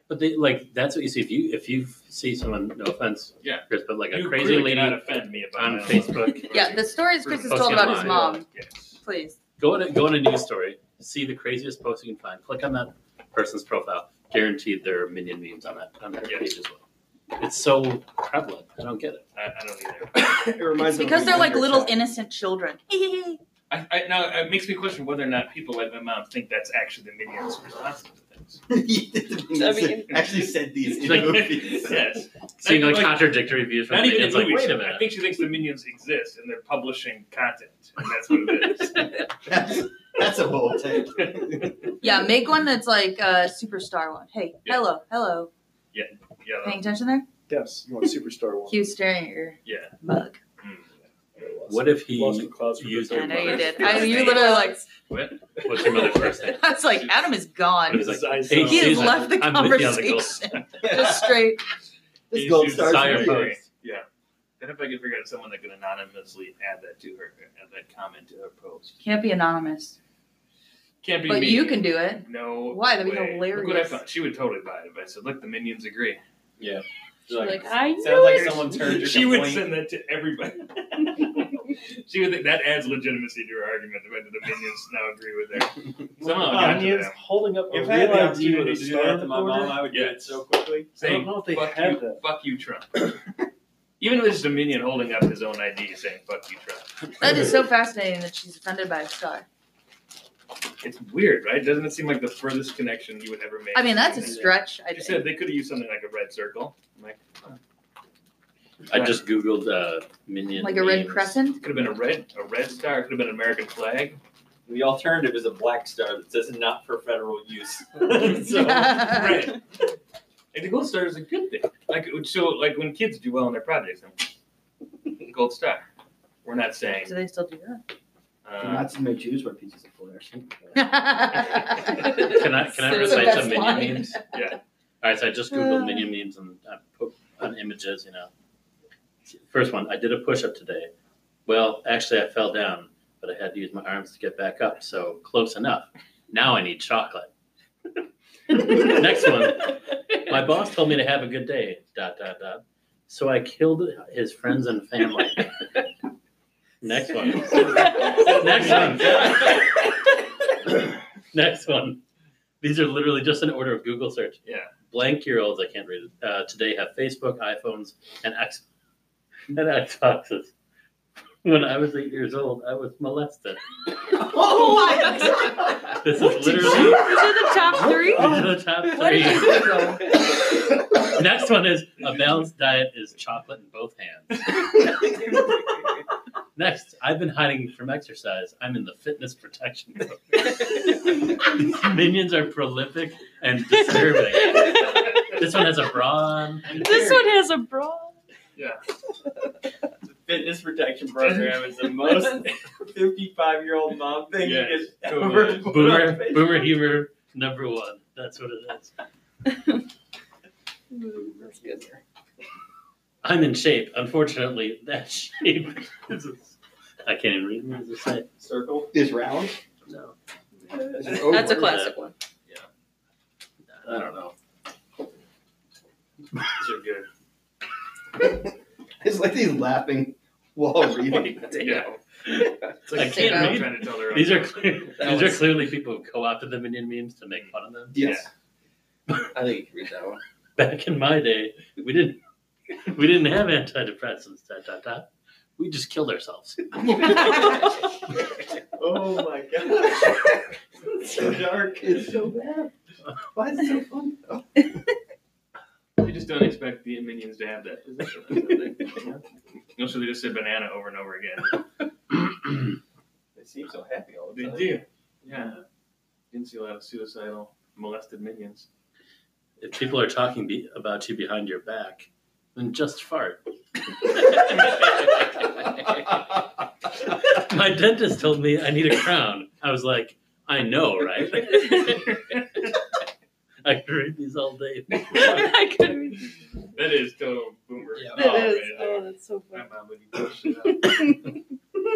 [SPEAKER 8] But they like that's what you see if you if you see someone. No offense,
[SPEAKER 5] Yeah.
[SPEAKER 8] Chris, but like a
[SPEAKER 5] You
[SPEAKER 8] crazy
[SPEAKER 5] clearly
[SPEAKER 8] lady
[SPEAKER 5] cannot offend me about
[SPEAKER 8] on
[SPEAKER 5] my own-
[SPEAKER 8] Facebook.
[SPEAKER 1] yeah. The stories Chris has told
[SPEAKER 8] Posting
[SPEAKER 1] about his
[SPEAKER 8] online.
[SPEAKER 1] mom.
[SPEAKER 5] Yes.
[SPEAKER 1] Please,
[SPEAKER 8] Go on a, go on a news story, see the craziest post you can find. Click on that person's profile. Guaranteed there are minion memes on that on that
[SPEAKER 5] Yeah.
[SPEAKER 8] page as well. It's so prevalent. I don't get it.
[SPEAKER 5] I, I don't either.
[SPEAKER 20] It reminds
[SPEAKER 1] it's
[SPEAKER 20] me of
[SPEAKER 1] because
[SPEAKER 20] when
[SPEAKER 1] they're
[SPEAKER 20] we
[SPEAKER 1] like
[SPEAKER 20] were
[SPEAKER 1] little
[SPEAKER 20] child.
[SPEAKER 1] innocent children.
[SPEAKER 5] I, I, now it makes me question whether or not people like my mom think that's actually the minions responsible for things.
[SPEAKER 4] I mean,
[SPEAKER 5] actually
[SPEAKER 4] said
[SPEAKER 8] these in movies.
[SPEAKER 5] yes.
[SPEAKER 8] Seeing like,
[SPEAKER 5] like-
[SPEAKER 8] contradictory views from
[SPEAKER 5] Not even in
[SPEAKER 8] minions, like
[SPEAKER 5] movies.
[SPEAKER 8] wait a
[SPEAKER 5] I
[SPEAKER 8] minute.
[SPEAKER 5] think she thinks the minions exist and they're publishing content, and that's what it is.
[SPEAKER 4] That's, that's a bold take.
[SPEAKER 1] yeah, make one that's like a superstar one. Hey,
[SPEAKER 5] Yeah.
[SPEAKER 1] hello, hello.
[SPEAKER 5] yeah.
[SPEAKER 1] Paying attention there?
[SPEAKER 3] Yes, you want superstar one.
[SPEAKER 1] Hugh's staring at your
[SPEAKER 5] Yeah.
[SPEAKER 1] mug.
[SPEAKER 5] Mm.
[SPEAKER 8] What if he
[SPEAKER 3] Lost the clouds for
[SPEAKER 8] used
[SPEAKER 3] the
[SPEAKER 1] I
[SPEAKER 8] Your
[SPEAKER 1] know you
[SPEAKER 8] mother.
[SPEAKER 1] did. I, you literally like.
[SPEAKER 5] What?
[SPEAKER 8] What's your mother's first name?
[SPEAKER 1] I was like, Adam is
[SPEAKER 8] What if
[SPEAKER 1] gone.
[SPEAKER 8] he's like, "Oh,
[SPEAKER 3] His eyes
[SPEAKER 8] hey,
[SPEAKER 3] don't-
[SPEAKER 1] He has
[SPEAKER 8] Susan,
[SPEAKER 1] left the
[SPEAKER 8] I'm with you on the
[SPEAKER 1] conversation.
[SPEAKER 8] goal.
[SPEAKER 1] Just straight.
[SPEAKER 20] This
[SPEAKER 5] You
[SPEAKER 20] gold
[SPEAKER 5] shoot
[SPEAKER 20] star's
[SPEAKER 5] desire
[SPEAKER 20] for you.
[SPEAKER 5] first. Then if I could figure out someone that could anonymously add that to her, add that comment to her post.
[SPEAKER 1] Can't be anonymous.
[SPEAKER 5] Can't be
[SPEAKER 1] But
[SPEAKER 5] me.
[SPEAKER 1] you can do it.
[SPEAKER 5] No.
[SPEAKER 1] Why? That'd be
[SPEAKER 5] way. Look what I
[SPEAKER 1] hilarious.
[SPEAKER 5] found. She would totally buy it if I said, "Look, the minions agree."
[SPEAKER 9] She's Like I
[SPEAKER 20] Sounds
[SPEAKER 9] knew
[SPEAKER 20] like
[SPEAKER 9] it.
[SPEAKER 20] someone turned your
[SPEAKER 5] she would
[SPEAKER 20] complaint-
[SPEAKER 5] send that to everybody. she would think that adds legitimacy to her argument that the minions now agree with her. Somehow I got to
[SPEAKER 3] Onions
[SPEAKER 5] them.
[SPEAKER 3] holding up a
[SPEAKER 20] If I had the
[SPEAKER 3] real ID with
[SPEAKER 20] opportunity
[SPEAKER 3] a
[SPEAKER 20] to do that
[SPEAKER 3] star
[SPEAKER 20] to my mom,
[SPEAKER 3] recorder,
[SPEAKER 20] I would do it
[SPEAKER 5] Yes.
[SPEAKER 20] so quickly.
[SPEAKER 3] I
[SPEAKER 5] Saying,
[SPEAKER 3] don't know if they
[SPEAKER 5] fuck
[SPEAKER 3] have
[SPEAKER 5] you,
[SPEAKER 3] that.
[SPEAKER 5] fuck you, Trump. Even if it's just a minion holding up his own ID saying, fuck you, Trump.
[SPEAKER 1] That is so fascinating that she's offended by a star.
[SPEAKER 5] It's weird, right? Doesn't it seem like the furthest connection you would ever make?
[SPEAKER 1] I mean, that's a
[SPEAKER 5] Yeah.
[SPEAKER 1] stretch. I
[SPEAKER 5] She
[SPEAKER 1] think.
[SPEAKER 5] said they could have used something like a red circle. I'm like,
[SPEAKER 8] I just googled uh, minion.
[SPEAKER 1] Like a red
[SPEAKER 8] memes.
[SPEAKER 1] crescent?
[SPEAKER 5] could have been a red, a red star. Could have been an American flag.
[SPEAKER 20] The alternative is a black star that says not for federal use. so,
[SPEAKER 5] Right. And the gold star is a good thing. Like so, like when kids do well in their projects, I'm- gold star. We're not saying.
[SPEAKER 1] Do they still do
[SPEAKER 5] Uh,
[SPEAKER 4] no Jews wear pieces of flares.
[SPEAKER 1] that?
[SPEAKER 8] Can I can I
[SPEAKER 1] That's the
[SPEAKER 8] recite
[SPEAKER 1] best
[SPEAKER 8] some minion
[SPEAKER 1] line.
[SPEAKER 8] memes?
[SPEAKER 5] Yeah.
[SPEAKER 8] All right, so I just googled
[SPEAKER 1] Uh.
[SPEAKER 8] minion memes and I put on images. You know, first one I did a push up today. Well, actually, I fell down, but I had to use my arms to get back up. So close enough. Now I need chocolate. Next one. My boss told me to have a good day. Dot dot dot. So I killed his friends and family. Next one. Next one. Next one. These are literally just in order of Google search.
[SPEAKER 4] Yeah.
[SPEAKER 8] Blank year olds, I can't read it. Uh, today have Facebook, iPhones, and X and Xboxes. When I was eight years old, I was molested.
[SPEAKER 2] Oh my god!
[SPEAKER 8] This is literally
[SPEAKER 2] to the top three.
[SPEAKER 8] these are the top
[SPEAKER 2] What did you
[SPEAKER 8] three.
[SPEAKER 2] Google?
[SPEAKER 8] Next one is a balanced diet is chocolate in both hands. Next, I've been hiding from exercise. I'm in the fitness protection program. Minions are prolific and disturbing. This one has a brawn.
[SPEAKER 9] This one has a bra.
[SPEAKER 5] The fitness protection program is the most 55 year old mom thing you
[SPEAKER 8] Yes,
[SPEAKER 5] can ever
[SPEAKER 8] Boomer,
[SPEAKER 5] put
[SPEAKER 8] boomer,
[SPEAKER 5] on Facebook.
[SPEAKER 8] boomer humor number one. That's what it is. I'm in shape. Unfortunately, that shape is. I can't even read what does it say.
[SPEAKER 5] Circle.
[SPEAKER 16] Is round?
[SPEAKER 8] No,
[SPEAKER 16] Is it over?
[SPEAKER 9] That's a classic one.
[SPEAKER 8] I don't know.
[SPEAKER 4] These are good.
[SPEAKER 16] It's like he's laughing
[SPEAKER 3] Oh,
[SPEAKER 16] while reading.
[SPEAKER 4] Yeah. It's
[SPEAKER 8] I
[SPEAKER 4] like
[SPEAKER 8] can't
[SPEAKER 4] people
[SPEAKER 8] read.
[SPEAKER 4] trying to tell their own
[SPEAKER 8] These are
[SPEAKER 4] story.
[SPEAKER 8] clear,
[SPEAKER 10] That
[SPEAKER 8] these are
[SPEAKER 10] was-
[SPEAKER 8] clearly people who co-opted the minion memes to make fun of them.
[SPEAKER 10] Yes. I think you can read that one.
[SPEAKER 8] Back in my day, we didn't we didn't have antidepressants. Dot, dot, dot. We just killed ourselves.
[SPEAKER 5] Oh my god. so dark.
[SPEAKER 16] It's so bad. Why is it so fun? though?
[SPEAKER 4] You just don't expect the minions to have that position. I don't think. Also, they just say banana over and over again.
[SPEAKER 5] They seem so happy all the
[SPEAKER 4] They
[SPEAKER 5] time.
[SPEAKER 4] do. Yeah. Didn't see a lot of suicidal, molested minions.
[SPEAKER 8] If people are talking be- about you behind your back, then just fart. My dentist told me I need a crown. I was like, I know, right? I could read these all day.
[SPEAKER 9] I could read
[SPEAKER 4] That is total boomer.
[SPEAKER 10] Yeah.
[SPEAKER 4] Oh,
[SPEAKER 9] That is.
[SPEAKER 4] man.
[SPEAKER 9] Oh, that's so
[SPEAKER 4] My
[SPEAKER 9] funny.
[SPEAKER 4] mom would be pushing out.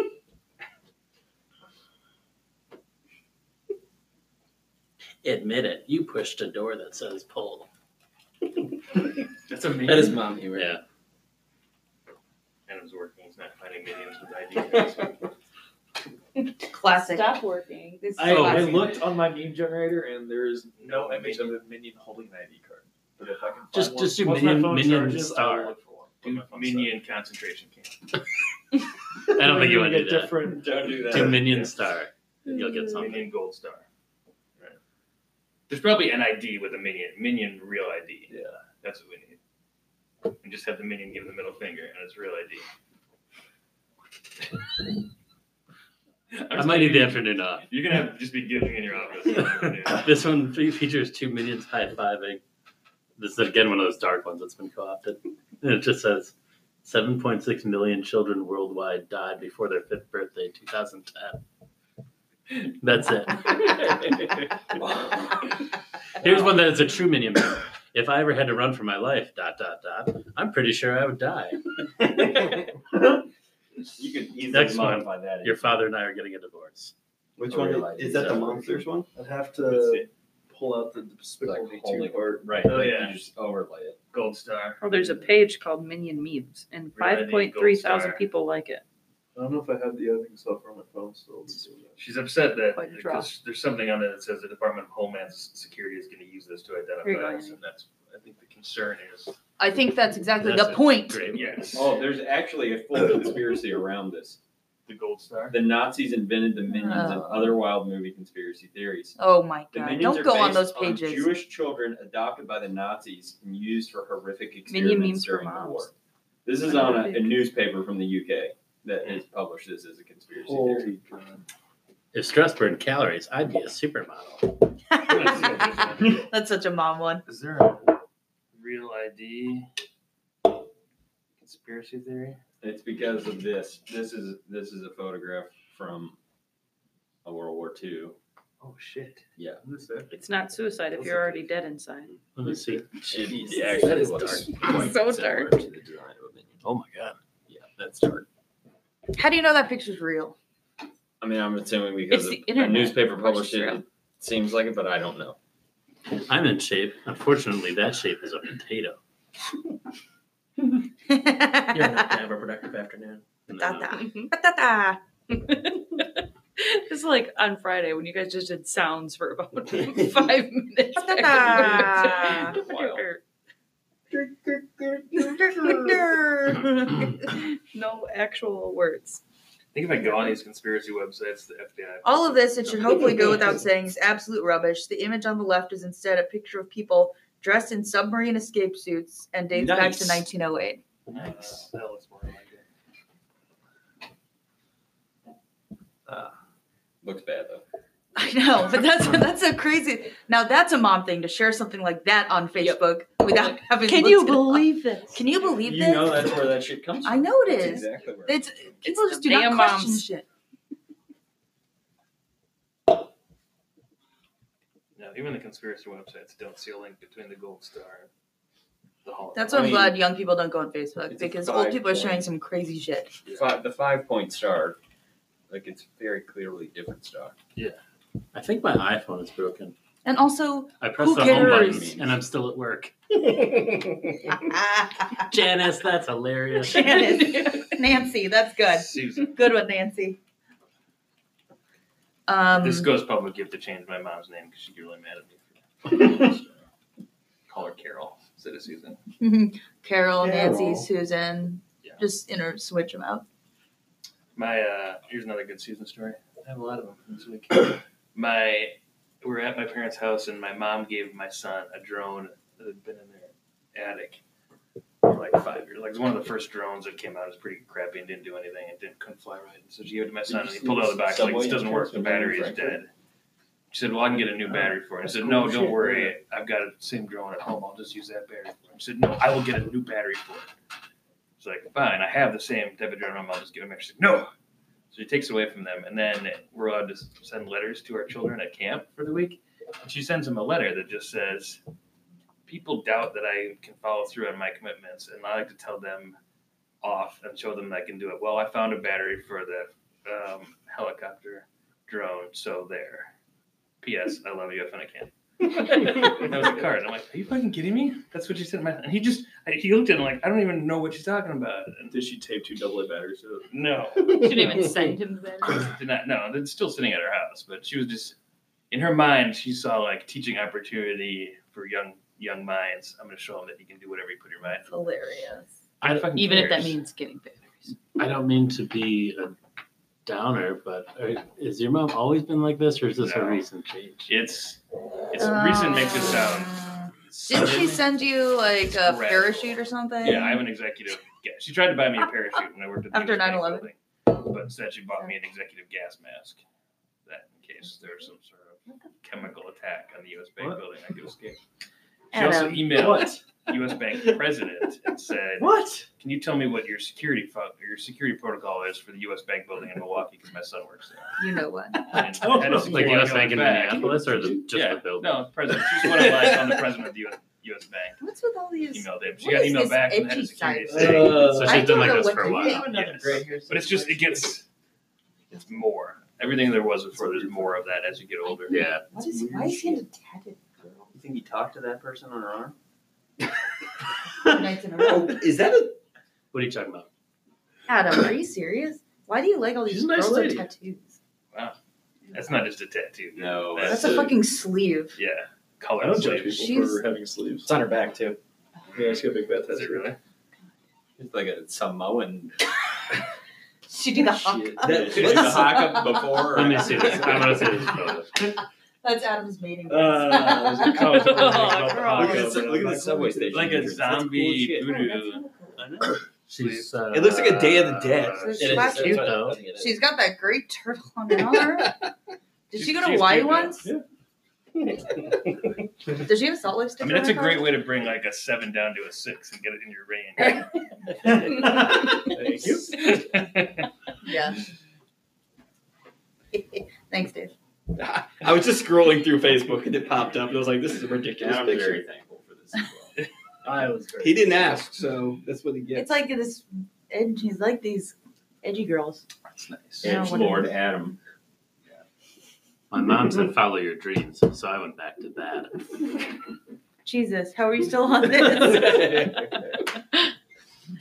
[SPEAKER 8] Admit it, you pushed a door that says pull.
[SPEAKER 4] That's amazing.
[SPEAKER 10] That is mom humor.
[SPEAKER 8] Yeah.
[SPEAKER 4] Adam's working. He's not finding minions with ideas.
[SPEAKER 1] Classic.
[SPEAKER 2] Stop working. This is
[SPEAKER 8] I- I
[SPEAKER 16] I
[SPEAKER 2] classic.
[SPEAKER 16] looked on my meme generator and there is no image of a minion holding an ID card. But if I can find
[SPEAKER 8] Just-
[SPEAKER 16] one,
[SPEAKER 8] just do
[SPEAKER 16] once my
[SPEAKER 8] minion-
[SPEAKER 16] phone
[SPEAKER 8] minion
[SPEAKER 16] charges, I will
[SPEAKER 8] star.
[SPEAKER 16] look for one. Put
[SPEAKER 4] Do
[SPEAKER 16] my phone
[SPEAKER 4] minion concentration camp.
[SPEAKER 16] star.
[SPEAKER 8] I don't think you
[SPEAKER 16] You're
[SPEAKER 8] want
[SPEAKER 16] gonna
[SPEAKER 8] to do
[SPEAKER 16] get
[SPEAKER 8] that.
[SPEAKER 16] Different. Don't do
[SPEAKER 8] Do
[SPEAKER 16] that.
[SPEAKER 8] Minion Star. You'll get something.
[SPEAKER 4] Minion Gold Star. Right. There's probably an ID with a minion. Minion real ID.
[SPEAKER 16] Yeah.
[SPEAKER 4] That's what we need. And just have the minion give the middle finger, and it's real ID.
[SPEAKER 8] I might need the afternoon off.
[SPEAKER 4] You're gonna have to just be giving in your office. all afternoon.
[SPEAKER 8] This one fe- features two minions high fiving. This is again one of those dark ones that's been co opted. And it just says 7.6 million children worldwide died before their fifth birthday, 2010. That's it. Here's one that is a true minion. meme. If I ever had to run for my life, dot, dot, dot, I'm pretty sure I would die.
[SPEAKER 5] You could easily
[SPEAKER 8] Next one.
[SPEAKER 5] modify that.
[SPEAKER 8] Your father and I are getting a divorce.
[SPEAKER 4] Oh,
[SPEAKER 5] Which one is- is that the monsters one?
[SPEAKER 3] I'd have
[SPEAKER 4] That's
[SPEAKER 3] to
[SPEAKER 4] it.
[SPEAKER 3] pull out the Despicable Me
[SPEAKER 5] Like,
[SPEAKER 3] Two
[SPEAKER 5] holy-
[SPEAKER 3] part.
[SPEAKER 5] Right.
[SPEAKER 4] Oh,
[SPEAKER 5] like,
[SPEAKER 4] yeah.
[SPEAKER 5] You just overlay it.
[SPEAKER 4] Gold Star.
[SPEAKER 9] Oh, there's a page called Minion Memes, and
[SPEAKER 4] Really?
[SPEAKER 9] 5.3 thousand
[SPEAKER 4] Gold
[SPEAKER 9] people like it.
[SPEAKER 3] I don't know if I have the other stuff on my phone still.
[SPEAKER 4] She's upset that
[SPEAKER 2] Quite a draw.
[SPEAKER 4] because there's something on there that says the Department of Homeland Security is going to use this to
[SPEAKER 9] Here you go,
[SPEAKER 4] identify us, and that's I think the concern is
[SPEAKER 2] I think that's exactly
[SPEAKER 8] That's
[SPEAKER 2] the
[SPEAKER 8] a
[SPEAKER 2] point.
[SPEAKER 8] Great.
[SPEAKER 4] yes,
[SPEAKER 5] Oh, there's actually a full conspiracy around this.
[SPEAKER 4] the Gold Star.
[SPEAKER 5] The Nazis invented the minions and other wild movie conspiracy theories.
[SPEAKER 2] Oh my
[SPEAKER 5] The
[SPEAKER 2] Oh. god!
[SPEAKER 5] minions
[SPEAKER 2] Don't
[SPEAKER 5] are
[SPEAKER 2] go on
[SPEAKER 5] based
[SPEAKER 2] those pages.
[SPEAKER 5] Jewish children adopted by the Nazis and used for horrific
[SPEAKER 9] Minion memes
[SPEAKER 5] experiments
[SPEAKER 9] for
[SPEAKER 5] during the
[SPEAKER 9] moms.
[SPEAKER 5] war. This is
[SPEAKER 9] I
[SPEAKER 5] on a,
[SPEAKER 9] love
[SPEAKER 5] a
[SPEAKER 9] it.
[SPEAKER 5] newspaper from the UK that has published this as a conspiracy theory.
[SPEAKER 3] Holy God.
[SPEAKER 8] If stress burned calories, I'd be a supermodel.
[SPEAKER 2] that's such a mom one.
[SPEAKER 4] Is there a real ID conspiracy theory?
[SPEAKER 5] It's because of this. This is this is a photograph from a World War II.
[SPEAKER 4] Oh shit!
[SPEAKER 5] Yeah.
[SPEAKER 4] What is that?
[SPEAKER 9] It's not suicide if you're already dead inside.
[SPEAKER 8] Let me see.
[SPEAKER 5] It,
[SPEAKER 10] Jesus,
[SPEAKER 5] it actually
[SPEAKER 10] that is
[SPEAKER 5] looks
[SPEAKER 10] dark.
[SPEAKER 5] quite
[SPEAKER 9] So
[SPEAKER 5] similar
[SPEAKER 9] dark.
[SPEAKER 5] to the design of a minion.
[SPEAKER 8] Oh my god.
[SPEAKER 5] Yeah, that's dark.
[SPEAKER 2] How do you know that picture's real?
[SPEAKER 5] I mean, I'm assuming because
[SPEAKER 9] It's the
[SPEAKER 5] a- a
[SPEAKER 9] internet.
[SPEAKER 5] newspaper
[SPEAKER 9] Of course
[SPEAKER 5] published
[SPEAKER 9] it's
[SPEAKER 5] it.
[SPEAKER 9] real.
[SPEAKER 5] It seems like it, but I don't know.
[SPEAKER 8] I'm in shape. Unfortunately, that shape is a potato.
[SPEAKER 10] You're not gonna have a productive afternoon.
[SPEAKER 8] No.
[SPEAKER 2] Da-da. Da-da-da.
[SPEAKER 9] This is like on Friday when you guys just did sounds for about five minutes. no actual words.
[SPEAKER 4] think if I go on these conspiracy websites, the FBI.
[SPEAKER 1] All of this, it should hopefully go without saying, is absolute rubbish. The image on the left is instead a picture of people dressed in submarine escape suits and dates back to
[SPEAKER 3] Nice.
[SPEAKER 1] 1908.
[SPEAKER 4] Nice. that looks more like it.
[SPEAKER 5] Looks bad though.
[SPEAKER 1] I know, but that's that's a crazy. Now that's a mom thing to share something like that on
[SPEAKER 9] Yep.
[SPEAKER 1] Facebook without having.
[SPEAKER 9] Can
[SPEAKER 1] looked
[SPEAKER 9] you
[SPEAKER 1] it up.
[SPEAKER 9] believe this?
[SPEAKER 1] Can you believe
[SPEAKER 5] You
[SPEAKER 1] this?
[SPEAKER 5] know that's where that shit comes from.
[SPEAKER 1] I know it
[SPEAKER 5] That's
[SPEAKER 1] is.
[SPEAKER 5] Exactly where.
[SPEAKER 1] It's people
[SPEAKER 9] the
[SPEAKER 1] just do not
[SPEAKER 9] damn
[SPEAKER 1] question
[SPEAKER 9] moms.
[SPEAKER 1] shit.
[SPEAKER 4] No, even the conspiracy websites don't see a link between the gold star and the Holocaust.
[SPEAKER 1] That's
[SPEAKER 5] I
[SPEAKER 1] why I'm
[SPEAKER 5] mean,
[SPEAKER 1] glad young people don't go on Facebook
[SPEAKER 5] it's a
[SPEAKER 1] because old
[SPEAKER 5] five
[SPEAKER 1] people are sharing
[SPEAKER 5] point-
[SPEAKER 1] some crazy shit.
[SPEAKER 5] Fi- the five point star, like it's very clearly different star.
[SPEAKER 8] I think my iPhone is broken.
[SPEAKER 1] And also,
[SPEAKER 8] I pressed
[SPEAKER 1] Who
[SPEAKER 8] the home
[SPEAKER 5] cares?
[SPEAKER 8] button and I'm still at work. Janice, that's hilarious.
[SPEAKER 1] Janice. Nancy, that's good.
[SPEAKER 4] Susan.
[SPEAKER 1] Good one, Nancy. Um,
[SPEAKER 4] this goes public. You have to change my mom's name because she's really mad at me. Call her Carol instead of Susan.
[SPEAKER 1] Carol, Nancy,
[SPEAKER 21] Carol.
[SPEAKER 1] Susan.
[SPEAKER 4] Yeah.
[SPEAKER 1] Just inter switch them out.
[SPEAKER 4] My uh, here's another good Susan story. I have a lot of them this week. my we were at my parents' house and my mom gave my son a drone that had been in their attic for like five years. Like it was one of the first drones that came out. It was pretty crappy and didn't do anything. It didn't couldn't fly right. So she gave it to my son
[SPEAKER 5] you
[SPEAKER 4] and he
[SPEAKER 5] see
[SPEAKER 4] pulled it out of the
[SPEAKER 5] the
[SPEAKER 4] box like
[SPEAKER 5] subway
[SPEAKER 4] this doesn't work. The
[SPEAKER 5] entrance when we were in
[SPEAKER 4] battery is
[SPEAKER 5] Frankfurt?
[SPEAKER 4] dead. She said, "Well, I can get a new battery for it." I
[SPEAKER 21] that's
[SPEAKER 4] said,
[SPEAKER 21] cool
[SPEAKER 4] "No, don't
[SPEAKER 21] shit,
[SPEAKER 4] worry. I've got a same drone at home. I'll just use that battery." For it. She said, "No, I will get a new battery for it." She's like, "Fine, I have the same type of drone. I'll just give him." She's like, "No, so she takes away from them, and then we're allowed to s- send letters to our children at camp for the week. And she sends them a letter that just says, "People doubt that I can follow through on my commitments, and I like to tell them off and show them that I can do it." Well, I found a battery for the um, helicopter drone, so there. P.S. I love you if I can. And that was a card. I'm like, are you fucking kidding me? That's what she sent my. And he just, I- he looked at it like, I don't even know what she's talking about. And
[SPEAKER 21] Did she tape two double A batteries to it?
[SPEAKER 4] no,
[SPEAKER 9] Should even send him that.
[SPEAKER 4] did not no it's still sitting at her house but she was just in her mind she saw like teaching opportunity for young young minds i'm going to show them that you can do whatever you put your mind
[SPEAKER 1] That's hilarious.
[SPEAKER 4] I,
[SPEAKER 9] Even if that means getting batteries.
[SPEAKER 8] I don't mean to be a downer, but uh, is your mom always been like this or is this
[SPEAKER 4] No.
[SPEAKER 8] a recent change?
[SPEAKER 4] it's it's recent makes it sound
[SPEAKER 1] Uh, Didn't she send you like
[SPEAKER 4] It's
[SPEAKER 1] a
[SPEAKER 4] radical.
[SPEAKER 1] parachute or something?
[SPEAKER 4] yeah i'm an executive yeah she tried to buy me a parachute when i worked at the
[SPEAKER 1] After
[SPEAKER 4] U.S. Bank
[SPEAKER 1] 9/11?
[SPEAKER 4] building, but instead she bought me an executive gas mask that in case there was some sort of chemical attack on the u.s bank
[SPEAKER 8] What?
[SPEAKER 4] building i could escape she also
[SPEAKER 1] Adam.
[SPEAKER 4] emailed U.S. Bank president and said,
[SPEAKER 3] What?
[SPEAKER 4] "Can you tell me what your security fo- your security protocol is for the U.S. Bank building in Milwaukee? Because my son works there."
[SPEAKER 1] You know what?
[SPEAKER 4] And
[SPEAKER 3] don't
[SPEAKER 4] that
[SPEAKER 3] know.
[SPEAKER 4] is
[SPEAKER 8] Like
[SPEAKER 4] why I
[SPEAKER 8] US
[SPEAKER 4] go
[SPEAKER 8] Bank in
[SPEAKER 4] back.
[SPEAKER 8] Minneapolis or the, just
[SPEAKER 4] yeah,
[SPEAKER 8] the building?
[SPEAKER 4] no, president. She's one of like on the president of the U.S. US Bank.
[SPEAKER 1] What's with all these?
[SPEAKER 4] Emailed him. She
[SPEAKER 1] What
[SPEAKER 4] got
[SPEAKER 1] is
[SPEAKER 4] emailed
[SPEAKER 1] this
[SPEAKER 4] back and had
[SPEAKER 1] edgy
[SPEAKER 4] a security
[SPEAKER 1] side?
[SPEAKER 3] Uh,
[SPEAKER 4] thing.
[SPEAKER 8] So
[SPEAKER 1] I
[SPEAKER 8] she's been
[SPEAKER 1] don't
[SPEAKER 8] like
[SPEAKER 1] know
[SPEAKER 8] this
[SPEAKER 1] what
[SPEAKER 8] for a
[SPEAKER 1] to
[SPEAKER 8] while.
[SPEAKER 1] think.
[SPEAKER 4] Yes. But it's just it gets. It's more. Everything there was before, there's more of that as you get older.
[SPEAKER 8] Yeah.
[SPEAKER 1] What is, why is he in a tatted girl?
[SPEAKER 3] You think he talked to that person on her arm?
[SPEAKER 1] Nights in a row.
[SPEAKER 3] Oh, is that a?
[SPEAKER 8] What are you talking about?
[SPEAKER 1] Adam, are you serious? Why do you like all these
[SPEAKER 8] She's a nice
[SPEAKER 1] girls with
[SPEAKER 8] lady.
[SPEAKER 1] tattoos?
[SPEAKER 4] That's not just a tattoo.
[SPEAKER 5] No,
[SPEAKER 1] That's,
[SPEAKER 4] That's it.
[SPEAKER 1] a fucking sleeve.
[SPEAKER 4] Yeah,
[SPEAKER 21] I
[SPEAKER 4] color
[SPEAKER 21] don't judge people
[SPEAKER 4] sleeves.
[SPEAKER 1] She's-
[SPEAKER 21] for having sleeves.
[SPEAKER 3] It's on her back too.
[SPEAKER 21] Yeah, she got a big fat
[SPEAKER 4] Is it
[SPEAKER 21] tattoo.
[SPEAKER 4] really?
[SPEAKER 5] It's like a Samoan.
[SPEAKER 1] She did the
[SPEAKER 4] Uh,
[SPEAKER 1] hawk.
[SPEAKER 5] Shit. That- Did you do the hawk up before? or-
[SPEAKER 8] Let me see this. I want to see this photo.
[SPEAKER 1] That's Adam's mating.
[SPEAKER 4] Uh, there's a color
[SPEAKER 9] Oh,
[SPEAKER 5] Look at the- look at the
[SPEAKER 21] Like
[SPEAKER 5] subway station.
[SPEAKER 4] Like a
[SPEAKER 5] entrance. That's cool
[SPEAKER 4] zombie
[SPEAKER 5] shit.
[SPEAKER 4] voodoo.
[SPEAKER 8] She's, uh,
[SPEAKER 3] It looks like a Day of the Dead.
[SPEAKER 8] uh,
[SPEAKER 1] So
[SPEAKER 8] she's
[SPEAKER 1] she
[SPEAKER 3] It is.
[SPEAKER 1] watched-
[SPEAKER 8] cute though.
[SPEAKER 1] She's got that great turtle on her arm. Did she
[SPEAKER 4] She's-
[SPEAKER 1] go to
[SPEAKER 4] she's
[SPEAKER 1] Hawaii
[SPEAKER 4] cute, though.
[SPEAKER 1] once? Does she have a salt lake
[SPEAKER 4] I
[SPEAKER 1] sticker
[SPEAKER 4] mean, that's a
[SPEAKER 1] on her
[SPEAKER 4] great way to bring like a seven down to a six and get it in your range.
[SPEAKER 21] Thank you.
[SPEAKER 1] arm? Yeah. Thanks, Dave.
[SPEAKER 3] I was just scrolling through Facebook and it popped up and I was like, "This is a ridiculous
[SPEAKER 5] I'm
[SPEAKER 3] picture."
[SPEAKER 5] very thankful for this as well.
[SPEAKER 8] I was very
[SPEAKER 3] He didn't ask, so that's what he
[SPEAKER 1] It's
[SPEAKER 3] gets.
[SPEAKER 1] like this. Ed, he's like these edgy girls.
[SPEAKER 4] that's nice.
[SPEAKER 1] Yeah,
[SPEAKER 5] Edge
[SPEAKER 1] whatever.
[SPEAKER 5] Lord Adam.
[SPEAKER 8] My mom said follow your dreams, so I went back to that.
[SPEAKER 1] Jesus, how are you still on this?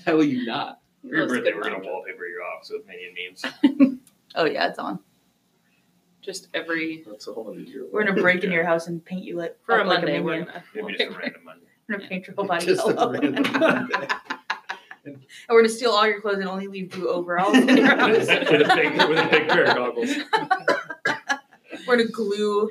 [SPEAKER 3] How will you not?
[SPEAKER 4] For your
[SPEAKER 9] That's
[SPEAKER 4] birthday,
[SPEAKER 9] good.
[SPEAKER 4] we're gonna wallpaper your office with minion memes.
[SPEAKER 1] oh yeah, it's on.
[SPEAKER 9] Just every
[SPEAKER 3] That's a whole other year.
[SPEAKER 1] We're gonna break into your house and paint you like
[SPEAKER 9] for
[SPEAKER 1] up
[SPEAKER 9] a
[SPEAKER 1] like
[SPEAKER 9] Monday.
[SPEAKER 1] A
[SPEAKER 9] we're
[SPEAKER 1] minion.
[SPEAKER 9] gonna,
[SPEAKER 22] Maybe just a random Monday.
[SPEAKER 1] We're gonna paint your whole body
[SPEAKER 4] Just a
[SPEAKER 1] yellow.
[SPEAKER 4] random
[SPEAKER 1] and we're gonna steal all your clothes and only leave blue overalls. in your house.
[SPEAKER 22] with, a big, with a big pair of goggles.
[SPEAKER 1] we're gonna glue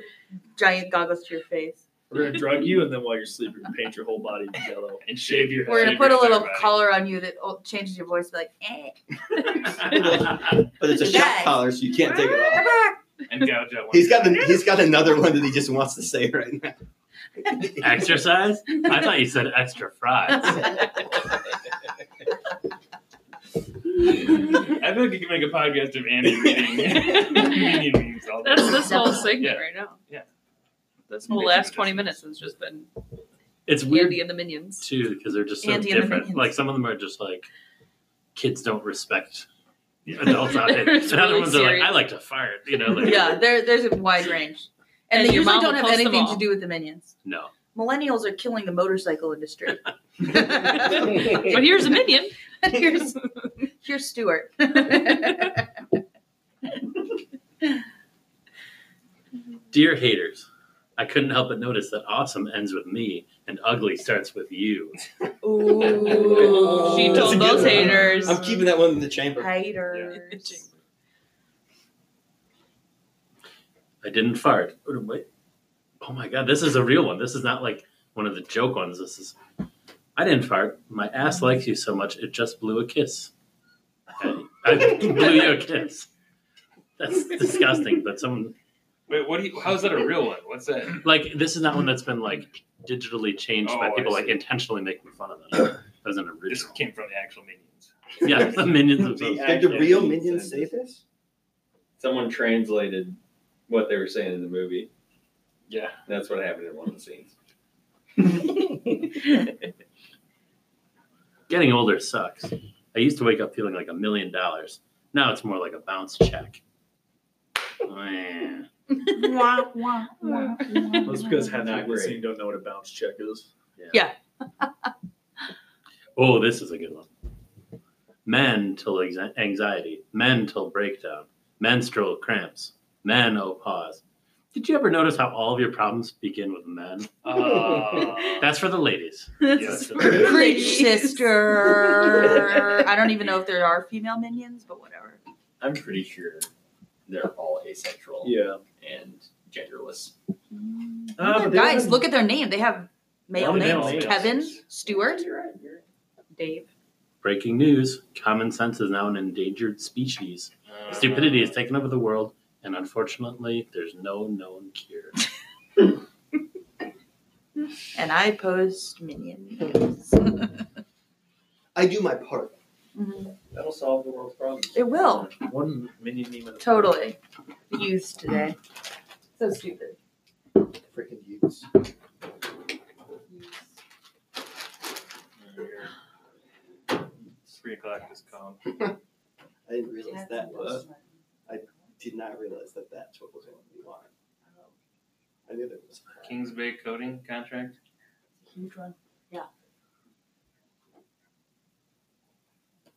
[SPEAKER 1] giant goggles to your face.
[SPEAKER 3] We're gonna drug you, and then while you're sleeping, paint your whole body yellow.
[SPEAKER 22] And shave your
[SPEAKER 1] We're gonna
[SPEAKER 22] shave
[SPEAKER 1] put a
[SPEAKER 22] your
[SPEAKER 1] little
[SPEAKER 22] entire body.
[SPEAKER 1] collar on you that o- changes your voice, be like, eh.
[SPEAKER 4] But it's a shot
[SPEAKER 1] Yes.
[SPEAKER 4] collar, so you can't take it off.
[SPEAKER 1] ah,
[SPEAKER 22] And gouge out one.
[SPEAKER 4] He's got an, he's got another one that he just wants to say right now.
[SPEAKER 8] Exercise? I
[SPEAKER 1] ah."
[SPEAKER 8] thought you said extra fries.
[SPEAKER 22] I feel like you can make a podcast of Andy reading Minion memes all day.
[SPEAKER 9] that's this whole segment
[SPEAKER 22] Yeah.
[SPEAKER 9] right now.
[SPEAKER 22] Yeah.
[SPEAKER 9] This whole
[SPEAKER 22] Maybe
[SPEAKER 9] last
[SPEAKER 22] just-
[SPEAKER 9] twenty minutes has just been
[SPEAKER 8] It's weird
[SPEAKER 9] Andy and the Minions.
[SPEAKER 8] too because they're just so
[SPEAKER 1] Andy and the
[SPEAKER 8] different.
[SPEAKER 1] Minions.
[SPEAKER 8] Like some of them are just like kids don't respect adults out here.
[SPEAKER 9] It's
[SPEAKER 8] And other
[SPEAKER 9] really
[SPEAKER 8] ones are
[SPEAKER 9] serious.
[SPEAKER 8] like, I like to fart. You know, like
[SPEAKER 1] yeah, there, there's a wide range, and,
[SPEAKER 9] And
[SPEAKER 1] they
[SPEAKER 9] your
[SPEAKER 1] usually
[SPEAKER 9] mom
[SPEAKER 1] don't
[SPEAKER 9] will
[SPEAKER 1] have
[SPEAKER 9] post them
[SPEAKER 1] anything
[SPEAKER 9] all.
[SPEAKER 1] to do with the minions.
[SPEAKER 8] no.
[SPEAKER 1] Millennials are killing the motorcycle industry.
[SPEAKER 9] But here's a minion.
[SPEAKER 1] here's here's Stuart. Dear
[SPEAKER 8] Dear haters, I couldn't help but notice that awesome ends with me and ugly starts with you.
[SPEAKER 9] She
[SPEAKER 4] That's a
[SPEAKER 9] told
[SPEAKER 4] good
[SPEAKER 9] those
[SPEAKER 4] one.
[SPEAKER 9] haters.
[SPEAKER 4] I'm keeping that one in the chamber.
[SPEAKER 1] haters.
[SPEAKER 8] I didn't fart. Oh, Wait. Oh my god, this is a real one. This is not like one of the joke ones. This is I didn't fart. My ass likes you so much it just blew a kiss. I, I blew you a kiss. That's disgusting, but someone
[SPEAKER 22] Wait, what do you? How's that a real one? What's that?
[SPEAKER 8] like this is not one that's been like digitally changed by
[SPEAKER 22] Oh, I
[SPEAKER 8] people like
[SPEAKER 22] see.
[SPEAKER 8] intentionally making fun of them. That was an
[SPEAKER 22] This
[SPEAKER 8] original.
[SPEAKER 22] came from the actual minions.
[SPEAKER 8] Yeah, the minions
[SPEAKER 5] The
[SPEAKER 8] themselves.
[SPEAKER 4] Did the
[SPEAKER 5] actual
[SPEAKER 4] real minions
[SPEAKER 5] minions said
[SPEAKER 4] say this?
[SPEAKER 5] Someone translated what they were saying in the movie.
[SPEAKER 22] Yeah.
[SPEAKER 5] That's what happened in one of the scenes.
[SPEAKER 8] Getting older sucks. I used to wake up feeling like a million dollars. Now it's more like a bounce check. Man.
[SPEAKER 3] That's because half
[SPEAKER 5] Not
[SPEAKER 3] of the
[SPEAKER 5] great.
[SPEAKER 3] scene don't know what a bounce check is.
[SPEAKER 8] Oh, this is a good one. Men till exa- anxiety, men till breakdown, menstrual cramps, men oh pause. Did you ever notice how all of your problems begin with men?
[SPEAKER 4] Ah.
[SPEAKER 22] Uh,
[SPEAKER 8] That's for the ladies.
[SPEAKER 22] Yes.
[SPEAKER 1] Preach, sister. I don't even know if there are female minions, but whatever.
[SPEAKER 5] I'm pretty sure they're all asexual
[SPEAKER 3] Yeah.
[SPEAKER 5] and genderless.
[SPEAKER 8] Oh,
[SPEAKER 1] Guys, look at their name. They have male
[SPEAKER 8] Well, they
[SPEAKER 1] names.
[SPEAKER 8] have male
[SPEAKER 1] Kevin,
[SPEAKER 22] names.
[SPEAKER 1] Stuart,
[SPEAKER 5] You're right. You're right.
[SPEAKER 1] Dave.
[SPEAKER 8] Breaking news common sense is now an endangered species. Stupidity has taken over the world, and unfortunately, there's no known cure.
[SPEAKER 1] And I post minion videos.
[SPEAKER 4] I do my part.
[SPEAKER 5] That'll solve the world's problems.
[SPEAKER 1] it will.
[SPEAKER 3] One minion meme. at a
[SPEAKER 1] Totally. The youths today. So stupid.
[SPEAKER 4] Freaking use.
[SPEAKER 5] Uh,
[SPEAKER 22] Three o'clock is calm.
[SPEAKER 4] I didn't realize that was. I did not realize that that's what was going to be on. Um, I knew there was.
[SPEAKER 22] Kings Bay coding contract.
[SPEAKER 1] Huge one.